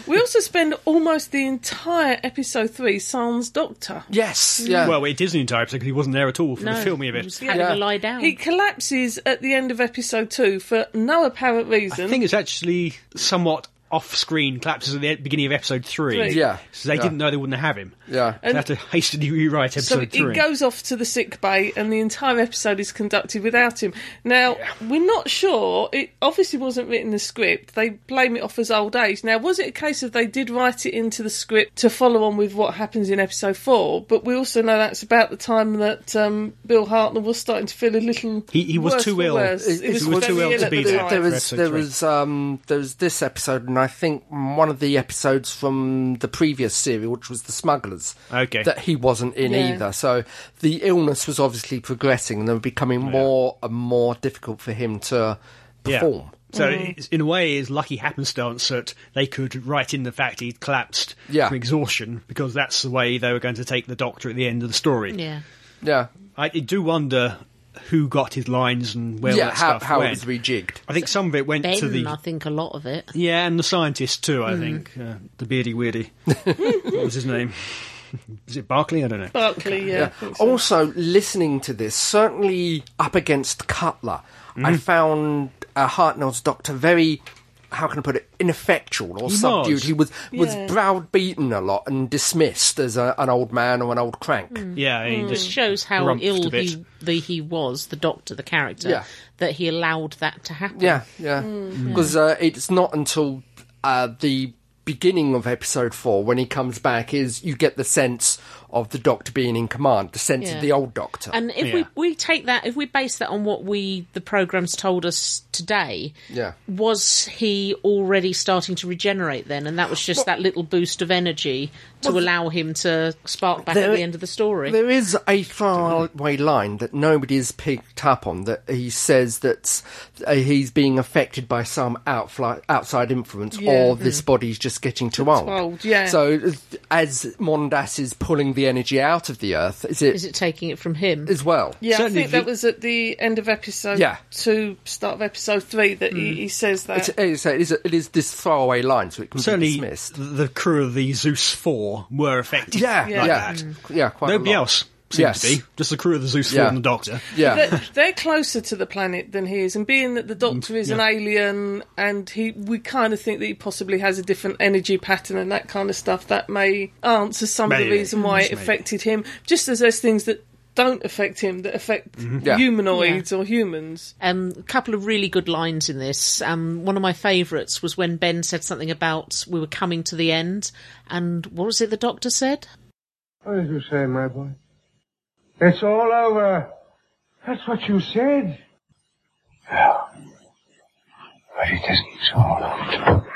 [SPEAKER 2] We also spend almost the entire episode three sans Doctor.
[SPEAKER 3] yes. Yeah.
[SPEAKER 4] well, it is an entire episode because he wasn't there at all for the filming of
[SPEAKER 1] he
[SPEAKER 4] it.
[SPEAKER 1] was having
[SPEAKER 3] Yeah.
[SPEAKER 1] a lie down.
[SPEAKER 2] He collapses at the end of episode two for no apparent reason.
[SPEAKER 4] I think it's actually somewhat off-screen collapses at the e-, beginning of episode three.
[SPEAKER 2] Three.
[SPEAKER 3] Yeah.
[SPEAKER 4] so they
[SPEAKER 3] Yeah.
[SPEAKER 4] didn't know they wouldn't have him.
[SPEAKER 3] Yeah.
[SPEAKER 4] so they had to hastily rewrite
[SPEAKER 2] so
[SPEAKER 4] episode
[SPEAKER 2] he
[SPEAKER 4] three.
[SPEAKER 2] goes off to the sick bay, and the entire episode is conducted without him. Now we're not sure. It obviously wasn't written in the script. They blame it off as old age. Now was it a case of they did write it into the script to follow on with what happens in episode four? But we also know that's about the time that um, Bill Hartnell was starting to feel a little.
[SPEAKER 4] He- he was
[SPEAKER 2] worse
[SPEAKER 4] too
[SPEAKER 2] for
[SPEAKER 4] ill.
[SPEAKER 2] worse.
[SPEAKER 4] It-
[SPEAKER 2] He was
[SPEAKER 4] he was
[SPEAKER 2] very
[SPEAKER 4] too ill to
[SPEAKER 2] at
[SPEAKER 4] be
[SPEAKER 2] the
[SPEAKER 4] there.
[SPEAKER 2] time.
[SPEAKER 3] There was
[SPEAKER 4] Episode
[SPEAKER 3] there
[SPEAKER 4] three.
[SPEAKER 3] was um there was this episode and I think one of the episodes from the previous serial which was the smugglers
[SPEAKER 4] Okay.
[SPEAKER 3] that he wasn't in
[SPEAKER 2] Yeah.
[SPEAKER 3] either so the illness was obviously progressing and they were becoming more and more difficult for him to
[SPEAKER 4] Yeah.
[SPEAKER 3] perform
[SPEAKER 4] So it's, in a way, it's lucky happenstance that they could write in the fact he collapsed
[SPEAKER 3] Yeah.
[SPEAKER 4] from exhaustion because that's the way they were going to take the doctor at the end of the story.
[SPEAKER 1] yeah.
[SPEAKER 3] yeah
[SPEAKER 4] I do wonder who got his lines and where
[SPEAKER 3] yeah,
[SPEAKER 4] that
[SPEAKER 3] how,
[SPEAKER 4] stuff
[SPEAKER 3] how it
[SPEAKER 4] went.
[SPEAKER 3] was rejigged.
[SPEAKER 4] I think some of it went
[SPEAKER 1] Ben,
[SPEAKER 4] to the
[SPEAKER 1] I think a lot of it.
[SPEAKER 4] yeah, and the scientist too. I think uh, the beardy weirdy. what was his name? Is it Barclay? I don't
[SPEAKER 2] Oh.
[SPEAKER 4] know.
[SPEAKER 2] Barclay, yeah.
[SPEAKER 3] Also, listening to this, certainly up against Cutler,
[SPEAKER 4] Mm-hmm.
[SPEAKER 3] I found uh, Hartnell's doctor very, how can I put it, ineffectual or
[SPEAKER 4] He
[SPEAKER 3] subdued.
[SPEAKER 4] was.
[SPEAKER 3] He was was
[SPEAKER 2] Yeah.
[SPEAKER 3] browbeaten a lot and dismissed as a, an old man or an old crank.
[SPEAKER 4] Yeah, he just
[SPEAKER 1] Shows how
[SPEAKER 4] grumped a
[SPEAKER 1] ill
[SPEAKER 4] bit.
[SPEAKER 1] he the, he was, the doctor, the character,
[SPEAKER 3] Yeah.
[SPEAKER 1] that he allowed that to happen.
[SPEAKER 3] Yeah, yeah.
[SPEAKER 4] Mm-hmm.
[SPEAKER 3] Because uh, it's not until uh, the beginning of episode four when he comes back is you get the sense of the doctor being in command, the sense
[SPEAKER 1] Yeah.
[SPEAKER 3] of the old doctor.
[SPEAKER 1] And if
[SPEAKER 4] Yeah.
[SPEAKER 1] we, we take that, if we base that on what we the program's told us today,
[SPEAKER 3] Yeah.
[SPEAKER 1] was he already starting to regenerate then? And that was just that little boost of energy to allow him to spark back at
[SPEAKER 3] there-
[SPEAKER 1] the end of the story.
[SPEAKER 3] There is a throwaway line that nobody's picked up on that he says that uh, he's being affected by some outfly, outside influence or this body's just getting too old.
[SPEAKER 2] old, yeah.
[SPEAKER 3] So uh, as Mondas is pulling the energy out of the earth, is it,
[SPEAKER 1] Is it taking it from him?
[SPEAKER 3] as well?
[SPEAKER 2] Yeah, I
[SPEAKER 4] Certainly
[SPEAKER 2] think
[SPEAKER 4] if
[SPEAKER 2] that
[SPEAKER 4] you-
[SPEAKER 2] was at the end of episode
[SPEAKER 3] Yeah.
[SPEAKER 2] two, start of episode three, that
[SPEAKER 4] Mm.
[SPEAKER 2] he, he says that.
[SPEAKER 3] It's, it's, it is- it is this throwaway line, so it can be
[SPEAKER 4] certainly
[SPEAKER 3] dismissed.
[SPEAKER 4] the crew of the Zeus Four were affected.
[SPEAKER 3] Yeah,
[SPEAKER 4] like
[SPEAKER 3] yeah, yeah,
[SPEAKER 4] that.
[SPEAKER 3] quite
[SPEAKER 4] Nobody
[SPEAKER 3] a lot.
[SPEAKER 4] else seems
[SPEAKER 3] Yes.
[SPEAKER 4] to be. Just the crew of the Zeus Four
[SPEAKER 3] Yeah.
[SPEAKER 4] and the Doctor.
[SPEAKER 3] Yeah,
[SPEAKER 2] They're, they're closer to the planet than he is, and being that the Doctor is an
[SPEAKER 4] yeah.
[SPEAKER 2] alien, and he, we kind of think that he possibly has a different energy pattern and that kind of stuff. That may answer some of the
[SPEAKER 4] Maybe.
[SPEAKER 2] reason why it
[SPEAKER 4] Just maybe.
[SPEAKER 2] affected him. Just as there's things that don't affect him that affect
[SPEAKER 3] Yeah.
[SPEAKER 2] humanoids or humans.
[SPEAKER 1] Um, a couple of really good lines in this. Um, one of my favourites was when Ben said something about we were coming to the end, and what was it the doctor said?
[SPEAKER 7] What did you say, my boy? It's all over. That's what you said. Well, but it isn't all over.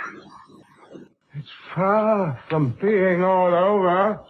[SPEAKER 7] It's far from being all over.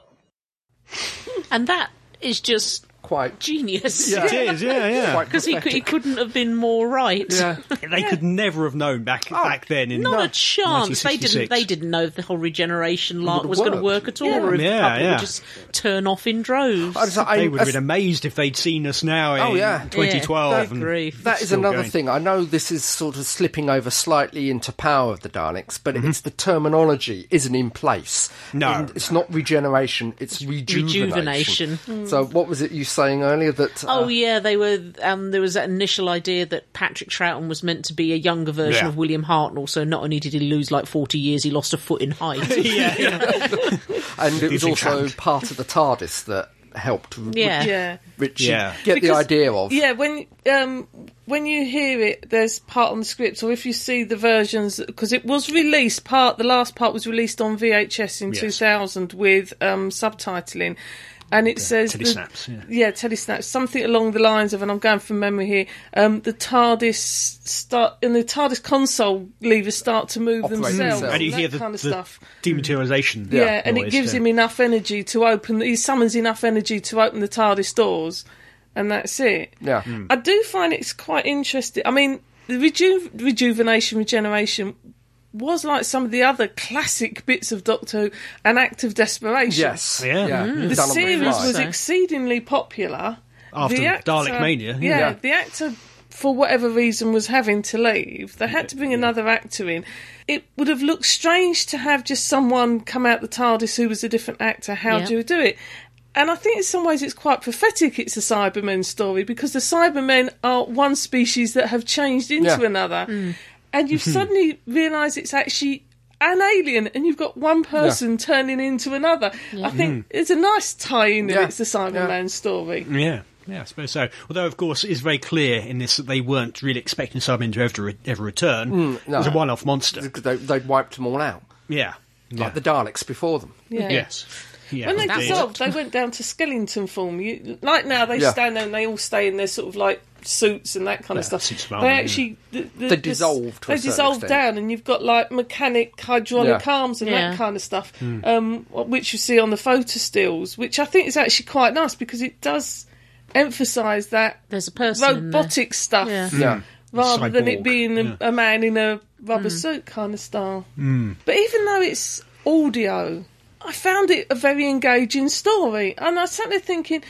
[SPEAKER 1] And that is just
[SPEAKER 3] quite.
[SPEAKER 1] genius.
[SPEAKER 4] It is, yeah, yeah.
[SPEAKER 3] quite
[SPEAKER 1] Because he, cou- he
[SPEAKER 3] prophetic.
[SPEAKER 1] couldn't have been more right.
[SPEAKER 3] Yeah.
[SPEAKER 4] they could never have known back
[SPEAKER 3] Oh,
[SPEAKER 4] back then. In
[SPEAKER 1] Not a chance. They didn't.
[SPEAKER 4] 1966.
[SPEAKER 1] They didn't know if the whole regeneration lark
[SPEAKER 3] would've
[SPEAKER 1] was going to
[SPEAKER 3] worked.
[SPEAKER 1] work at all, or if
[SPEAKER 4] Yeah,
[SPEAKER 1] people
[SPEAKER 4] yeah.
[SPEAKER 1] would just turn off in droves.
[SPEAKER 3] I was like,
[SPEAKER 4] They
[SPEAKER 3] I-
[SPEAKER 4] would have
[SPEAKER 3] I-
[SPEAKER 4] been amazed if they'd seen us now in
[SPEAKER 3] Oh, yeah.
[SPEAKER 4] 2012.
[SPEAKER 1] Yeah,
[SPEAKER 4] and
[SPEAKER 1] good grief.
[SPEAKER 3] That is
[SPEAKER 4] still
[SPEAKER 3] another
[SPEAKER 4] going.
[SPEAKER 3] thing. I know this is sort of slipping over slightly into power of the Daleks, but it's the terminology isn't in place.
[SPEAKER 4] Mm-hmm. No.
[SPEAKER 3] And it's not regeneration; it's rejuvenation. Mm.
[SPEAKER 1] rejuvenation.
[SPEAKER 3] So, what was it you saying earlier that?
[SPEAKER 1] Oh
[SPEAKER 3] uh,
[SPEAKER 1] yeah, they were. Um, there was that initial idea that Patrick Troughton was meant to be a younger version
[SPEAKER 4] Yeah.
[SPEAKER 1] of William Hartnell. So not only did he lose like forty years, he lost a foot in height.
[SPEAKER 4] yeah, yeah.
[SPEAKER 3] and it was also
[SPEAKER 4] Disenchant.
[SPEAKER 3] part of the TARDIS that helped. R-
[SPEAKER 1] yeah.
[SPEAKER 2] Yeah.
[SPEAKER 3] Richie
[SPEAKER 4] Yeah.
[SPEAKER 3] get the
[SPEAKER 2] Because-
[SPEAKER 3] idea of.
[SPEAKER 2] Yeah, when um when you hear it, there's part on the script, or if you see the versions, because it was released part. The last part was released on VHS in
[SPEAKER 4] Yes.
[SPEAKER 2] 2000 with um subtitling, and it says the-
[SPEAKER 4] telesnaps, yeah.
[SPEAKER 2] yeah, telesnaps, something along the lines of, and I'm going from memory here. Um, the TARDIS start and the TARDIS console levers start to move
[SPEAKER 3] Operate
[SPEAKER 2] themselves,
[SPEAKER 3] themselves.
[SPEAKER 4] and you
[SPEAKER 2] that
[SPEAKER 4] hear the,
[SPEAKER 2] kind of
[SPEAKER 4] the
[SPEAKER 2] stuff.
[SPEAKER 4] dematerialization.
[SPEAKER 2] Yeah, and it
[SPEAKER 4] noise,
[SPEAKER 2] gives
[SPEAKER 4] yeah.
[SPEAKER 2] him enough energy to open. He summons enough energy to open the TARDIS doors, and that's it.
[SPEAKER 3] Yeah.
[SPEAKER 4] Mm.
[SPEAKER 2] I do find it's quite interesting. I mean, the reju- rejuvenation, regeneration was like some of the other classic bits of Doctor Who, an act of desperation.
[SPEAKER 3] Yes.
[SPEAKER 4] Yeah.
[SPEAKER 2] Mm. The
[SPEAKER 3] Done on
[SPEAKER 2] series
[SPEAKER 3] fly.
[SPEAKER 2] was
[SPEAKER 1] So-
[SPEAKER 2] exceedingly popular.
[SPEAKER 4] After
[SPEAKER 2] the actor,
[SPEAKER 4] Dalek Mania,
[SPEAKER 2] Yeah,
[SPEAKER 4] yeah.
[SPEAKER 2] the actor, for whatever reason, was having to leave. They had to bring another actor in. It would have looked strange to have just someone come out the TARDIS who was a different actor. How
[SPEAKER 1] Yeah.
[SPEAKER 2] do you do it? And I think in some ways it's quite prophetic it's a Cybermen story because the Cybermen are one species that have changed into
[SPEAKER 3] Yeah. Mm.
[SPEAKER 2] another. And you suddenly realise it's actually an alien and you've got one person turning into another. I think it's a nice tie in that
[SPEAKER 3] Mm. Yeah. Mm.
[SPEAKER 2] it's the Cyberman story.
[SPEAKER 4] Yeah. Yeah, I suppose so. Although, of course, it's very clear in this that they weren't really expecting Cybermen to ever, ever return.
[SPEAKER 3] Mm,
[SPEAKER 4] It was a one-off monster.
[SPEAKER 3] They, they wiped them all out,
[SPEAKER 4] Yeah. yeah.
[SPEAKER 3] like the Daleks before them.
[SPEAKER 2] Yeah.
[SPEAKER 4] Yes. Yeah.
[SPEAKER 2] When they
[SPEAKER 4] indeed.
[SPEAKER 2] dissolved, they went down to skeleton form. You, like now, they
[SPEAKER 3] Yeah.
[SPEAKER 2] stand there and they all stay in their sort of like suits and that kind of stuff.
[SPEAKER 4] suits of
[SPEAKER 2] they
[SPEAKER 4] armour, yeah.
[SPEAKER 2] actually the, the,
[SPEAKER 3] They
[SPEAKER 2] the-
[SPEAKER 3] dissolve to a
[SPEAKER 2] they
[SPEAKER 3] certain
[SPEAKER 2] dissolve
[SPEAKER 3] extent.
[SPEAKER 2] down, and you've got like mechanic hydraulic
[SPEAKER 3] Yeah. Hmm.
[SPEAKER 2] arms and
[SPEAKER 1] Yeah.
[SPEAKER 2] that kind of stuff, um, which you see on the photo stills, which I think is actually quite nice because it does emphasise that
[SPEAKER 1] There's a person. in there.
[SPEAKER 2] robotic stuff
[SPEAKER 1] Yeah.
[SPEAKER 4] Mm.
[SPEAKER 3] Yeah.
[SPEAKER 2] rather than it
[SPEAKER 4] Cyborg,
[SPEAKER 2] being a,
[SPEAKER 4] yeah.
[SPEAKER 2] a man in a rubber suit kind of style.
[SPEAKER 3] Mm.
[SPEAKER 2] But even though it's audio, I found it a very engaging story, and I sat there thinking,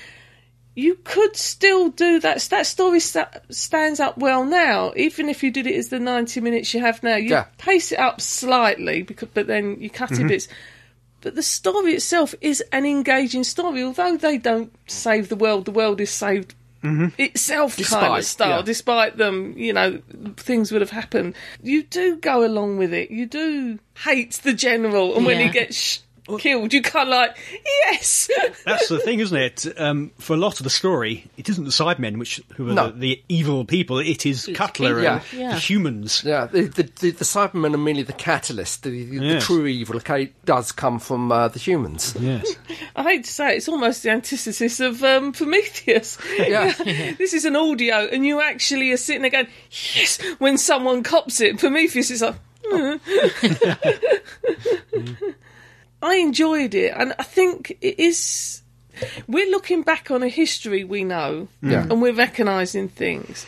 [SPEAKER 2] you could still do that. That story sta- stands up well now, even if you did it as the ninety minutes you have now. You
[SPEAKER 3] Yeah. Mm-hmm.
[SPEAKER 2] pace it up slightly, because, but then you cut it bits. But the story itself is an engaging story, although they don't save the world. The world is saved itself, kind
[SPEAKER 3] Mm-hmm. Despite,
[SPEAKER 2] of style.
[SPEAKER 3] yeah.
[SPEAKER 2] Despite them, you know, things would have happened. You do go along with it. You do hate the general, and when he
[SPEAKER 1] Yeah.
[SPEAKER 2] gets sh- killed, you kind of like, yes,
[SPEAKER 4] That's the thing, isn't it? Um, for a lot of the story, it isn't the Sidemen which who are
[SPEAKER 3] No.
[SPEAKER 4] the, the evil people. It is Cutler
[SPEAKER 3] Yeah.
[SPEAKER 4] and
[SPEAKER 1] Yeah.
[SPEAKER 4] the humans.
[SPEAKER 3] Yeah, the, the, the, the Cybermen are merely the catalyst. The, the,
[SPEAKER 4] Yes.
[SPEAKER 3] the true evil okay, does come from uh, the humans.
[SPEAKER 4] Yes.
[SPEAKER 2] I hate to say it, it's almost the antithesis of um, Prometheus.
[SPEAKER 3] Yeah.
[SPEAKER 2] this is an audio, and you actually are sitting there going, yes, when someone cops it. Prometheus is like, "Hmm." I enjoyed it, and I think it is. We're looking back on a history we know,
[SPEAKER 3] Yeah.
[SPEAKER 2] and we're recognising things.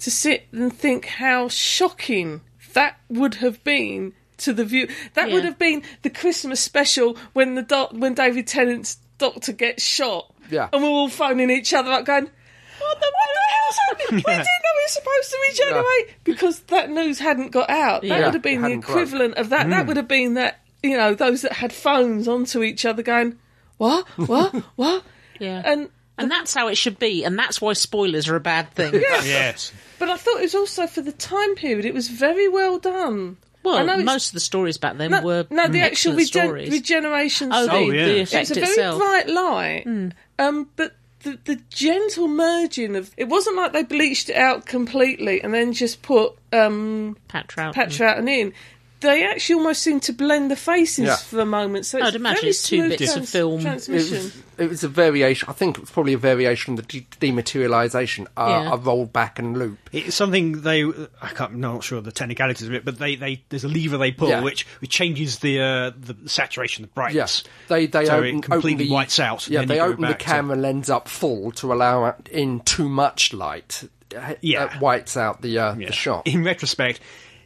[SPEAKER 2] To sit and think how shocking that would have been to the view. That would
[SPEAKER 1] Yeah.
[SPEAKER 2] have been the Christmas special when the doc- when David Tennant's doctor gets shot.
[SPEAKER 3] Yeah.
[SPEAKER 2] And we're all phoning each other up going, What the, what the hell's happening? We didn't know we were supposed to regenerate because that news hadn't got out. That
[SPEAKER 1] Yeah.
[SPEAKER 2] would have been the
[SPEAKER 3] Hadn't broke.
[SPEAKER 2] equivalent of that. That would have been that, you know, those that had phones onto each other going, What? What? what?
[SPEAKER 1] Yeah.
[SPEAKER 2] And
[SPEAKER 1] and that's how it should be, and that's why spoilers are a bad thing.
[SPEAKER 4] yes.
[SPEAKER 2] but I thought it was also for the time period, it was very well done. I
[SPEAKER 1] Well,
[SPEAKER 2] know it's-
[SPEAKER 1] most of the stories back then
[SPEAKER 2] No,
[SPEAKER 1] were
[SPEAKER 2] no, the
[SPEAKER 1] excellent
[SPEAKER 2] actual regen-
[SPEAKER 1] stories.
[SPEAKER 2] regeneration
[SPEAKER 1] oh, the,
[SPEAKER 2] scene.
[SPEAKER 4] yeah.
[SPEAKER 1] the
[SPEAKER 4] It's
[SPEAKER 1] effect
[SPEAKER 2] It's a very
[SPEAKER 1] itself. Hmm.
[SPEAKER 2] bright light. Um, but the, the gentle merging of it wasn't like they bleached it out completely and then just put um,
[SPEAKER 1] Pat Trout.
[SPEAKER 2] patch out and in. They actually almost seem to blend the faces
[SPEAKER 3] Yeah.
[SPEAKER 2] for a moment. So it's
[SPEAKER 1] I'd imagine
[SPEAKER 2] very
[SPEAKER 1] it's two
[SPEAKER 2] smooth
[SPEAKER 1] bits of
[SPEAKER 2] trans-
[SPEAKER 1] film.
[SPEAKER 3] It
[SPEAKER 2] transmission.
[SPEAKER 3] was, it was a variation. I think it was probably a variation of the de- dematerialization, uh,
[SPEAKER 1] Yeah.
[SPEAKER 3] a rollback and loop.
[SPEAKER 4] It's something they. I can't. I'm not sure of the technicalities of it, but they, they there's a lever they pull
[SPEAKER 3] Yeah.
[SPEAKER 4] which which changes the uh, the saturation, the brightness.
[SPEAKER 3] Yes, they they
[SPEAKER 4] so
[SPEAKER 3] open,
[SPEAKER 4] it completely
[SPEAKER 3] open the,
[SPEAKER 4] whites out. and
[SPEAKER 3] Yeah,
[SPEAKER 4] then
[SPEAKER 3] they
[SPEAKER 4] you go
[SPEAKER 3] open the
[SPEAKER 4] back to-
[SPEAKER 3] camera lens up full to allow in too much light. Uh,
[SPEAKER 4] Yeah.
[SPEAKER 3] that whites out the uh,
[SPEAKER 4] Yeah.
[SPEAKER 3] the shot.
[SPEAKER 4] In retrospect,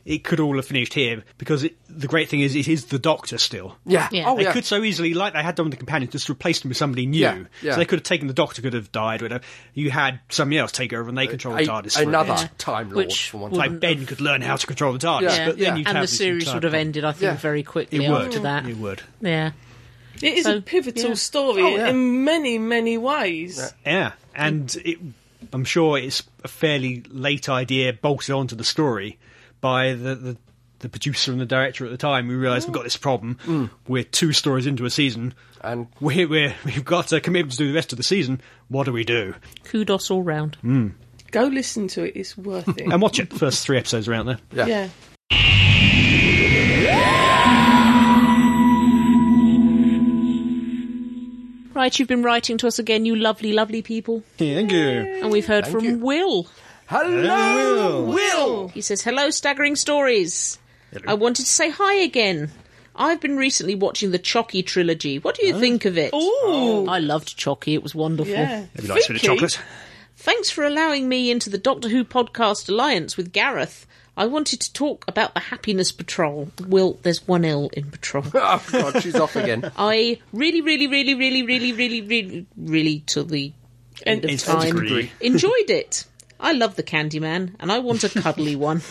[SPEAKER 4] it could all have finished here because it, the great thing is it is the Doctor still.
[SPEAKER 3] Yeah.
[SPEAKER 1] Yeah.
[SPEAKER 3] Oh
[SPEAKER 4] They
[SPEAKER 3] yeah.
[SPEAKER 4] could so easily, like they had done with the companion, just replaced him with somebody new.
[SPEAKER 3] Yeah, yeah.
[SPEAKER 4] So they could have taken the Doctor, could have died, whatever. You had somebody else take over, and they control the
[SPEAKER 3] A-
[SPEAKER 4] TARDIS. for a bit.
[SPEAKER 3] another time lord.
[SPEAKER 1] Which
[SPEAKER 3] for one
[SPEAKER 1] would-
[SPEAKER 4] Like Ben could learn how to control the TARDIS,
[SPEAKER 3] Yeah.
[SPEAKER 4] but then
[SPEAKER 3] Yeah.
[SPEAKER 4] you'd
[SPEAKER 1] and
[SPEAKER 4] have
[SPEAKER 1] the
[SPEAKER 4] this
[SPEAKER 1] series would
[SPEAKER 4] entire-
[SPEAKER 1] have ended, I think,
[SPEAKER 3] Yeah.
[SPEAKER 1] very quickly
[SPEAKER 4] It would.
[SPEAKER 1] after that.
[SPEAKER 4] It would.
[SPEAKER 1] Yeah.
[SPEAKER 2] it is
[SPEAKER 1] so-
[SPEAKER 2] a pivotal
[SPEAKER 1] yeah.
[SPEAKER 2] story
[SPEAKER 3] Oh, yeah.
[SPEAKER 2] in many, many ways.
[SPEAKER 4] Yeah, and it, I'm sure it's a fairly late idea bolted onto the story by the, the, the producer and the director at the time. We realised we've got this problem. We're two stories into a season,
[SPEAKER 3] Mm. And-
[SPEAKER 4] we're, we're, we've got a commitment to do the rest of the season. What do we do?
[SPEAKER 1] Kudos all round.
[SPEAKER 4] Hmm.
[SPEAKER 2] Go listen to it; it's worth it.
[SPEAKER 4] And watch it. The first three episodes are out there.
[SPEAKER 3] Yeah.
[SPEAKER 2] yeah.
[SPEAKER 1] Right, you've been writing to us again, you lovely, lovely people.
[SPEAKER 4] Thank you.
[SPEAKER 1] And we've heard from
[SPEAKER 3] you.
[SPEAKER 1] Will.
[SPEAKER 3] Hello, Will.
[SPEAKER 1] He says, Hello, Staggering Stories. I wanted to say hi again. I've been recently watching the Chucky trilogy. What do
[SPEAKER 4] Oh.
[SPEAKER 1] you think of it?
[SPEAKER 2] Ooh,
[SPEAKER 1] I loved Chucky, it was wonderful.
[SPEAKER 2] yeah.
[SPEAKER 4] Maybe nice bit of
[SPEAKER 2] Vicky,
[SPEAKER 4] chocolate.
[SPEAKER 1] Thanks for allowing me into the Doctor Who Podcast Alliance with Gareth. I wanted to talk about the Happiness Patrol. Will, there's one L in Patrol.
[SPEAKER 3] Oh God, she's off again.
[SPEAKER 1] I really, really, really, really, really, really, really, really to the end of
[SPEAKER 4] It's
[SPEAKER 1] time
[SPEAKER 4] degree.
[SPEAKER 1] enjoyed it. I love the Candyman, and I want a cuddly one.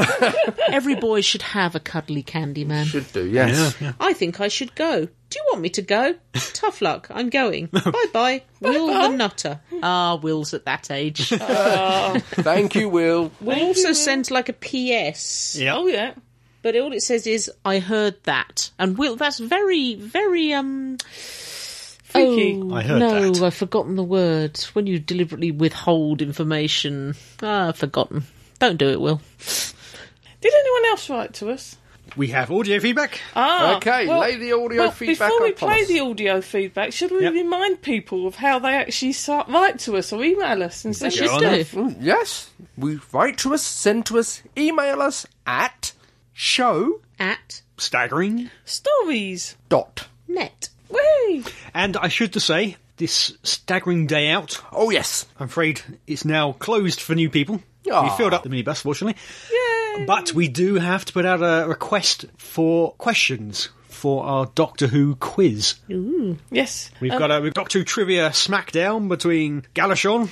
[SPEAKER 1] Every boy should have a cuddly Candyman.
[SPEAKER 3] Should do. Yes.
[SPEAKER 1] I think I should go. Do you want me to go? Tough luck. I'm going. bye bye. Will the Nutter. Ah, Will's at that age.
[SPEAKER 3] Thank you, Will.
[SPEAKER 1] also sent like a PS,
[SPEAKER 4] Yeah.
[SPEAKER 2] Oh yeah.
[SPEAKER 1] but all it says is I heard that, and Will. That's very, very um.
[SPEAKER 2] Freaky.
[SPEAKER 1] Oh,
[SPEAKER 4] I heard
[SPEAKER 1] no,
[SPEAKER 4] that.
[SPEAKER 1] I've forgotten the word. When you deliberately withhold information, ah, I've forgotten. Don't do it, Will.
[SPEAKER 2] Did anyone else write to us?
[SPEAKER 4] We have audio feedback.
[SPEAKER 2] Ah,
[SPEAKER 3] Okay,
[SPEAKER 2] well-
[SPEAKER 3] lay the audio
[SPEAKER 2] well,
[SPEAKER 3] feedback
[SPEAKER 2] Before we
[SPEAKER 3] up on
[SPEAKER 2] play
[SPEAKER 3] us.
[SPEAKER 2] the audio feedback, should we
[SPEAKER 4] Yep.
[SPEAKER 2] remind people of how they actually start, write to us or email us and say,
[SPEAKER 1] Should
[SPEAKER 4] on
[SPEAKER 1] do.
[SPEAKER 3] Mm, Yes. We write to us, send to us, email us at show
[SPEAKER 1] At
[SPEAKER 4] Staggering.
[SPEAKER 2] stories?
[SPEAKER 3] dot.
[SPEAKER 1] net.
[SPEAKER 2] Whee!
[SPEAKER 4] And I should just say, this staggering day out
[SPEAKER 3] Oh yes.
[SPEAKER 4] I'm afraid it's now closed for new people.
[SPEAKER 3] Aw.
[SPEAKER 4] We filled up the minibus, fortunately. But we do have to put out a request for questions for our Doctor Who quiz.
[SPEAKER 2] Yes.
[SPEAKER 4] We've got a we've Doctor Who trivia smackdown between Galashon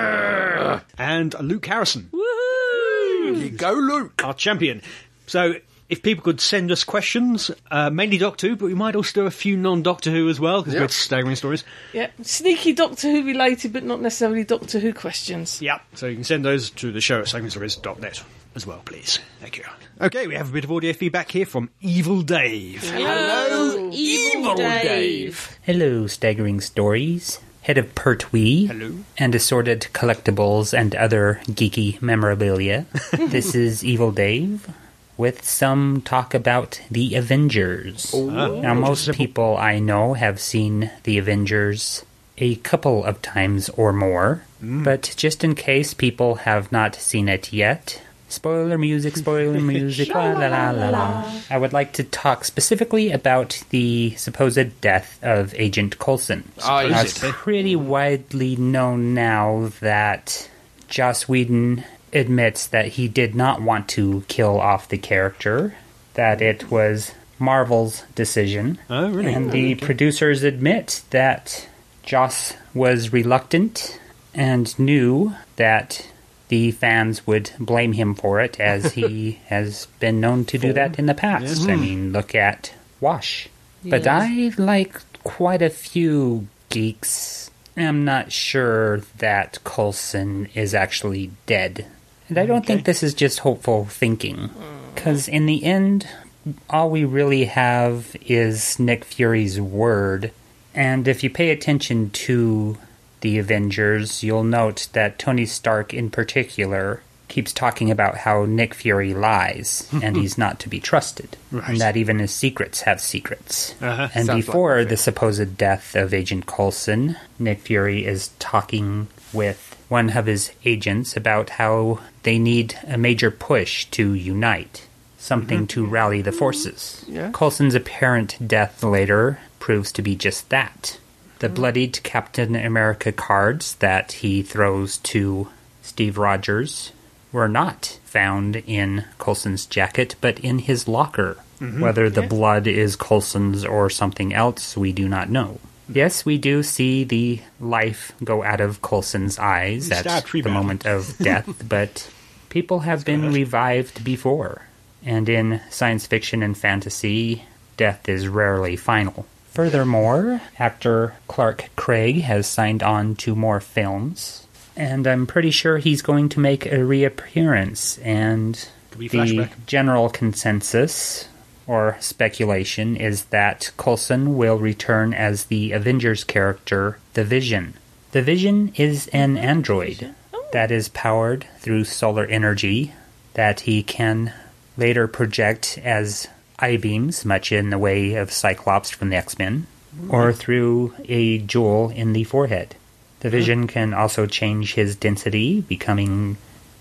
[SPEAKER 4] Uh. and Luke Harrison,
[SPEAKER 3] You go, Luke.
[SPEAKER 4] our champion. So. If people could send us questions, uh, mainly Doctor Who, but we might also do a few non-Doctor Who as well because
[SPEAKER 3] Yep.
[SPEAKER 4] we're staggering stories.
[SPEAKER 2] Yeah. Sneaky Doctor Who related, but not necessarily Doctor Who questions.
[SPEAKER 4] Yeah, so you can send those to the show at segmentstories.net as well, please. Thank you. Okay, we have a bit of audio feedback here from Evil Dave.
[SPEAKER 1] Hello, Evil, Dave.
[SPEAKER 8] Hello, Staggering Stories, head of Pertwee,
[SPEAKER 4] Hello.
[SPEAKER 8] and assorted collectibles and other geeky memorabilia. this is Evil Dave with some talk about the Avengers. now, most people I know have seen the Avengers a couple of times or more, but just in case people have not seen it yet, spoiler music, spoiler music, la la la la la. I would like to talk specifically about the supposed death of Agent Coulson.
[SPEAKER 4] Ah,
[SPEAKER 8] Now, it's
[SPEAKER 4] yes.
[SPEAKER 8] pretty widely known now that Joss Whedon admits that he did not want to kill off the character, that it was Marvel's decision.
[SPEAKER 4] Oh, really?
[SPEAKER 8] And the producers admit that Joss was reluctant and knew that the fans would blame him for it, as he has been known to do that in the past. I mean, look at Wash. But I like quite a few geeks. I'm not sure that Coulson is actually dead. And I don't think this is just hopeful thinking. Because in the end, all we really have is Nick Fury's word. And if you pay attention to the Avengers, you'll note that Tony Stark in particular keeps talking about how Nick Fury lies and he's not to be trusted. And that even his secrets have secrets. And
[SPEAKER 3] Uh-huh. Sounds like
[SPEAKER 8] before
[SPEAKER 3] my
[SPEAKER 8] the supposed death of Agent Coulson, Nick Fury is talking with one of his agents about how they need a major push to unite something to rally the forces. Coulson's apparent death later proves to be just that. The bloodied Captain America cards that he throws to Steve Rogers were not found in Coulson's jacket, but in his locker. Whether the blood is Coulson's or something else, we do not know. Yes, we do see the life go out of Coulson's eyes
[SPEAKER 4] He
[SPEAKER 8] at
[SPEAKER 4] stabbed three
[SPEAKER 8] the
[SPEAKER 4] men.
[SPEAKER 8] moment of death, but people have been revived before. And in science fiction and fantasy, death is rarely final. Furthermore, actor Clark Craig has signed on to more films, and I'm pretty sure he's going to make a reappearance. And
[SPEAKER 4] be
[SPEAKER 8] the
[SPEAKER 4] flashback.
[SPEAKER 8] general consensus or speculation is that Coulson will return as the Avengers character, the Vision. The Vision is an android that is powered through solar energy that he can later project as I beams, much in the way of Cyclops from the X Men, or through a jewel in the forehead. The vision can also change his density, becoming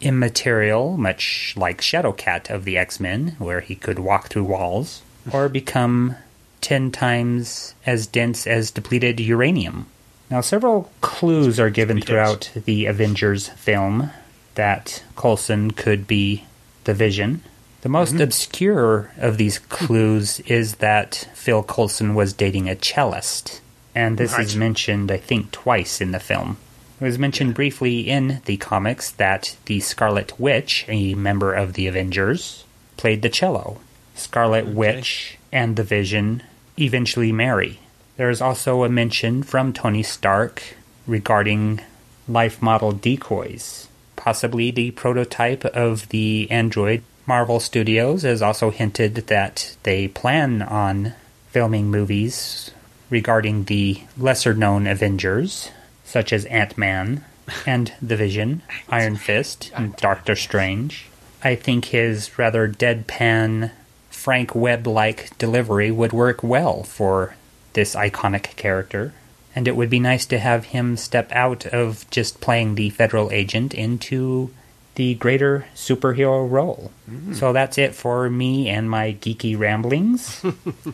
[SPEAKER 8] immaterial, much like Shadowcat of the X Men, where he could walk through walls, or become 10 times as dense as depleted uranium. Now, several clues are given throughout the Avengers film that Coulson could be the Vision. The most obscure of these clues is that Phil Coulson was dating a cellist, and this is mentioned, I think, twice in the film. It was mentioned briefly in the comics that the Scarlet Witch, a member of the Avengers, played the cello. Scarlet Witch and the Vision eventually marry. There is also a mention from Tony Stark regarding life model decoys, possibly the prototype of the android. Marvel Studios has also hinted that they plan on filming movies regarding the lesser known Avengers, such as Ant Man and The Vision, Iron Fist, and Doctor Strange. I think his rather deadpan, Frank Webb like delivery would work well for this iconic character. And it would be nice to have him step out of just playing the federal agent into the greater superhero role. So that's it for me and my geeky ramblings.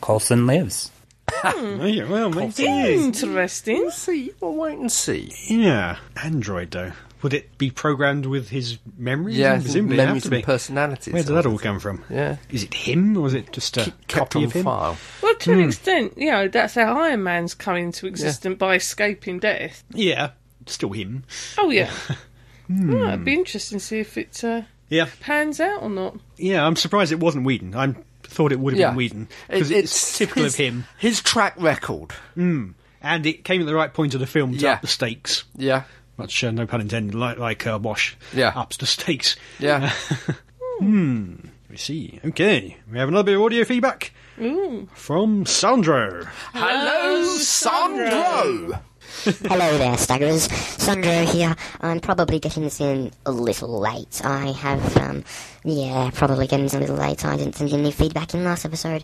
[SPEAKER 8] Coulson lives.
[SPEAKER 4] Oh, Yeah, well, maybe.
[SPEAKER 2] Interesting.
[SPEAKER 3] See, we'll wait and see.
[SPEAKER 4] Yeah, Android though. Would it be programmed with his memories?
[SPEAKER 3] Yeah,
[SPEAKER 4] presumably it'd have
[SPEAKER 3] memories
[SPEAKER 4] to be.
[SPEAKER 3] and personalities.
[SPEAKER 4] Where did that all come from?
[SPEAKER 3] Yeah.
[SPEAKER 4] Is it him, or is it just a
[SPEAKER 3] kept
[SPEAKER 4] copy
[SPEAKER 3] on
[SPEAKER 4] of him?
[SPEAKER 3] file?
[SPEAKER 2] Well, to an extent, you know, that's how Iron Man's come into existence by escaping death.
[SPEAKER 4] Yeah, still him.
[SPEAKER 2] Oh, yeah. Well, it'd be interesting to see if it uh,
[SPEAKER 4] Yeah,
[SPEAKER 2] pans out or not.
[SPEAKER 4] yeah. I'm surprised it wasn't Whedon. I thought it would have been Whedon because
[SPEAKER 3] It-
[SPEAKER 4] it's, typical
[SPEAKER 3] his-
[SPEAKER 4] of him,
[SPEAKER 3] His track record.
[SPEAKER 4] and it came at the right point of the film to
[SPEAKER 3] Yeah.
[SPEAKER 4] up the stakes.
[SPEAKER 3] Yeah.
[SPEAKER 4] Much uh, no pun intended. Like like uh, Wash.
[SPEAKER 3] Yeah.
[SPEAKER 4] ups the stakes.
[SPEAKER 3] Yeah.
[SPEAKER 4] We see. Okay, we have another bit of audio feedback from Sandro.
[SPEAKER 3] Hello, Sandro.
[SPEAKER 9] Hello there, staggerers. Sandro here. I'm probably getting this in a little late. I have, um, yeah, probably getting this in a little late. I didn't send in any feedback in last episode.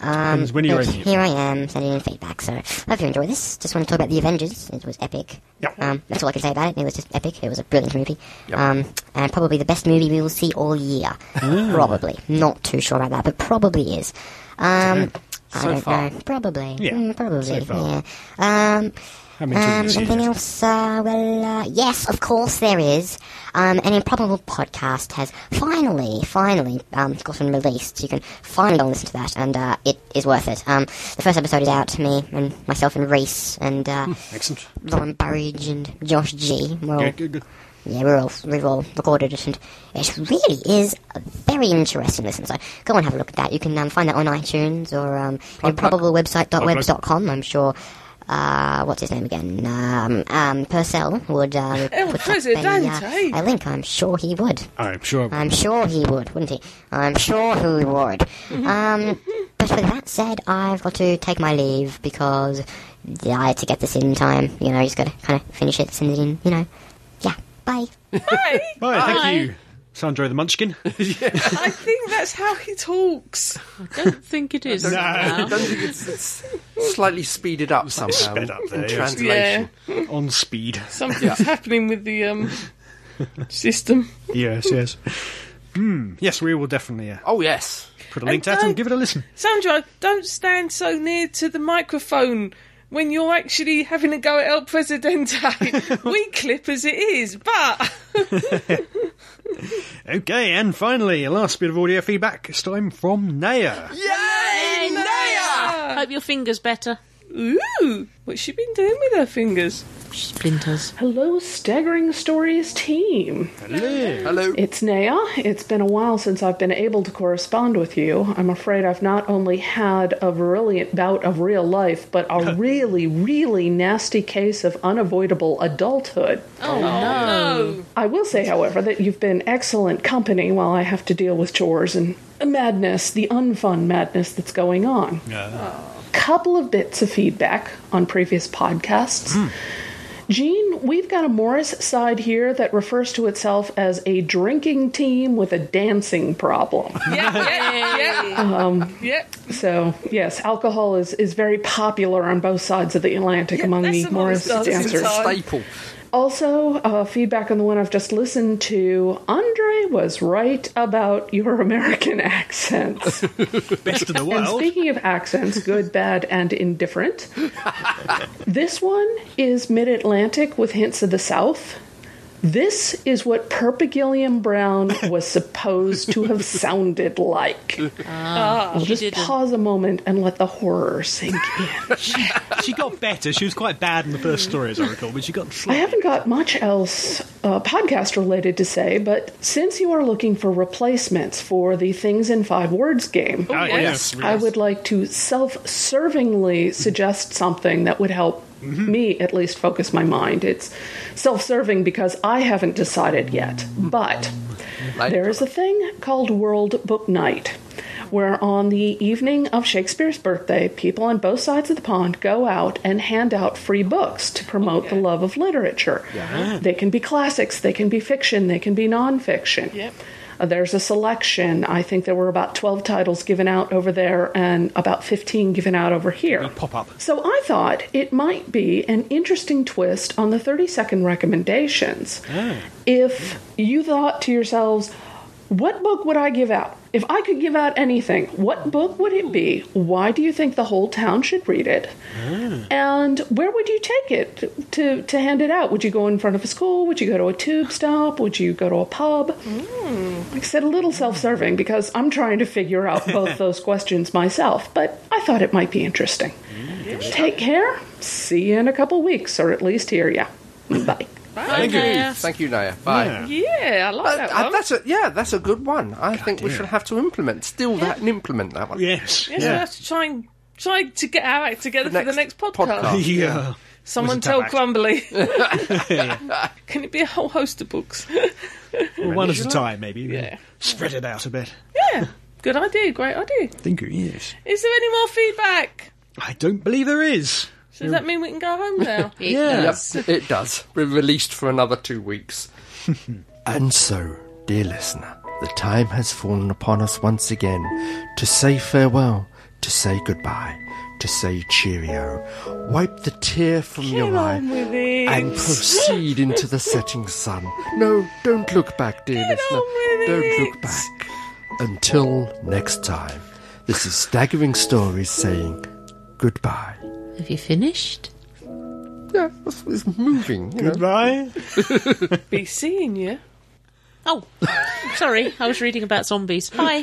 [SPEAKER 9] Um,
[SPEAKER 4] Depends when you're
[SPEAKER 9] but
[SPEAKER 4] editing it.
[SPEAKER 9] here I am sending in feedback. So hope you enjoy this. Just want to talk about the Avengers. It was epic.
[SPEAKER 4] Yep.
[SPEAKER 9] Um, that's all I can say about it. It was just epic. It was a brilliant movie. Um, and probably the best movie we will see all year. Probably. Not too sure about that, but probably is. Um, I
[SPEAKER 3] So
[SPEAKER 9] don't
[SPEAKER 3] far.
[SPEAKER 9] know. Probably.
[SPEAKER 4] Yeah.
[SPEAKER 9] Mm, probably.
[SPEAKER 4] So far.
[SPEAKER 9] Yeah. Um,
[SPEAKER 4] How many times
[SPEAKER 9] um,
[SPEAKER 4] have you seen
[SPEAKER 9] anything
[SPEAKER 4] it?
[SPEAKER 9] else? Uh, well, uh, yes, of course there is. Um, an improbable podcast has finally, finally um, gotten released. You can finally go and listen to that, and uh, it is worth it. Um, the first episode is out. Me and myself and Reese and uh,
[SPEAKER 4] Excellent.
[SPEAKER 9] Lauren Burridge and Josh G. We're all,
[SPEAKER 4] Good, good, good.
[SPEAKER 9] yeah, we're all we've all recorded it, and it really is a very interesting listen. So go and have a look at that. You can um, find that on iTunes or um, improbablewebsite.webs.com. I'm sure. Uh, what's his name again? Um, um, Purcell would uh,
[SPEAKER 2] El
[SPEAKER 9] put up a,
[SPEAKER 2] Presidente.
[SPEAKER 9] uh, a link. I'm sure he would.
[SPEAKER 4] I'm sure.
[SPEAKER 9] I'm sure he would, wouldn't he? I'm sure he would.
[SPEAKER 2] Mm-hmm.
[SPEAKER 9] Um, but with that said, I've got to take my leave because I had to get this in time. You know, you just got to kind of finish it, send it in. You know, yeah. Bye.
[SPEAKER 4] Bye, thank you, Sandro the Munchkin.
[SPEAKER 2] I think that's how he talks.
[SPEAKER 1] I don't think it is.
[SPEAKER 3] I
[SPEAKER 1] now.
[SPEAKER 3] don't think it's, it's slightly speeded up somehow.
[SPEAKER 4] sped up there,
[SPEAKER 3] in
[SPEAKER 4] yes.
[SPEAKER 3] translation.
[SPEAKER 4] on speed.
[SPEAKER 2] Something's happening with the um, system.
[SPEAKER 4] Yes, yes. Hmm. Yes, we will definitely uh,
[SPEAKER 3] Oh yes.
[SPEAKER 4] put a link to that and give it a listen.
[SPEAKER 2] Sandro, don't stand so near to the microphone when you're actually having a go at El Presidente. we clip as it is, but
[SPEAKER 4] Okay, and finally, a last bit of audio feedback. This time from Naya.
[SPEAKER 3] Yay, Naya!
[SPEAKER 1] Hope your finger's better.
[SPEAKER 2] ooh, what's she been doing with her fingers?
[SPEAKER 1] Splinters.
[SPEAKER 10] Hello, Staggering Stories team.
[SPEAKER 3] Hello.
[SPEAKER 10] It's Naya. It's been a while since I've been able to correspond with you. I'm afraid I've not only had a brilliant bout of real life, but a really, really nasty case of unavoidable adulthood.
[SPEAKER 1] Oh, no.
[SPEAKER 10] I will say, however, that you've been excellent company while I have to deal with chores and madness, the unfun madness that's going on.
[SPEAKER 2] Oh.
[SPEAKER 10] Couple of bits of feedback on previous podcasts. Gene, we've got a Morris side here that refers to itself as a drinking team with a dancing problem.
[SPEAKER 2] Yeah, yeah, yeah. yeah.
[SPEAKER 10] So, yes, alcohol is, is very popular on both sides of the Atlantic among
[SPEAKER 2] that's
[SPEAKER 10] the
[SPEAKER 2] the
[SPEAKER 10] Morris
[SPEAKER 2] Morris dancing
[SPEAKER 10] dancers.
[SPEAKER 2] side.
[SPEAKER 3] Staple.
[SPEAKER 10] Also, uh, feedback on the one I've just listened to. Andre was right about your American accents.
[SPEAKER 4] Best in the
[SPEAKER 10] and
[SPEAKER 4] world.
[SPEAKER 10] speaking of accents, good, bad, and indifferent, this one is mid Atlantic with hints of the South. This is what Perpigillium Brown was supposed to have sounded like. we'll just
[SPEAKER 1] didn't.
[SPEAKER 10] pause a moment and let the horror sink in.
[SPEAKER 4] She got better. She was quite bad in the first story, as I recall, but she got
[SPEAKER 10] I
[SPEAKER 4] slightly.
[SPEAKER 10] haven't got much else uh, podcast related to say, but since you are looking for replacements for the Things in Five Words game,
[SPEAKER 4] Ah,
[SPEAKER 2] yes.
[SPEAKER 4] yes.
[SPEAKER 10] I would like to self servingly suggest something that would help me at least focus my mind. It's self serving because I haven't decided yet, but there is a thing called World Book Night. Where on the evening of Shakespeare's birthday, people on both sides of the pond go out and hand out free books to promote the love of literature. They can be classics, they can be fiction, they can be nonfiction.
[SPEAKER 2] Yep.
[SPEAKER 10] Uh, There's a selection. I think there were about 12 titles given out over there and about 15 given out over here.
[SPEAKER 4] Pop up.
[SPEAKER 10] So I thought it might be an interesting twist on the 30 second recommendations. If you thought to yourselves, What book would I give out? If I could give out anything, what book would it be? Why do you think the whole town should read it? And where would you take it to, to hand it out? Would you go in front of a school? Would you go to a tube stop? Would you go to a pub? Like I said, a little self serving because I'm trying to figure out both those questions myself, but I thought it might be interesting. Take care. See you in a couple weeks, or at least hear ya. Bye.
[SPEAKER 3] Thank you. Thank you, Naya. Bye.
[SPEAKER 10] Yeah, I like
[SPEAKER 3] Uh,
[SPEAKER 10] that
[SPEAKER 3] uh,
[SPEAKER 10] one.
[SPEAKER 3] that's a, yeah, that's a good one. I think we should have to implement, steal that and implement that one.
[SPEAKER 4] Yes.
[SPEAKER 2] Yes, we have to try and try to get our act together for the next
[SPEAKER 3] next
[SPEAKER 2] podcast.
[SPEAKER 3] podcast.
[SPEAKER 4] Yeah.
[SPEAKER 2] Someone
[SPEAKER 4] Wasn't that
[SPEAKER 2] tell
[SPEAKER 4] bad.
[SPEAKER 2] Crumbly. Can it be a whole host of books?
[SPEAKER 4] Well, one at a time, maybe.
[SPEAKER 2] Yeah.
[SPEAKER 4] Spread it out a bit.
[SPEAKER 2] yeah, good idea, great idea.
[SPEAKER 4] Thinker, yes.
[SPEAKER 2] Is there any more feedback?
[SPEAKER 4] I don't believe there is.
[SPEAKER 2] So does that mean we can go home now?
[SPEAKER 4] Yeah.
[SPEAKER 3] Yep, it does. We're released for another two weeks. and so, dear listener, the time has fallen upon us once again to say farewell, to say goodbye, to say cheerio, wipe the tear from your eye, and proceed into the setting sun. No, don't look back, dear listener. Don't look back. Until next time, this is Staggering Stories saying goodbye.
[SPEAKER 1] Have you finished?
[SPEAKER 3] Yeah, it's, it's moving. You know.
[SPEAKER 4] Goodbye.
[SPEAKER 2] Be seeing you.
[SPEAKER 1] Oh, sorry, I was reading about zombies. Bye.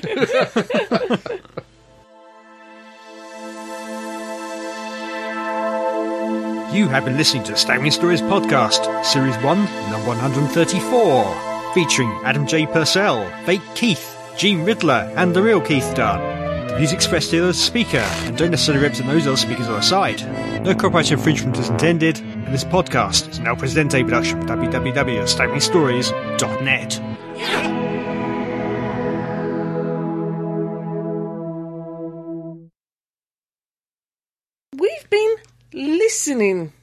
[SPEAKER 4] You have been listening to Staggering Stories Podcast, Series 1, number 134, featuring Adam J. Purcell, Fake Keith, Gene Riddler, and the real Keith Dunn. The views expressed here are the speaker and don't necessarily represent those other speakers on the site. No copyright infringement is intended, and this podcast is an El Presidente production for www.staggeringstories.net.
[SPEAKER 2] We've been listening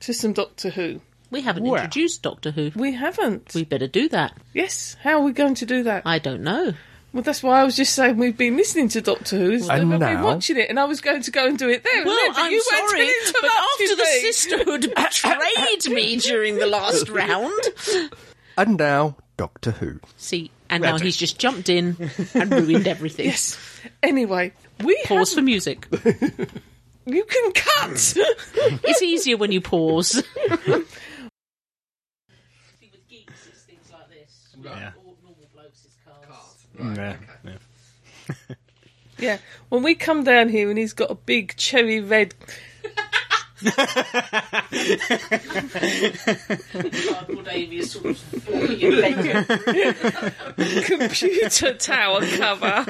[SPEAKER 2] to some Doctor Who.
[SPEAKER 1] We haven't
[SPEAKER 4] Well.
[SPEAKER 1] introduced Doctor Who.
[SPEAKER 2] We haven't.
[SPEAKER 1] We better do that.
[SPEAKER 2] yes. How are we going to do that?
[SPEAKER 1] I don't know.
[SPEAKER 2] well, that's why I was just saying we've been listening to Doctor Who. instead
[SPEAKER 3] And
[SPEAKER 2] of I've been
[SPEAKER 3] now-
[SPEAKER 2] watching it, and I was going to go and do it then.
[SPEAKER 1] Well,
[SPEAKER 2] but
[SPEAKER 1] I'm
[SPEAKER 2] you weren't
[SPEAKER 1] sorry,
[SPEAKER 2] interrupting
[SPEAKER 1] but after the
[SPEAKER 2] me.
[SPEAKER 1] sisterhood betrayed me during the last round.
[SPEAKER 3] And now, Doctor Who.
[SPEAKER 1] See, and now he's just jumped in and ruined everything.
[SPEAKER 2] Yes. Anyway, we
[SPEAKER 1] Pause
[SPEAKER 2] have.
[SPEAKER 1] for music.
[SPEAKER 2] You can cut.
[SPEAKER 1] It's easier when you pause.
[SPEAKER 4] Yeah. Yeah. yeah.
[SPEAKER 2] yeah. When we come down here, and he's got a big cherry red. computer tower cover,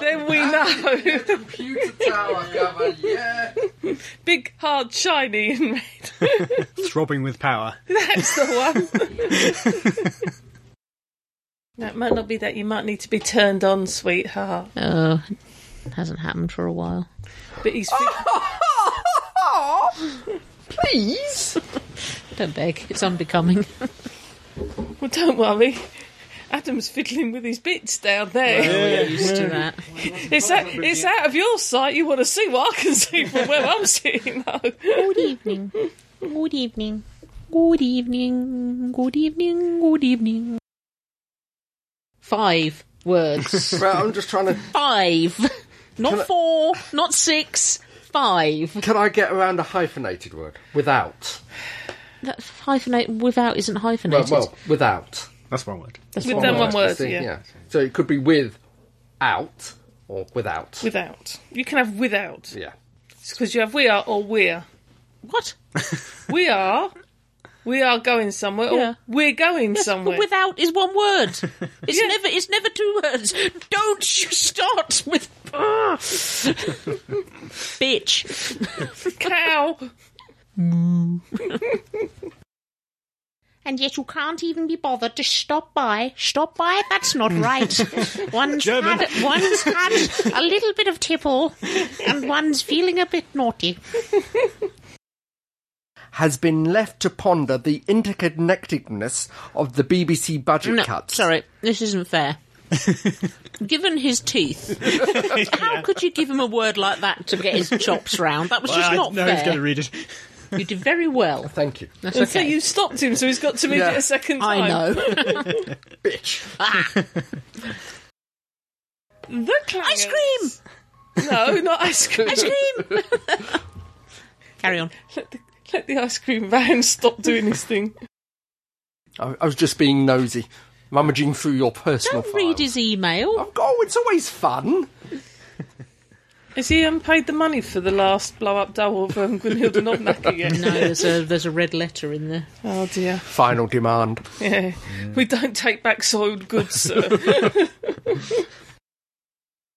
[SPEAKER 2] then we know.
[SPEAKER 3] Ah, Computer tower cover, yeah.
[SPEAKER 2] Big, hard, shiny, and red.
[SPEAKER 4] Throbbing with power.
[SPEAKER 2] That's the one. No, it might not be that. You might need to be turned on, sweetheart.
[SPEAKER 1] Oh, hasn't happened for a while.
[SPEAKER 2] But he's.
[SPEAKER 3] Oh,
[SPEAKER 2] fi-
[SPEAKER 3] Please.
[SPEAKER 1] Don't beg. It's unbecoming.
[SPEAKER 2] well, don't worry. Adam's fiddling with his bits down there.
[SPEAKER 1] We're used to that.
[SPEAKER 2] it's, out, it's out of your sight. You want to see what I can see from where I'm sitting, though.
[SPEAKER 5] Good evening. Good evening. Good evening. Good evening. Good evening.
[SPEAKER 1] Five words.
[SPEAKER 3] Well, I'm just trying to.
[SPEAKER 1] Five. Not four. Not six. Five.
[SPEAKER 3] Can I get around a hyphenated word? Without.
[SPEAKER 1] That hyphenate without isn't
[SPEAKER 3] Well,
[SPEAKER 1] hyphenated.
[SPEAKER 3] well without.
[SPEAKER 4] That's one word.
[SPEAKER 1] That's
[SPEAKER 2] With
[SPEAKER 1] one
[SPEAKER 2] them
[SPEAKER 1] word.
[SPEAKER 2] one word,
[SPEAKER 3] See,
[SPEAKER 2] yeah.
[SPEAKER 3] So it could be with, out, or without.
[SPEAKER 2] Without. You can have without.
[SPEAKER 3] yeah.
[SPEAKER 2] because you have we are or we're.
[SPEAKER 1] What?
[SPEAKER 2] We are. We are going somewhere.
[SPEAKER 1] Yeah.
[SPEAKER 2] Or we're going
[SPEAKER 1] Yes,
[SPEAKER 2] somewhere.
[SPEAKER 1] But without is one word. It's
[SPEAKER 2] Yeah.
[SPEAKER 1] never. It's never two words. Don't you start with. Ah. Bitch.
[SPEAKER 2] Cow.
[SPEAKER 5] and yet you can't even be bothered to stop by. Stop by? That's not right. One's
[SPEAKER 4] German.
[SPEAKER 5] had one's had a little bit of tipple, and one's feeling a bit naughty.
[SPEAKER 3] Has been left to ponder the interconnectedness of the BBC budget
[SPEAKER 1] No,
[SPEAKER 3] cuts.
[SPEAKER 1] sorry, this isn't fair. Given his teeth, how could you give him a word like that to get his chops round? That was just
[SPEAKER 4] I
[SPEAKER 1] not
[SPEAKER 4] know he's
[SPEAKER 1] fair.
[SPEAKER 4] going to read it.
[SPEAKER 1] You did very well.
[SPEAKER 3] Thank you.
[SPEAKER 1] That's
[SPEAKER 2] And so
[SPEAKER 1] okay.
[SPEAKER 2] you stopped him, so he's got to read
[SPEAKER 3] Yeah.
[SPEAKER 2] it a second time.
[SPEAKER 1] I know.
[SPEAKER 3] Bitch.
[SPEAKER 2] The clangers.
[SPEAKER 1] Ice cream!
[SPEAKER 2] No, not ice cream.
[SPEAKER 1] Ice cream! Carry on.
[SPEAKER 2] Let the, let the ice cream van stop doing his thing.
[SPEAKER 3] I, I was just being nosy, rummaging through your personal
[SPEAKER 1] Don't read
[SPEAKER 3] files.
[SPEAKER 1] his email.
[SPEAKER 3] Oh, it's always fun.
[SPEAKER 2] Has he um, paid the money for the last blow up dough of um, Gwynhilda Knobnacker yet?
[SPEAKER 1] No, there's a there's a red letter in there.
[SPEAKER 2] Oh dear.
[SPEAKER 3] Final demand.
[SPEAKER 2] Yeah. We don't take back soiled goods, sir.